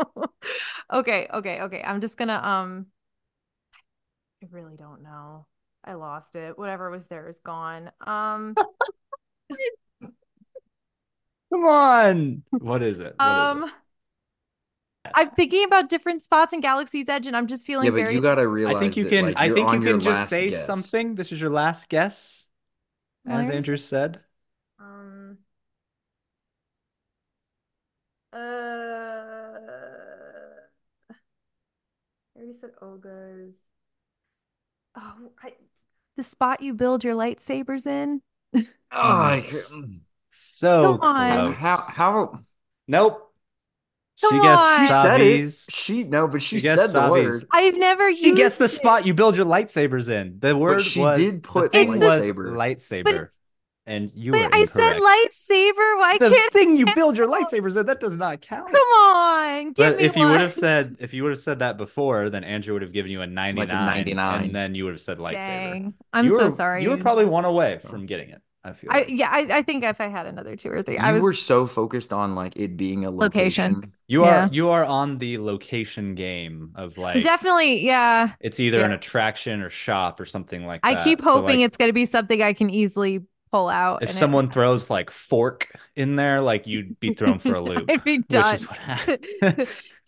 Speaker 1: (laughs) okay, okay, okay. I'm just gonna um I really don't know. I lost it. Whatever was there is gone. Um
Speaker 3: Come on. What is it? What is it?
Speaker 1: um I'm thinking about different spots in Galaxy's Edge and I'm just feeling
Speaker 2: Yeah, but
Speaker 1: very
Speaker 2: you gotta realize.
Speaker 3: I think you
Speaker 2: that,
Speaker 3: can.
Speaker 2: like,
Speaker 3: I
Speaker 2: you're
Speaker 3: think you
Speaker 2: on your
Speaker 3: can just
Speaker 2: last
Speaker 3: say
Speaker 2: guess.
Speaker 3: something. This is your last guess, as
Speaker 1: Where's-
Speaker 3: Andrew said.
Speaker 4: Um. Uh. I already said ogres.
Speaker 1: Oh, I... the spot you build your lightsabers in.
Speaker 2: Oh, I
Speaker 3: Yes.
Speaker 2: can't-
Speaker 3: So
Speaker 1: Come on.
Speaker 3: close.
Speaker 2: how how
Speaker 3: nope. she
Speaker 1: Come
Speaker 3: guessed
Speaker 1: on.
Speaker 2: she said it?
Speaker 3: Savis.
Speaker 2: She no, but she
Speaker 3: You guessed
Speaker 2: said the
Speaker 3: Savis.
Speaker 2: word.
Speaker 1: I've never
Speaker 3: She
Speaker 1: used
Speaker 3: guessed the
Speaker 1: it,
Speaker 3: spot you build your lightsabers in. The word
Speaker 2: she
Speaker 3: was,
Speaker 2: did
Speaker 3: the
Speaker 2: put
Speaker 3: thing was
Speaker 2: lightsaber.
Speaker 1: but,
Speaker 3: lightsaber,
Speaker 1: it's-
Speaker 3: and you were
Speaker 1: but I said
Speaker 3: incorrect.
Speaker 1: lightsaber. Why
Speaker 3: the
Speaker 1: can't
Speaker 3: thing you build your lightsabers in that does not count.
Speaker 1: come on? Give
Speaker 3: but
Speaker 1: me
Speaker 3: if you
Speaker 1: one.
Speaker 3: would have said if you would have said that before, then Andrew would have given you a ninety nine,
Speaker 2: 99.
Speaker 3: and then you would have said lightsaber.
Speaker 1: Dang. I'm
Speaker 3: You
Speaker 1: so
Speaker 3: were-
Speaker 1: sorry.
Speaker 3: You were
Speaker 1: didn't-
Speaker 3: probably one away from getting it. I feel.
Speaker 1: I
Speaker 3: like.
Speaker 1: yeah, I, I think if I had another two or three,
Speaker 2: You
Speaker 1: I was
Speaker 2: were so focused on like it being a
Speaker 1: Location.
Speaker 2: location.
Speaker 3: You
Speaker 1: Yeah.
Speaker 3: are you are on the location game of like
Speaker 1: definitely yeah.
Speaker 3: it's either an
Speaker 1: yeah.
Speaker 3: attraction or shop or something like
Speaker 1: I
Speaker 3: that.
Speaker 1: keep
Speaker 3: So,
Speaker 1: hoping
Speaker 3: like,
Speaker 1: it's gonna be something I can easily pull out.
Speaker 3: if
Speaker 1: and it- (laughs)
Speaker 3: someone throws like fork in there, like you'd be
Speaker 1: (laughs)
Speaker 3: thrown for a loop,
Speaker 1: I'd be
Speaker 3: which
Speaker 1: done. (laughs)
Speaker 3: (laughs) is what happened.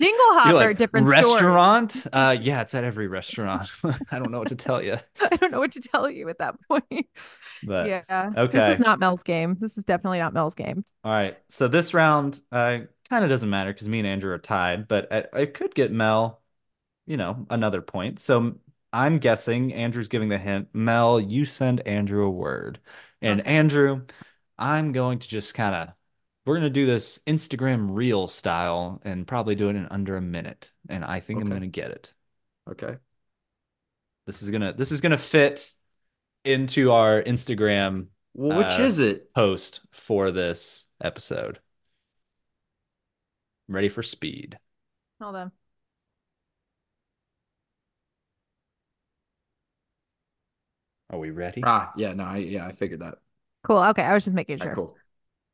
Speaker 1: Dinglehopper,
Speaker 3: You're like,
Speaker 1: different story.
Speaker 3: restaurant? Uh, yeah, it's at every restaurant. (laughs) I don't know what to tell you,
Speaker 1: (laughs) I don't know what to tell you at that (laughs) point.
Speaker 3: but
Speaker 1: yeah.
Speaker 3: okay.
Speaker 1: This is not Mel's game. This is definitely not Mel's game.
Speaker 3: All right. So this round uh, kind of doesn't matter because me and Andrew are tied, but I, I could get Mel, you know, another point. So I'm guessing Andrew's giving the hint. Mel, you send Andrew a word. And Andrew, I'm going to just kind of, we're going to do this Instagram reel style and probably do it in under a minute. And I think I'm
Speaker 2: Okay.
Speaker 3: going to get it.
Speaker 2: Okay.
Speaker 3: This is going to, this is going to fit into our Instagram
Speaker 2: Well, which
Speaker 3: Uh,
Speaker 2: is it?
Speaker 3: post for this episode. I'm ready for speed.
Speaker 1: Hold on.
Speaker 3: Are we ready?
Speaker 2: Ah, yeah, no, I, yeah, I figured that.
Speaker 1: Cool. Okay. I was just making
Speaker 2: All right,
Speaker 1: sure.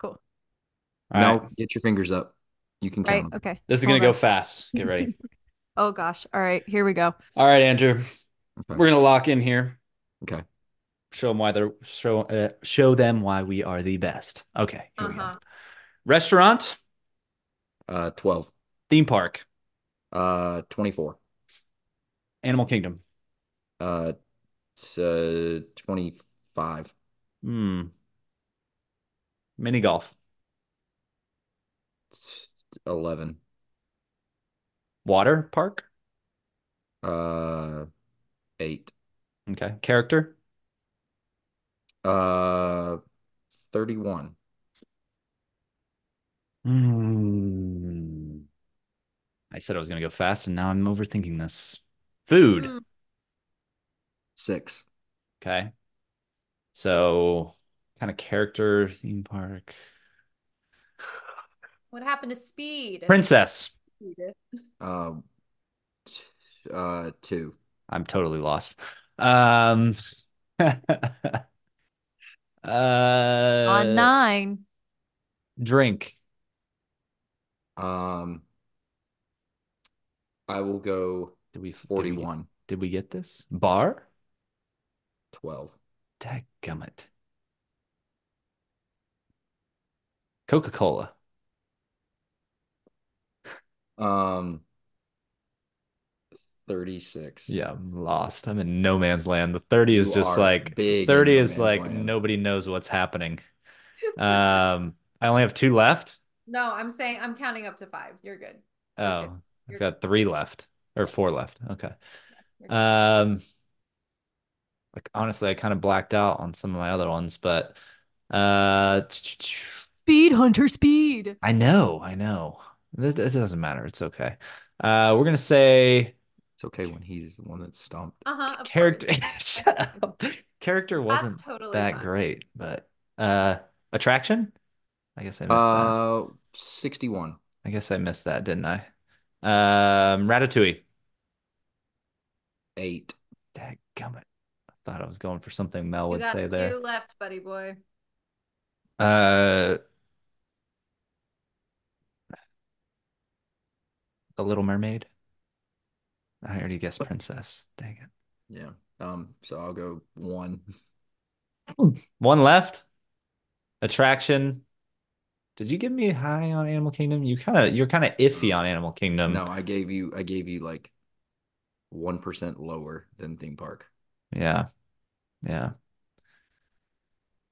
Speaker 2: cool.
Speaker 3: All
Speaker 2: no,
Speaker 3: right.
Speaker 2: get your fingers up. You can
Speaker 1: Right.
Speaker 2: count. them.
Speaker 1: Okay.
Speaker 3: This is
Speaker 1: Hold
Speaker 3: gonna go
Speaker 1: on.
Speaker 3: fast. Get ready.
Speaker 1: Oh gosh. All right. Here we go.
Speaker 3: All right, Andrew.
Speaker 2: Okay.
Speaker 3: We're gonna lock in here.
Speaker 2: Okay.
Speaker 3: Show them why they're show uh, show them why we are the best. Okay. Here we go.
Speaker 4: Uh-huh.
Speaker 3: Restaurant,
Speaker 2: Uh, twelve.
Speaker 3: theme park,
Speaker 2: Uh, twenty-four.
Speaker 3: Animal Kingdom.
Speaker 2: Uh, it's, uh, twenty-five.
Speaker 3: Hmm. Mini golf,
Speaker 2: It's Eleven.
Speaker 3: water park.
Speaker 2: Uh, eight.
Speaker 3: Okay. Character,
Speaker 2: Uh, thirty-one.
Speaker 3: Hmm. I said I was gonna go fast, and now I'm overthinking this. Food.
Speaker 1: Hmm.
Speaker 4: Mm.
Speaker 2: Six.
Speaker 3: Okay. So, kind of character, theme park,
Speaker 4: What happened to speed?
Speaker 3: princess.
Speaker 2: Uh, t- uh, two.
Speaker 3: I'm totally lost. Um, (laughs)
Speaker 1: On
Speaker 3: uh,
Speaker 1: nine.
Speaker 4: (laughs)
Speaker 3: drink.
Speaker 2: Um, I will go
Speaker 3: Did we, did we get-
Speaker 2: forty-one.
Speaker 3: Did we get this? Bar?
Speaker 2: Twelve.
Speaker 3: Dadgummit. Coca-Cola.
Speaker 2: Um, 36.
Speaker 3: Yeah, I'm lost. I'm in no man's land. The 30 is
Speaker 2: You
Speaker 3: just
Speaker 2: are
Speaker 3: like
Speaker 2: big in
Speaker 3: 30
Speaker 2: no
Speaker 3: is
Speaker 2: man's
Speaker 3: like
Speaker 2: land.
Speaker 3: nobody knows what's happening. Um, I only have two
Speaker 2: (laughs)
Speaker 3: left.
Speaker 4: No, I'm saying I'm counting up to five. You're good. You're good.
Speaker 3: Oh, I've
Speaker 4: You're
Speaker 3: got three left or four left. Okay.
Speaker 4: You're good.
Speaker 3: Um, like honestly, I kind of blacked out on some of my other ones, but uh,
Speaker 1: Speed hunter speed.
Speaker 3: I know, I know. This, this doesn't matter. It's okay. Uh, we're gonna say
Speaker 2: It's okay when he's the one that's stumped.
Speaker 4: Uh-huh. of
Speaker 3: Character (laughs)
Speaker 4: course.
Speaker 3: Shut up. Character
Speaker 4: That's
Speaker 3: wasn't
Speaker 4: totally
Speaker 3: that
Speaker 4: fine.
Speaker 3: great, but uh attraction? I guess I missed that.
Speaker 2: Uh, 61.
Speaker 3: I guess I missed that, didn't I? Um Ratatouille.
Speaker 2: Eight.
Speaker 3: Dadgummit. I thought I was going for something Mel
Speaker 4: You
Speaker 3: would
Speaker 4: got
Speaker 3: say
Speaker 4: two
Speaker 3: there.
Speaker 4: left, buddy boy.
Speaker 3: Uh The Little Mermaid. I already guessed princess. Dang it.
Speaker 2: Yeah. Um, so I'll go one. (laughs)
Speaker 3: One left. Attraction. Did you give me high on Animal Kingdom? You kind of you're kind of iffy on Animal Kingdom.
Speaker 2: No, I gave you I gave you like 1% lower than theme park.
Speaker 3: Yeah. Yeah.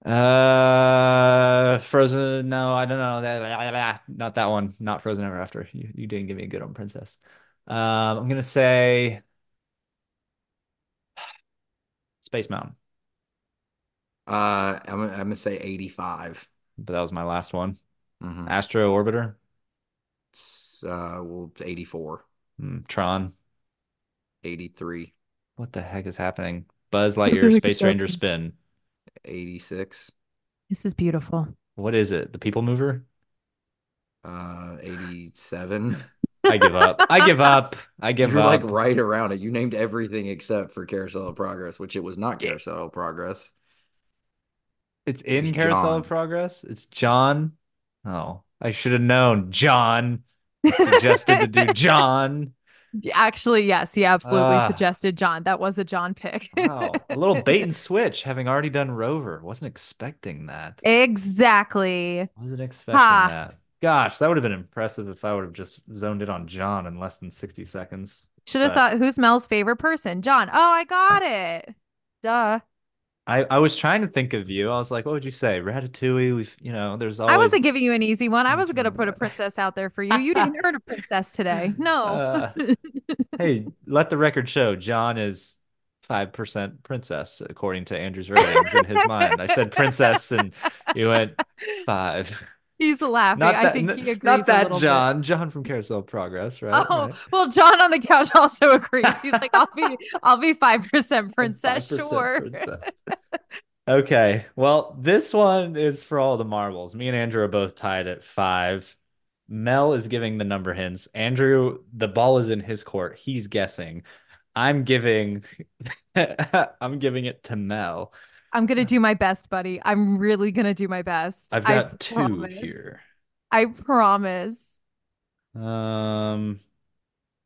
Speaker 3: Uh, Frozen. No, I don't know. That- blah, blah, blah. Not that one. Not Frozen Ever After. You you didn't give me a good one, Princess. Um, I'm gonna say (sighs) Space Mountain,
Speaker 2: Uh, I'm gonna- I'm gonna say 85.
Speaker 3: but that was my last one.
Speaker 2: Mhm.
Speaker 3: Astro Orbiter,
Speaker 2: It's, uh, well, it's 84,
Speaker 3: Hmm, Tron.
Speaker 2: 83,
Speaker 3: What the heck is happening? Buzz
Speaker 1: the
Speaker 3: Lightyear,
Speaker 1: heck
Speaker 3: Space
Speaker 1: is
Speaker 3: Ranger
Speaker 1: happening?
Speaker 3: Spin.
Speaker 2: 86,
Speaker 1: This is beautiful.
Speaker 3: What is it? The People Mover?
Speaker 2: uh, (laughs) 87.
Speaker 3: I give up. I give up. I give
Speaker 2: You're like
Speaker 3: up.
Speaker 2: right around it. You named everything except for Carousel of Progress, which it was not
Speaker 3: Yeah.
Speaker 2: Carousel of Progress.
Speaker 3: It's in
Speaker 2: was
Speaker 3: Carousel of
Speaker 2: John.
Speaker 3: Progress. It's John. Oh, I should have known. John
Speaker 1: (laughs)
Speaker 3: suggested to do John.
Speaker 1: Actually, yes, he absolutely
Speaker 3: Ah.
Speaker 1: suggested John. That was a John pick.
Speaker 3: Wow, a
Speaker 1: (laughs)
Speaker 3: little bait and switch, having already done Rover. Wasn't expecting that.
Speaker 1: Exactly.
Speaker 3: Wasn't expecting
Speaker 1: Ha.
Speaker 3: that. Gosh, that would have been impressive if I would have just zoned in on John in less than 60 seconds.
Speaker 1: Should have
Speaker 3: But-
Speaker 1: thought who's Mel's favorite person? John. Oh, I got it. Duh.
Speaker 3: I, I was trying to think of you. I was like, what would you say? Ratatouille, we've, you know, there's always
Speaker 1: I wasn't giving you an easy one. I wasn't going to
Speaker 3: (laughs)
Speaker 1: put a
Speaker 3: Mm.
Speaker 1: princess out there for you. You didn't earn a princess
Speaker 3: (laughs)
Speaker 1: today. No.
Speaker 3: Uh,
Speaker 1: Oh.
Speaker 3: hey, let the record show John is 5% princess, according to Andrew's ratings in his mind. I said princess and you went five.
Speaker 1: He's laughing.
Speaker 3: Not
Speaker 1: I
Speaker 3: that,
Speaker 1: think
Speaker 3: n-
Speaker 1: he agrees.
Speaker 3: not
Speaker 1: a
Speaker 3: that
Speaker 1: little bit.
Speaker 3: John. John from Carousel of Progress, right?
Speaker 1: Oh,
Speaker 3: Right.
Speaker 1: well, John on the couch also agrees. He's like, I'll be I'll be five percent princess,
Speaker 3: 5%
Speaker 1: sure. (laughs)
Speaker 3: princess. Okay. Well, this one is for all the marbles. Me and Andrew are both tied at five. Mel is giving the number hints. Andrew, the ball is in his court. He's guessing. I'm giving (laughs) I'm giving it to Mel.
Speaker 1: I'm gonna do my best, buddy. I'm really gonna do my best.
Speaker 3: I've
Speaker 1: I
Speaker 3: got two
Speaker 1: promise.
Speaker 3: here.
Speaker 1: I promise.
Speaker 3: Um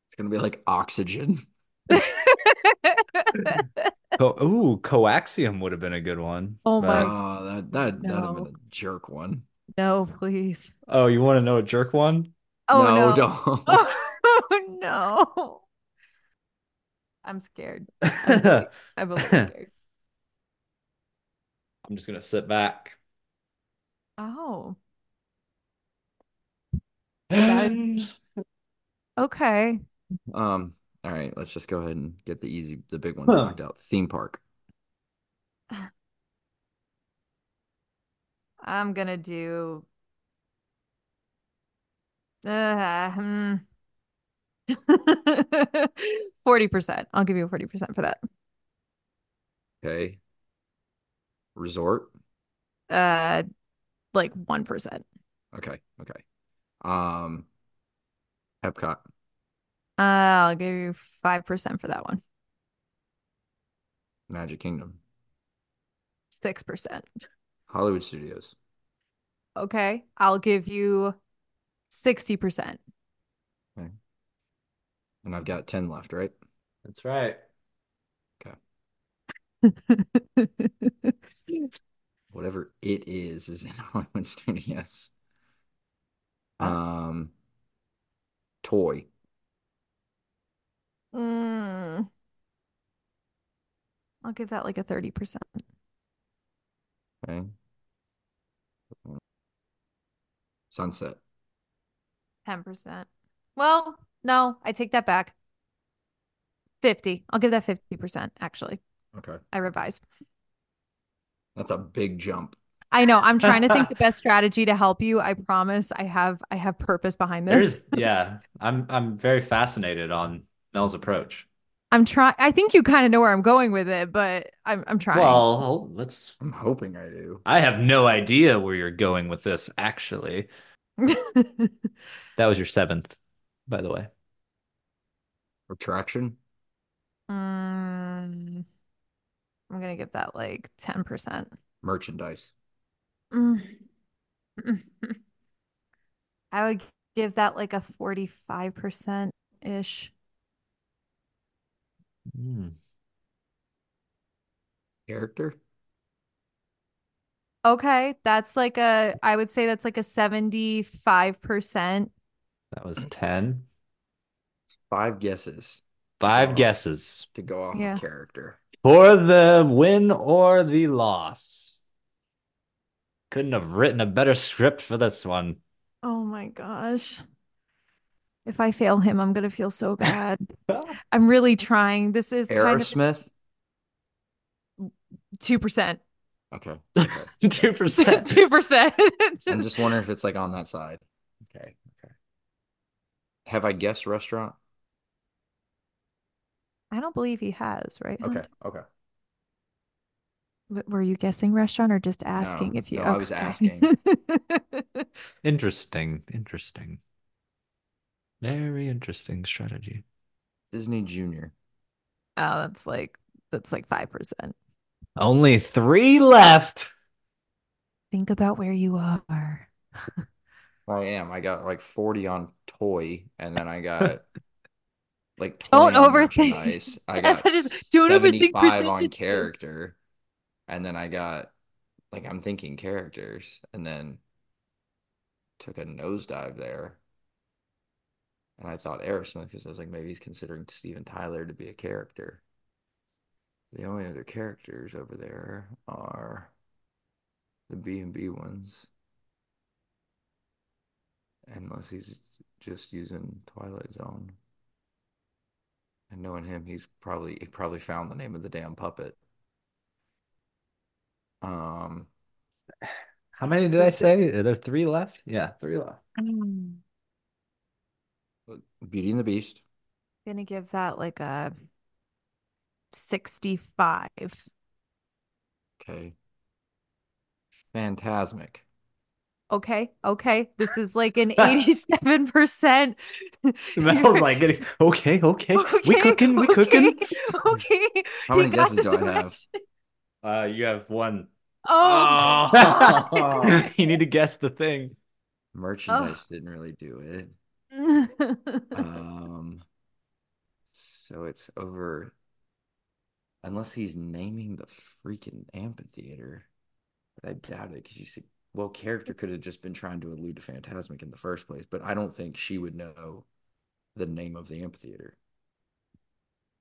Speaker 2: It's gonna be like oxygen.
Speaker 3: co- ooh, coaxium would have been a good one.
Speaker 1: Oh my
Speaker 3: but-
Speaker 2: Oh, that that that'd have been
Speaker 1: No.
Speaker 2: a jerk one.
Speaker 1: no, please.
Speaker 3: Oh, you want to know a jerk one?
Speaker 1: Oh
Speaker 2: no,
Speaker 1: no.
Speaker 2: don't.
Speaker 1: (laughs) Oh no. I'm scared. I'm really- I'm a little scared.
Speaker 3: (laughs) I'm just gonna sit back.
Speaker 1: Oh, that-
Speaker 3: And
Speaker 1: okay.
Speaker 2: Um, all right, let's just go ahead and get the easy, the big ones
Speaker 3: Huh.
Speaker 2: knocked out. Theme park.
Speaker 1: I'm gonna do. Uh, hmm. (laughs) 40%. I'll give you a 40% for that.
Speaker 2: Okay. Resort.
Speaker 1: Uh, like 1%.
Speaker 2: Okay. Okay. Um, Epcot.
Speaker 1: Uh, I'll give you 5% for that one.
Speaker 2: Magic Kingdom.
Speaker 1: 6%.
Speaker 2: Hollywood Studios.
Speaker 1: Okay. I'll give you 60%.
Speaker 2: And I've got 10 left, right?
Speaker 3: that's right.
Speaker 2: Whatever it is, is in (laughs) Hollywood Studios. Um, toy.
Speaker 1: (laughs) Mm. I'll give that like a 30%.
Speaker 2: Okay. Sunset.
Speaker 1: 10%. Well, no, I take that back. 50. I'll give that 50%, actually.
Speaker 2: Okay.
Speaker 1: I revise.
Speaker 2: That's a big jump.
Speaker 1: I know. I'm trying to think the best strategy to help you. I promise I have I have purpose behind this.
Speaker 3: There's yeah, I'm I'm very fascinated on Mel's approach.
Speaker 1: I'm trying. I think you kind of know where I'm going with it, but I'm I'm trying.
Speaker 3: Well, let's.
Speaker 2: I'm hoping I do.
Speaker 3: I have no idea where you're going with this. Actually, that was your seventh, by the way.
Speaker 2: Retraction.
Speaker 1: (laughs) Mm, I'm gonna give that like ten percent. Mm,
Speaker 2: Merchandise.
Speaker 1: I would give that like a forty-five percent ish.
Speaker 3: Hmm.
Speaker 2: Character.
Speaker 1: Okay, that's like a. I would say that's like a seventy-five percent.
Speaker 3: that was ten.
Speaker 2: It's five guesses
Speaker 3: Five
Speaker 2: Wow.
Speaker 3: guesses
Speaker 2: to go off
Speaker 1: Yeah.
Speaker 2: of character.
Speaker 3: for the win or the loss. Couldn't have written a better script for this one. (laughs)
Speaker 1: Oh my gosh. If I fail him, I'm gonna feel so bad. I'm really trying. This is kind of
Speaker 2: Aerosmith.
Speaker 1: two percent. (laughs)
Speaker 2: Okay. okay.
Speaker 3: Two percent.
Speaker 1: Two percent.
Speaker 2: I'm just wondering if it's like on that side. Okay. Okay. Have I guessed restaurant?
Speaker 1: I don't believe he has, right?
Speaker 2: Okay.
Speaker 1: Hunt?
Speaker 2: Okay.
Speaker 1: W- Were you guessing restaurant or just asking if you?
Speaker 2: no, I was
Speaker 1: okay. (laughs) Oh,
Speaker 2: asking.
Speaker 3: Interesting. Interesting. Very interesting strategy.
Speaker 2: Disney Junior.
Speaker 1: Oh, that's like that's like five percent.
Speaker 3: Only three left.
Speaker 1: Think about where you are.
Speaker 2: I am. I got like 40 on toy, and then I
Speaker 1: (laughs)
Speaker 2: got like
Speaker 1: Don't
Speaker 2: 20 on
Speaker 1: overthink.
Speaker 2: merchandise.
Speaker 1: (laughs)
Speaker 2: I
Speaker 1: Yes,
Speaker 2: got
Speaker 1: I just- don't overthink
Speaker 2: 75 on
Speaker 1: percentages.
Speaker 2: character, and then I got like I'm thinking characters, and then took a nosedive there. And I thought Aerosmith because I was like, maybe he's considering Steven Tyler to be a character. The only other characters over there are the B and B ones. Unless he's just using Twilight Zone. And knowing him, he's probably he probably found the name of the damn puppet. Um,
Speaker 3: How many did I say? Are there three left? Yeah, three (laughs) left.
Speaker 1: I'm
Speaker 2: Beauty and the Beast.
Speaker 1: gonna give that like a sixty-five.
Speaker 2: Okay. Phantasmic.
Speaker 1: Okay, okay. This is like
Speaker 3: (laughs)
Speaker 1: an eighty-seven percent.
Speaker 3: Mel's like, getting- okay, okay, we cooking, we cooking.
Speaker 1: Okay.
Speaker 2: How
Speaker 1: You
Speaker 2: many
Speaker 1: got
Speaker 2: guesses
Speaker 1: the (laughs)
Speaker 2: do I have?
Speaker 1: direction.
Speaker 3: Uh, you have one.
Speaker 1: Oh, (laughs)
Speaker 2: Oh.
Speaker 3: (laughs) you need to guess the thing.
Speaker 1: Oh.
Speaker 2: Merchandise didn't really do it. Um, so it's over. Unless he's naming the freaking amphitheater, but I doubt it because you see, well, character could have just been trying to allude to Phantasmic in the first place, but I don't think she would know the name of the amphitheater.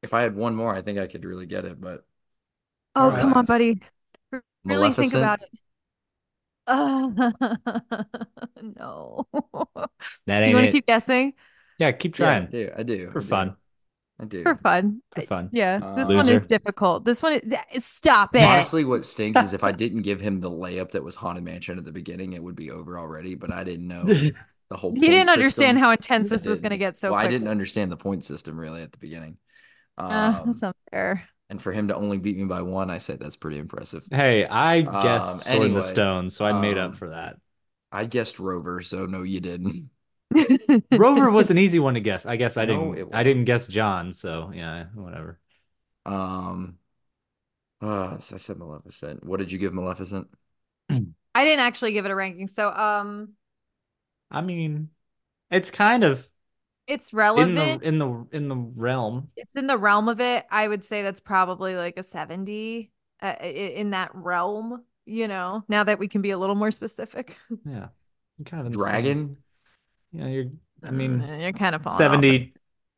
Speaker 2: If I had one more, I think I could really get it, but
Speaker 1: oh, come on,
Speaker 2: Nice.
Speaker 1: buddy. Really think
Speaker 2: Maleficent,
Speaker 1: about it. (laughs) Uh, no.
Speaker 3: That
Speaker 1: Do you want to keep guessing
Speaker 3: Yeah, keep
Speaker 2: Yeah, I
Speaker 3: trying
Speaker 2: do. I do.
Speaker 3: for
Speaker 2: I do,
Speaker 3: fun.
Speaker 2: I do.
Speaker 1: for fun?
Speaker 3: For (laughs) fun.
Speaker 1: Yeah, this
Speaker 2: Uh,
Speaker 1: one is
Speaker 3: Loser.
Speaker 1: difficult. This one is, th- stop it.
Speaker 2: Honestly, what stinks is if
Speaker 1: (laughs)
Speaker 2: I didn't give him the layup that was Haunted Mansion at the beginning, it would be over already. But I didn't
Speaker 3: (laughs)
Speaker 2: know the whole.
Speaker 1: He didn't understand how intense
Speaker 2: intense
Speaker 1: this was going to get so
Speaker 2: well, I
Speaker 1: quickly.
Speaker 2: didn't understand the point system really at the beginning.
Speaker 1: Uh, (laughs)
Speaker 2: Um,
Speaker 1: that's not fair.
Speaker 2: and for him to only beat me by one, I said that's pretty impressive.
Speaker 3: Hey, I guessed
Speaker 2: Um,
Speaker 3: Sword in
Speaker 2: anyway,
Speaker 3: the Stone, so I made
Speaker 2: um,
Speaker 3: up for (laughs) that.
Speaker 2: I guessed Rover, so no, you didn't.
Speaker 3: (laughs)
Speaker 2: (laughs)
Speaker 3: Rover was an easy one to guess. I guess I
Speaker 2: No,
Speaker 3: didn't.
Speaker 2: it
Speaker 3: I
Speaker 2: wasn't.
Speaker 3: didn't guess John. So yeah, whatever.
Speaker 2: Um, uh, so I said Maleficent. What did you give Maleficent?
Speaker 1: I didn't actually give it a ranking, so um,
Speaker 3: I mean, it's kind of
Speaker 1: it's
Speaker 3: in
Speaker 1: relevant.
Speaker 3: the in the in the realm.
Speaker 1: it's in the realm of it. I would say that's probably like a 70 uh, i- in that realm, you know, now that we can be a little more specific.
Speaker 3: Yeah, You're kind of in the same-
Speaker 2: Dragon.
Speaker 3: Yeah, you're. I mean,
Speaker 1: Mm, you're kind of falling off.
Speaker 3: 70,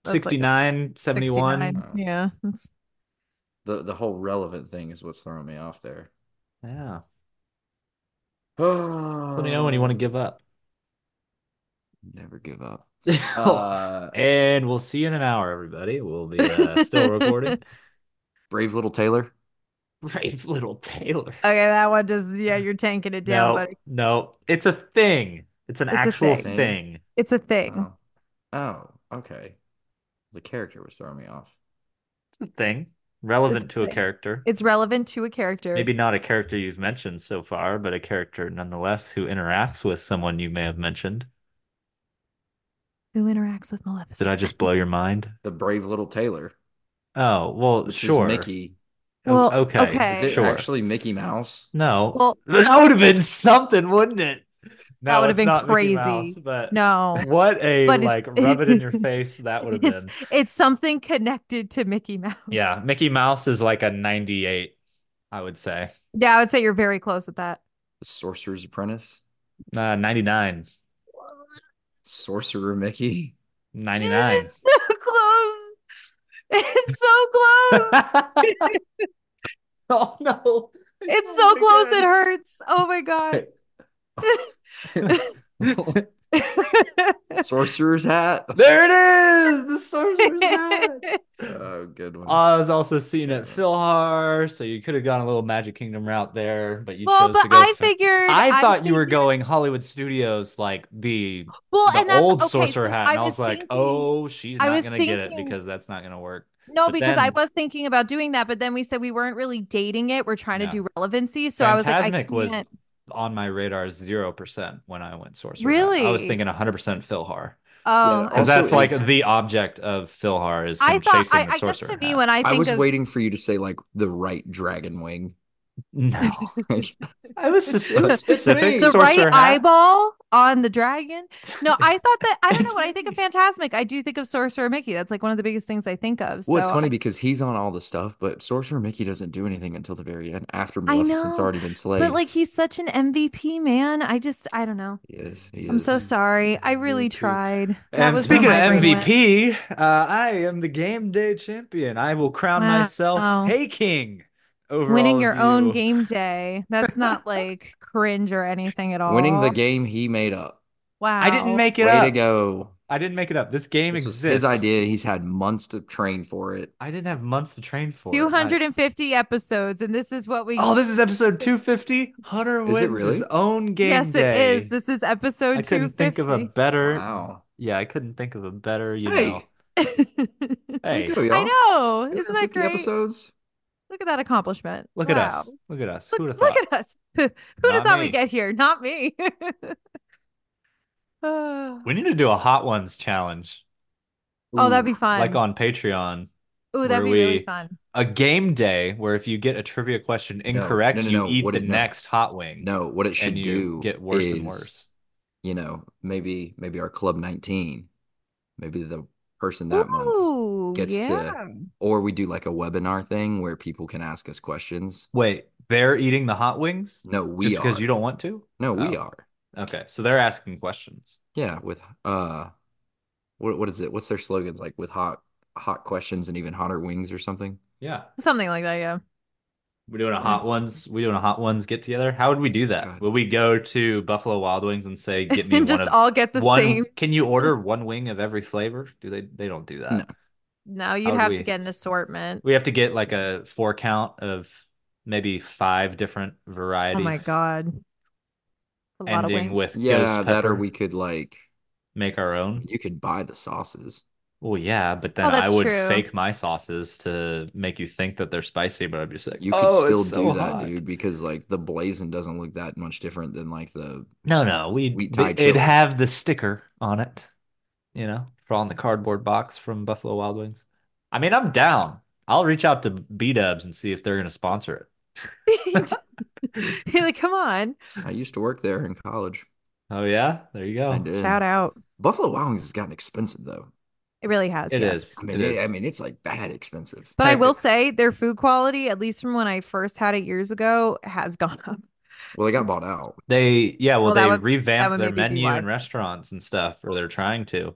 Speaker 1: That's like a
Speaker 3: 69, 71.
Speaker 1: 69. Yeah. that's-
Speaker 2: The the whole relevant thing is what's throwing me off there. (sighs)
Speaker 3: Yeah.
Speaker 2: Oh,
Speaker 3: Let me know when you want to give (laughs) up.
Speaker 2: Never give up.
Speaker 3: (laughs) Oh.
Speaker 2: Uh,
Speaker 3: and we'll see you in an hour, everybody. We'll be
Speaker 1: (laughs)
Speaker 3: uh, still recording.
Speaker 2: Brave little Taylor.
Speaker 3: Brave little Taylor.
Speaker 1: Okay, that one just, yeah, you're tanking it down,
Speaker 3: Mm. no,
Speaker 1: buddy.
Speaker 3: no, it's a thing. It's an
Speaker 1: It's a
Speaker 3: actual
Speaker 1: thing.
Speaker 3: thing.
Speaker 1: It's a thing.
Speaker 2: Oh. Oh, okay. The character was throwing me off.
Speaker 3: It's a thing
Speaker 1: It's
Speaker 3: relevant
Speaker 1: a
Speaker 3: to a
Speaker 1: thing.
Speaker 3: character.
Speaker 1: It's relevant to a character.
Speaker 3: Maybe not a character you've mentioned so far, but a character nonetheless who interacts with someone you may have mentioned.
Speaker 1: who interacts with Maleficent.
Speaker 3: Did I just blow your mind?
Speaker 2: The brave little Taylor,
Speaker 3: Oh, well,
Speaker 2: which
Speaker 3: sure.
Speaker 2: is Mickey.
Speaker 3: O-
Speaker 1: Well,
Speaker 3: okay.
Speaker 1: okay.
Speaker 2: Is it
Speaker 3: Sure.
Speaker 2: actually Mickey Mouse?
Speaker 3: No.
Speaker 1: Well-
Speaker 3: (laughs) that would have been something, wouldn't it?
Speaker 1: That
Speaker 3: No,
Speaker 1: would have
Speaker 3: it's
Speaker 1: been
Speaker 3: not Mickey
Speaker 1: crazy.
Speaker 3: Mouse, but
Speaker 1: No.
Speaker 3: what a
Speaker 1: But
Speaker 3: like
Speaker 1: it's-
Speaker 3: rub it
Speaker 1: (laughs)
Speaker 3: in your face that would have
Speaker 1: It's-
Speaker 3: been.
Speaker 1: It's something connected to Mickey Mouse.
Speaker 3: Yeah, Mickey Mouse is like a 98, I would say.
Speaker 1: Yeah, I would say you're very close with
Speaker 3: (laughs)
Speaker 1: that.
Speaker 2: The Sorcerer's Apprentice?
Speaker 3: Uh, 99,
Speaker 2: Sorcerer Mickey?
Speaker 3: 99.
Speaker 1: So close. It's so close.
Speaker 3: (laughs) Oh no.
Speaker 1: (laughs)
Speaker 3: Oh
Speaker 1: It's so close it hurts. Oh my
Speaker 3: (laughs)
Speaker 1: god.
Speaker 2: Sorcerer's hat? (laughs)
Speaker 3: There it is.
Speaker 1: (laughs)
Speaker 3: The sorcerer's hat.
Speaker 2: Oh, good one.
Speaker 3: I was also seeing it at Philhar, so you could have gone a little Magic Kingdom route there, but you
Speaker 1: well,
Speaker 3: chose
Speaker 1: but
Speaker 3: to go.
Speaker 1: I
Speaker 3: Phil-
Speaker 1: figured
Speaker 3: I thought you were
Speaker 1: figured-
Speaker 3: going Hollywood Studios, like the
Speaker 1: well,
Speaker 3: the
Speaker 1: and that's,
Speaker 3: old
Speaker 1: okay,
Speaker 3: sorcerer
Speaker 1: so
Speaker 3: hat,
Speaker 1: I
Speaker 3: and I was like,
Speaker 1: thinking-
Speaker 3: "Oh, she's
Speaker 1: I
Speaker 3: not
Speaker 1: was
Speaker 3: gonna get it
Speaker 1: thinking-
Speaker 3: because that's not gonna work."
Speaker 1: No,
Speaker 3: But
Speaker 1: because I
Speaker 3: then-
Speaker 1: was thinking about doing that, but then we said we weren't really dating it. We're trying
Speaker 3: Yeah.
Speaker 1: to do relevancy. So I was like, I
Speaker 3: Fantasmic was
Speaker 1: can't.
Speaker 3: on my radar zero percent when I went sorcerer. hat. I was
Speaker 1: Really?
Speaker 3: thinking hundred percent Philhar
Speaker 1: Oh,
Speaker 2: Yeah,
Speaker 1: okay.
Speaker 3: because that's
Speaker 2: Also
Speaker 3: like
Speaker 2: is-
Speaker 3: the object of Philhar is him
Speaker 1: I thought,
Speaker 3: chasing
Speaker 1: I,
Speaker 3: the
Speaker 1: I guess
Speaker 3: sorcerer.
Speaker 1: to me,
Speaker 3: hat.
Speaker 1: when I
Speaker 2: I
Speaker 1: think
Speaker 2: was
Speaker 1: of
Speaker 2: waiting for you to say, like, the right
Speaker 1: (laughs)
Speaker 2: dragon wing.
Speaker 3: (laughs) no,
Speaker 2: Like,
Speaker 3: I was
Speaker 2: It's-
Speaker 3: sus-
Speaker 2: it's- it's me.
Speaker 3: specific
Speaker 1: the right
Speaker 3: sorcerer hat.
Speaker 1: eyeball on the dragon. No, I thought that, I don't
Speaker 3: It's
Speaker 1: know. When I think
Speaker 3: (laughs)
Speaker 1: of Fantasmic, I do think of Sorcerer Mickey. That's like one of the biggest things I think of.
Speaker 2: Well, it's
Speaker 1: So uh,
Speaker 2: funny because he's on all the stuff, but Sorcerer Mickey doesn't do anything until the very end after
Speaker 1: I
Speaker 2: Maleficent's
Speaker 1: know,
Speaker 2: already been slayed.
Speaker 1: But like he's such an MVP man. I just I don't know.
Speaker 2: he is, he
Speaker 1: I'm so
Speaker 2: is.
Speaker 1: sorry. I
Speaker 3: Me
Speaker 1: really
Speaker 3: too.
Speaker 1: tried. That
Speaker 3: And
Speaker 1: was where
Speaker 3: speaking of
Speaker 1: my brain went.
Speaker 3: MVP, uh, I am the game day champion. I will crown
Speaker 1: Wow.
Speaker 3: myself Hey King over all
Speaker 1: winning
Speaker 3: of
Speaker 1: your own
Speaker 3: you.
Speaker 1: game day.
Speaker 3: (laughs)
Speaker 1: That's not like cringe or anything at all.
Speaker 2: Winning the game he made up.
Speaker 1: Wow.
Speaker 3: I didn't make it
Speaker 2: Way
Speaker 3: up.
Speaker 2: to go.
Speaker 3: I didn't make it up. This game
Speaker 2: This was
Speaker 3: exists.
Speaker 2: his idea. He's had months to train for it.
Speaker 3: I didn't have months to train for. it. I-
Speaker 1: 250 episodes, and this is what we.
Speaker 3: Oh, this is episode 250. Hunter
Speaker 2: Is
Speaker 3: wins
Speaker 2: it
Speaker 3: his
Speaker 2: really?
Speaker 3: own game
Speaker 1: yes,
Speaker 3: day.
Speaker 1: it is. This is episode
Speaker 3: I couldn't think of
Speaker 1: (laughs)
Speaker 3: a
Speaker 1: 250.
Speaker 3: better.
Speaker 2: Wow.
Speaker 3: Yeah, I couldn't think of a better. You
Speaker 2: Hey.
Speaker 3: know.
Speaker 2: Way
Speaker 3: Hey,
Speaker 2: to go, y'all.
Speaker 1: I know. Isn't that
Speaker 2: 250
Speaker 1: great?
Speaker 2: episodes?
Speaker 1: Look at that accomplishment.
Speaker 3: look at
Speaker 1: Wow.
Speaker 3: us. Look at us.
Speaker 1: Look,
Speaker 3: Who'd have
Speaker 1: look
Speaker 3: thought?
Speaker 1: at us. (laughs) Who'd have
Speaker 3: Not
Speaker 1: thought
Speaker 3: me.
Speaker 1: we'd get here? Not me. (laughs) oh,
Speaker 3: We need to do a hot ones challenge,
Speaker 1: that'd be
Speaker 2: Ooh.
Speaker 1: fun.
Speaker 3: like on Patreon.
Speaker 1: Ooh, that'd be
Speaker 3: where
Speaker 1: really
Speaker 3: we-
Speaker 1: fun.
Speaker 3: a game day where if you get a trivia question
Speaker 2: no,
Speaker 3: incorrect,
Speaker 2: no,
Speaker 3: you
Speaker 2: no,
Speaker 3: eat
Speaker 2: what
Speaker 3: the
Speaker 2: it- no.
Speaker 3: next hot wing
Speaker 2: No, what it should
Speaker 3: and you
Speaker 2: do
Speaker 3: get worse
Speaker 2: is,
Speaker 3: and worse.
Speaker 2: you know, maybe maybe our club 19, maybe the person that month,
Speaker 1: Ooh,
Speaker 2: gets to-
Speaker 1: yeah.
Speaker 2: or we do like a webinar thing where people can ask us questions.
Speaker 3: Wait, they're eating the hot wings
Speaker 2: No, we
Speaker 3: just because
Speaker 2: are.
Speaker 3: you don't want to?
Speaker 2: No, we
Speaker 3: Oh.
Speaker 2: are.
Speaker 3: Okay, so they're asking questions.
Speaker 2: Yeah, with uh, what what is it? What's their slogan? Like with hot hot questions and even hotter wings or something.
Speaker 3: Yeah,
Speaker 1: Something like that, yeah.
Speaker 3: we're doing a hot ones. We're doing a hot ones get together. How would we do that?
Speaker 2: Mm. God.
Speaker 3: Would we go to Buffalo Wild Wings and say, "Get
Speaker 2: (laughs)
Speaker 3: me
Speaker 1: and (laughs)
Speaker 3: one
Speaker 1: just
Speaker 3: of
Speaker 1: all get the
Speaker 3: one?
Speaker 1: same.
Speaker 3: Can you order one wing of every flavor?" Do they? They don't do that.
Speaker 2: No.
Speaker 1: No,
Speaker 3: How
Speaker 1: you'd
Speaker 3: do
Speaker 1: have
Speaker 3: we-
Speaker 1: to get an assortment.
Speaker 3: We have to get like a four count of maybe five different
Speaker 1: Oh
Speaker 3: varieties.
Speaker 1: my god. A lot of
Speaker 3: ending
Speaker 1: wings.
Speaker 3: with
Speaker 2: Yeah,
Speaker 3: ghost
Speaker 2: that or
Speaker 3: pepper,
Speaker 2: we could like
Speaker 3: make our own.
Speaker 2: you could buy the sauces.
Speaker 3: Well, yeah, but then
Speaker 1: Oh,
Speaker 3: I
Speaker 1: that's
Speaker 3: would
Speaker 1: true.
Speaker 3: fake my sauces to make you think that they're spicy, but I'd be "Oh, sick.
Speaker 2: You could still do that, dude, because like the blazon doesn't look that much different than like the
Speaker 3: No, no, we
Speaker 2: Wheat
Speaker 3: they-
Speaker 2: Thai
Speaker 3: it'd
Speaker 2: chili.
Speaker 3: have the sticker on it, you know, for on the cardboard box from Buffalo Wild Wings. I mean, I'm down. I'll reach out to B Dubs and see if they're gonna sponsor
Speaker 1: (laughs) You're like, come
Speaker 3: (laughs)
Speaker 1: on.
Speaker 2: I used to work there in college.
Speaker 3: it. Oh yeah, there you go.
Speaker 2: I did.
Speaker 1: Shout out.
Speaker 2: uh, Buffalo Wild Wings has gotten expensive though.
Speaker 1: It really has.
Speaker 3: It
Speaker 1: yes.
Speaker 3: is.
Speaker 2: I mean,
Speaker 3: It
Speaker 2: it- I
Speaker 3: is.
Speaker 2: mean, it's like bad expensive.
Speaker 1: But I
Speaker 3: Heck.
Speaker 1: will say their food quality, at least from when I first had it years ago, has (laughs) gone up.
Speaker 2: Well, they got bought out.
Speaker 3: They yeah, well,
Speaker 1: Well, that
Speaker 3: they
Speaker 1: would-
Speaker 3: revamped
Speaker 1: would
Speaker 3: their
Speaker 1: maybe be
Speaker 3: menu
Speaker 1: why.
Speaker 3: and restaurants and stuff, or they're trying to.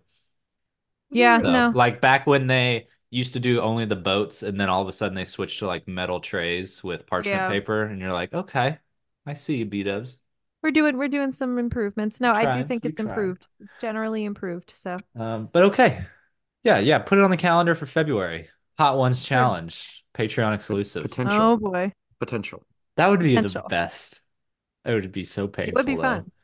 Speaker 1: Yeah,
Speaker 3: So,
Speaker 1: Uh, no.
Speaker 3: like back when they used to do only the boats, and then all of a sudden they switched to like metal trays with parchment
Speaker 1: Yeah.
Speaker 3: paper, and you're like, okay, I see you, B Dubs.
Speaker 1: We're doing we're doing some improvements. No,
Speaker 3: We
Speaker 1: I do
Speaker 3: tried.
Speaker 1: think
Speaker 3: We
Speaker 1: it's
Speaker 3: tried.
Speaker 1: improved. It's generally improved. So
Speaker 3: Um, but okay, yeah, yeah, put it on the calendar for February. Hot Ones Challenge, Patreon exclusive.
Speaker 2: Potential.
Speaker 1: oh boy.
Speaker 2: Potential.
Speaker 3: That would be
Speaker 1: Potential.
Speaker 3: the best. It would be so painful.
Speaker 1: It would be
Speaker 3: though.
Speaker 1: fun. (laughs)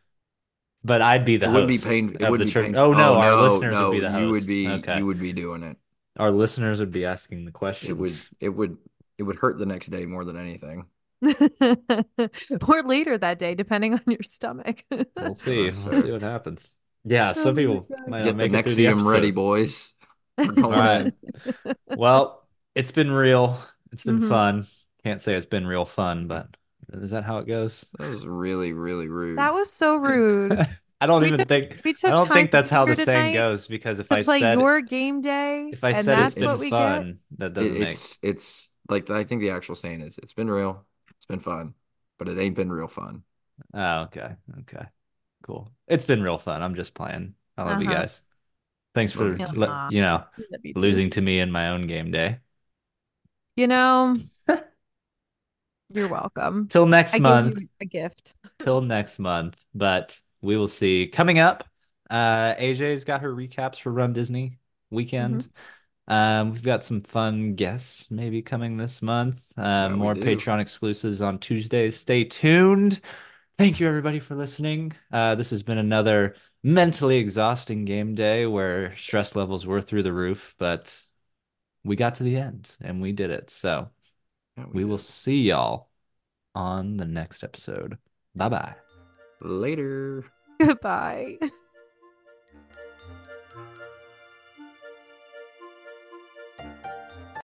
Speaker 3: But I'd be the
Speaker 2: it would be
Speaker 3: host
Speaker 2: pain. It
Speaker 3: of
Speaker 2: would
Speaker 3: the
Speaker 2: be
Speaker 3: trip.
Speaker 2: painful.
Speaker 3: Oh no, our
Speaker 2: no,
Speaker 3: listeners would be
Speaker 2: no,
Speaker 3: the
Speaker 2: You would
Speaker 3: hosts.
Speaker 2: be.
Speaker 3: Okay.
Speaker 2: You would be doing it.
Speaker 3: our listeners would be asking the questions.
Speaker 2: It would it would it would hurt the next day more than anything.
Speaker 1: or later that day, depending on your stomach. (laughs)
Speaker 2: (laughs)
Speaker 3: We'll see.
Speaker 2: That's
Speaker 3: We'll
Speaker 2: fair.
Speaker 3: see what happens. Yeah,
Speaker 1: Oh
Speaker 3: some
Speaker 1: my
Speaker 3: people
Speaker 1: God.
Speaker 3: might not
Speaker 2: Get the
Speaker 3: make it through the
Speaker 2: Nexium ready,
Speaker 1: (laughs)
Speaker 3: episode.
Speaker 2: boys. We're going
Speaker 3: All right.
Speaker 2: in.
Speaker 3: Well, it's been real. It's been
Speaker 1: Mhm.
Speaker 3: fun. Can't say it's been real fun, but is that how it goes?
Speaker 2: That was really, really rude.
Speaker 1: that was so
Speaker 3: (laughs)
Speaker 1: rude.
Speaker 3: I don't
Speaker 1: We
Speaker 3: even think
Speaker 1: We
Speaker 3: I
Speaker 1: took
Speaker 3: don't
Speaker 1: time
Speaker 3: think that's how the
Speaker 1: here tonight
Speaker 3: saying goes because if
Speaker 1: to
Speaker 3: I
Speaker 1: play
Speaker 3: said
Speaker 1: your game day.
Speaker 3: if I
Speaker 1: and
Speaker 3: said it's
Speaker 1: that's
Speaker 3: been
Speaker 1: what we get.
Speaker 3: fun, that
Speaker 2: It-
Speaker 3: doesn't make
Speaker 2: it's it's like I think the actual saying is it's been real, it's been fun, but it ain't been real fun.
Speaker 3: Oh, okay. Okay. Cool. It's been real fun. I'm just playing. I love you
Speaker 1: Uh-huh.
Speaker 3: guys. Thanks for
Speaker 2: Love you
Speaker 1: too.
Speaker 3: le- you know,
Speaker 1: Love you too.
Speaker 3: (laughs) losing to me in my own game day.
Speaker 1: You know, you're welcome.
Speaker 3: Till next
Speaker 1: I
Speaker 3: month.
Speaker 1: gave you a gift.
Speaker 3: till next month. But we will see. Coming up, uh, AJ's got her recaps for Run Disney weekend.
Speaker 2: Mm-hmm.
Speaker 3: Um, we've got some fun guests maybe coming this month. Uh,
Speaker 2: we
Speaker 3: more
Speaker 2: do.
Speaker 3: Patreon exclusives on Tuesdays. Stay tuned. Thank you, everybody, for listening. Uh, this has been another mentally exhausting game day where stress levels were through the roof, but we got to the end and we did it. So
Speaker 2: Yeah,
Speaker 3: we will see y'all on the next episode. Bye bye.
Speaker 2: did. later.
Speaker 1: (laughs) Goodbye.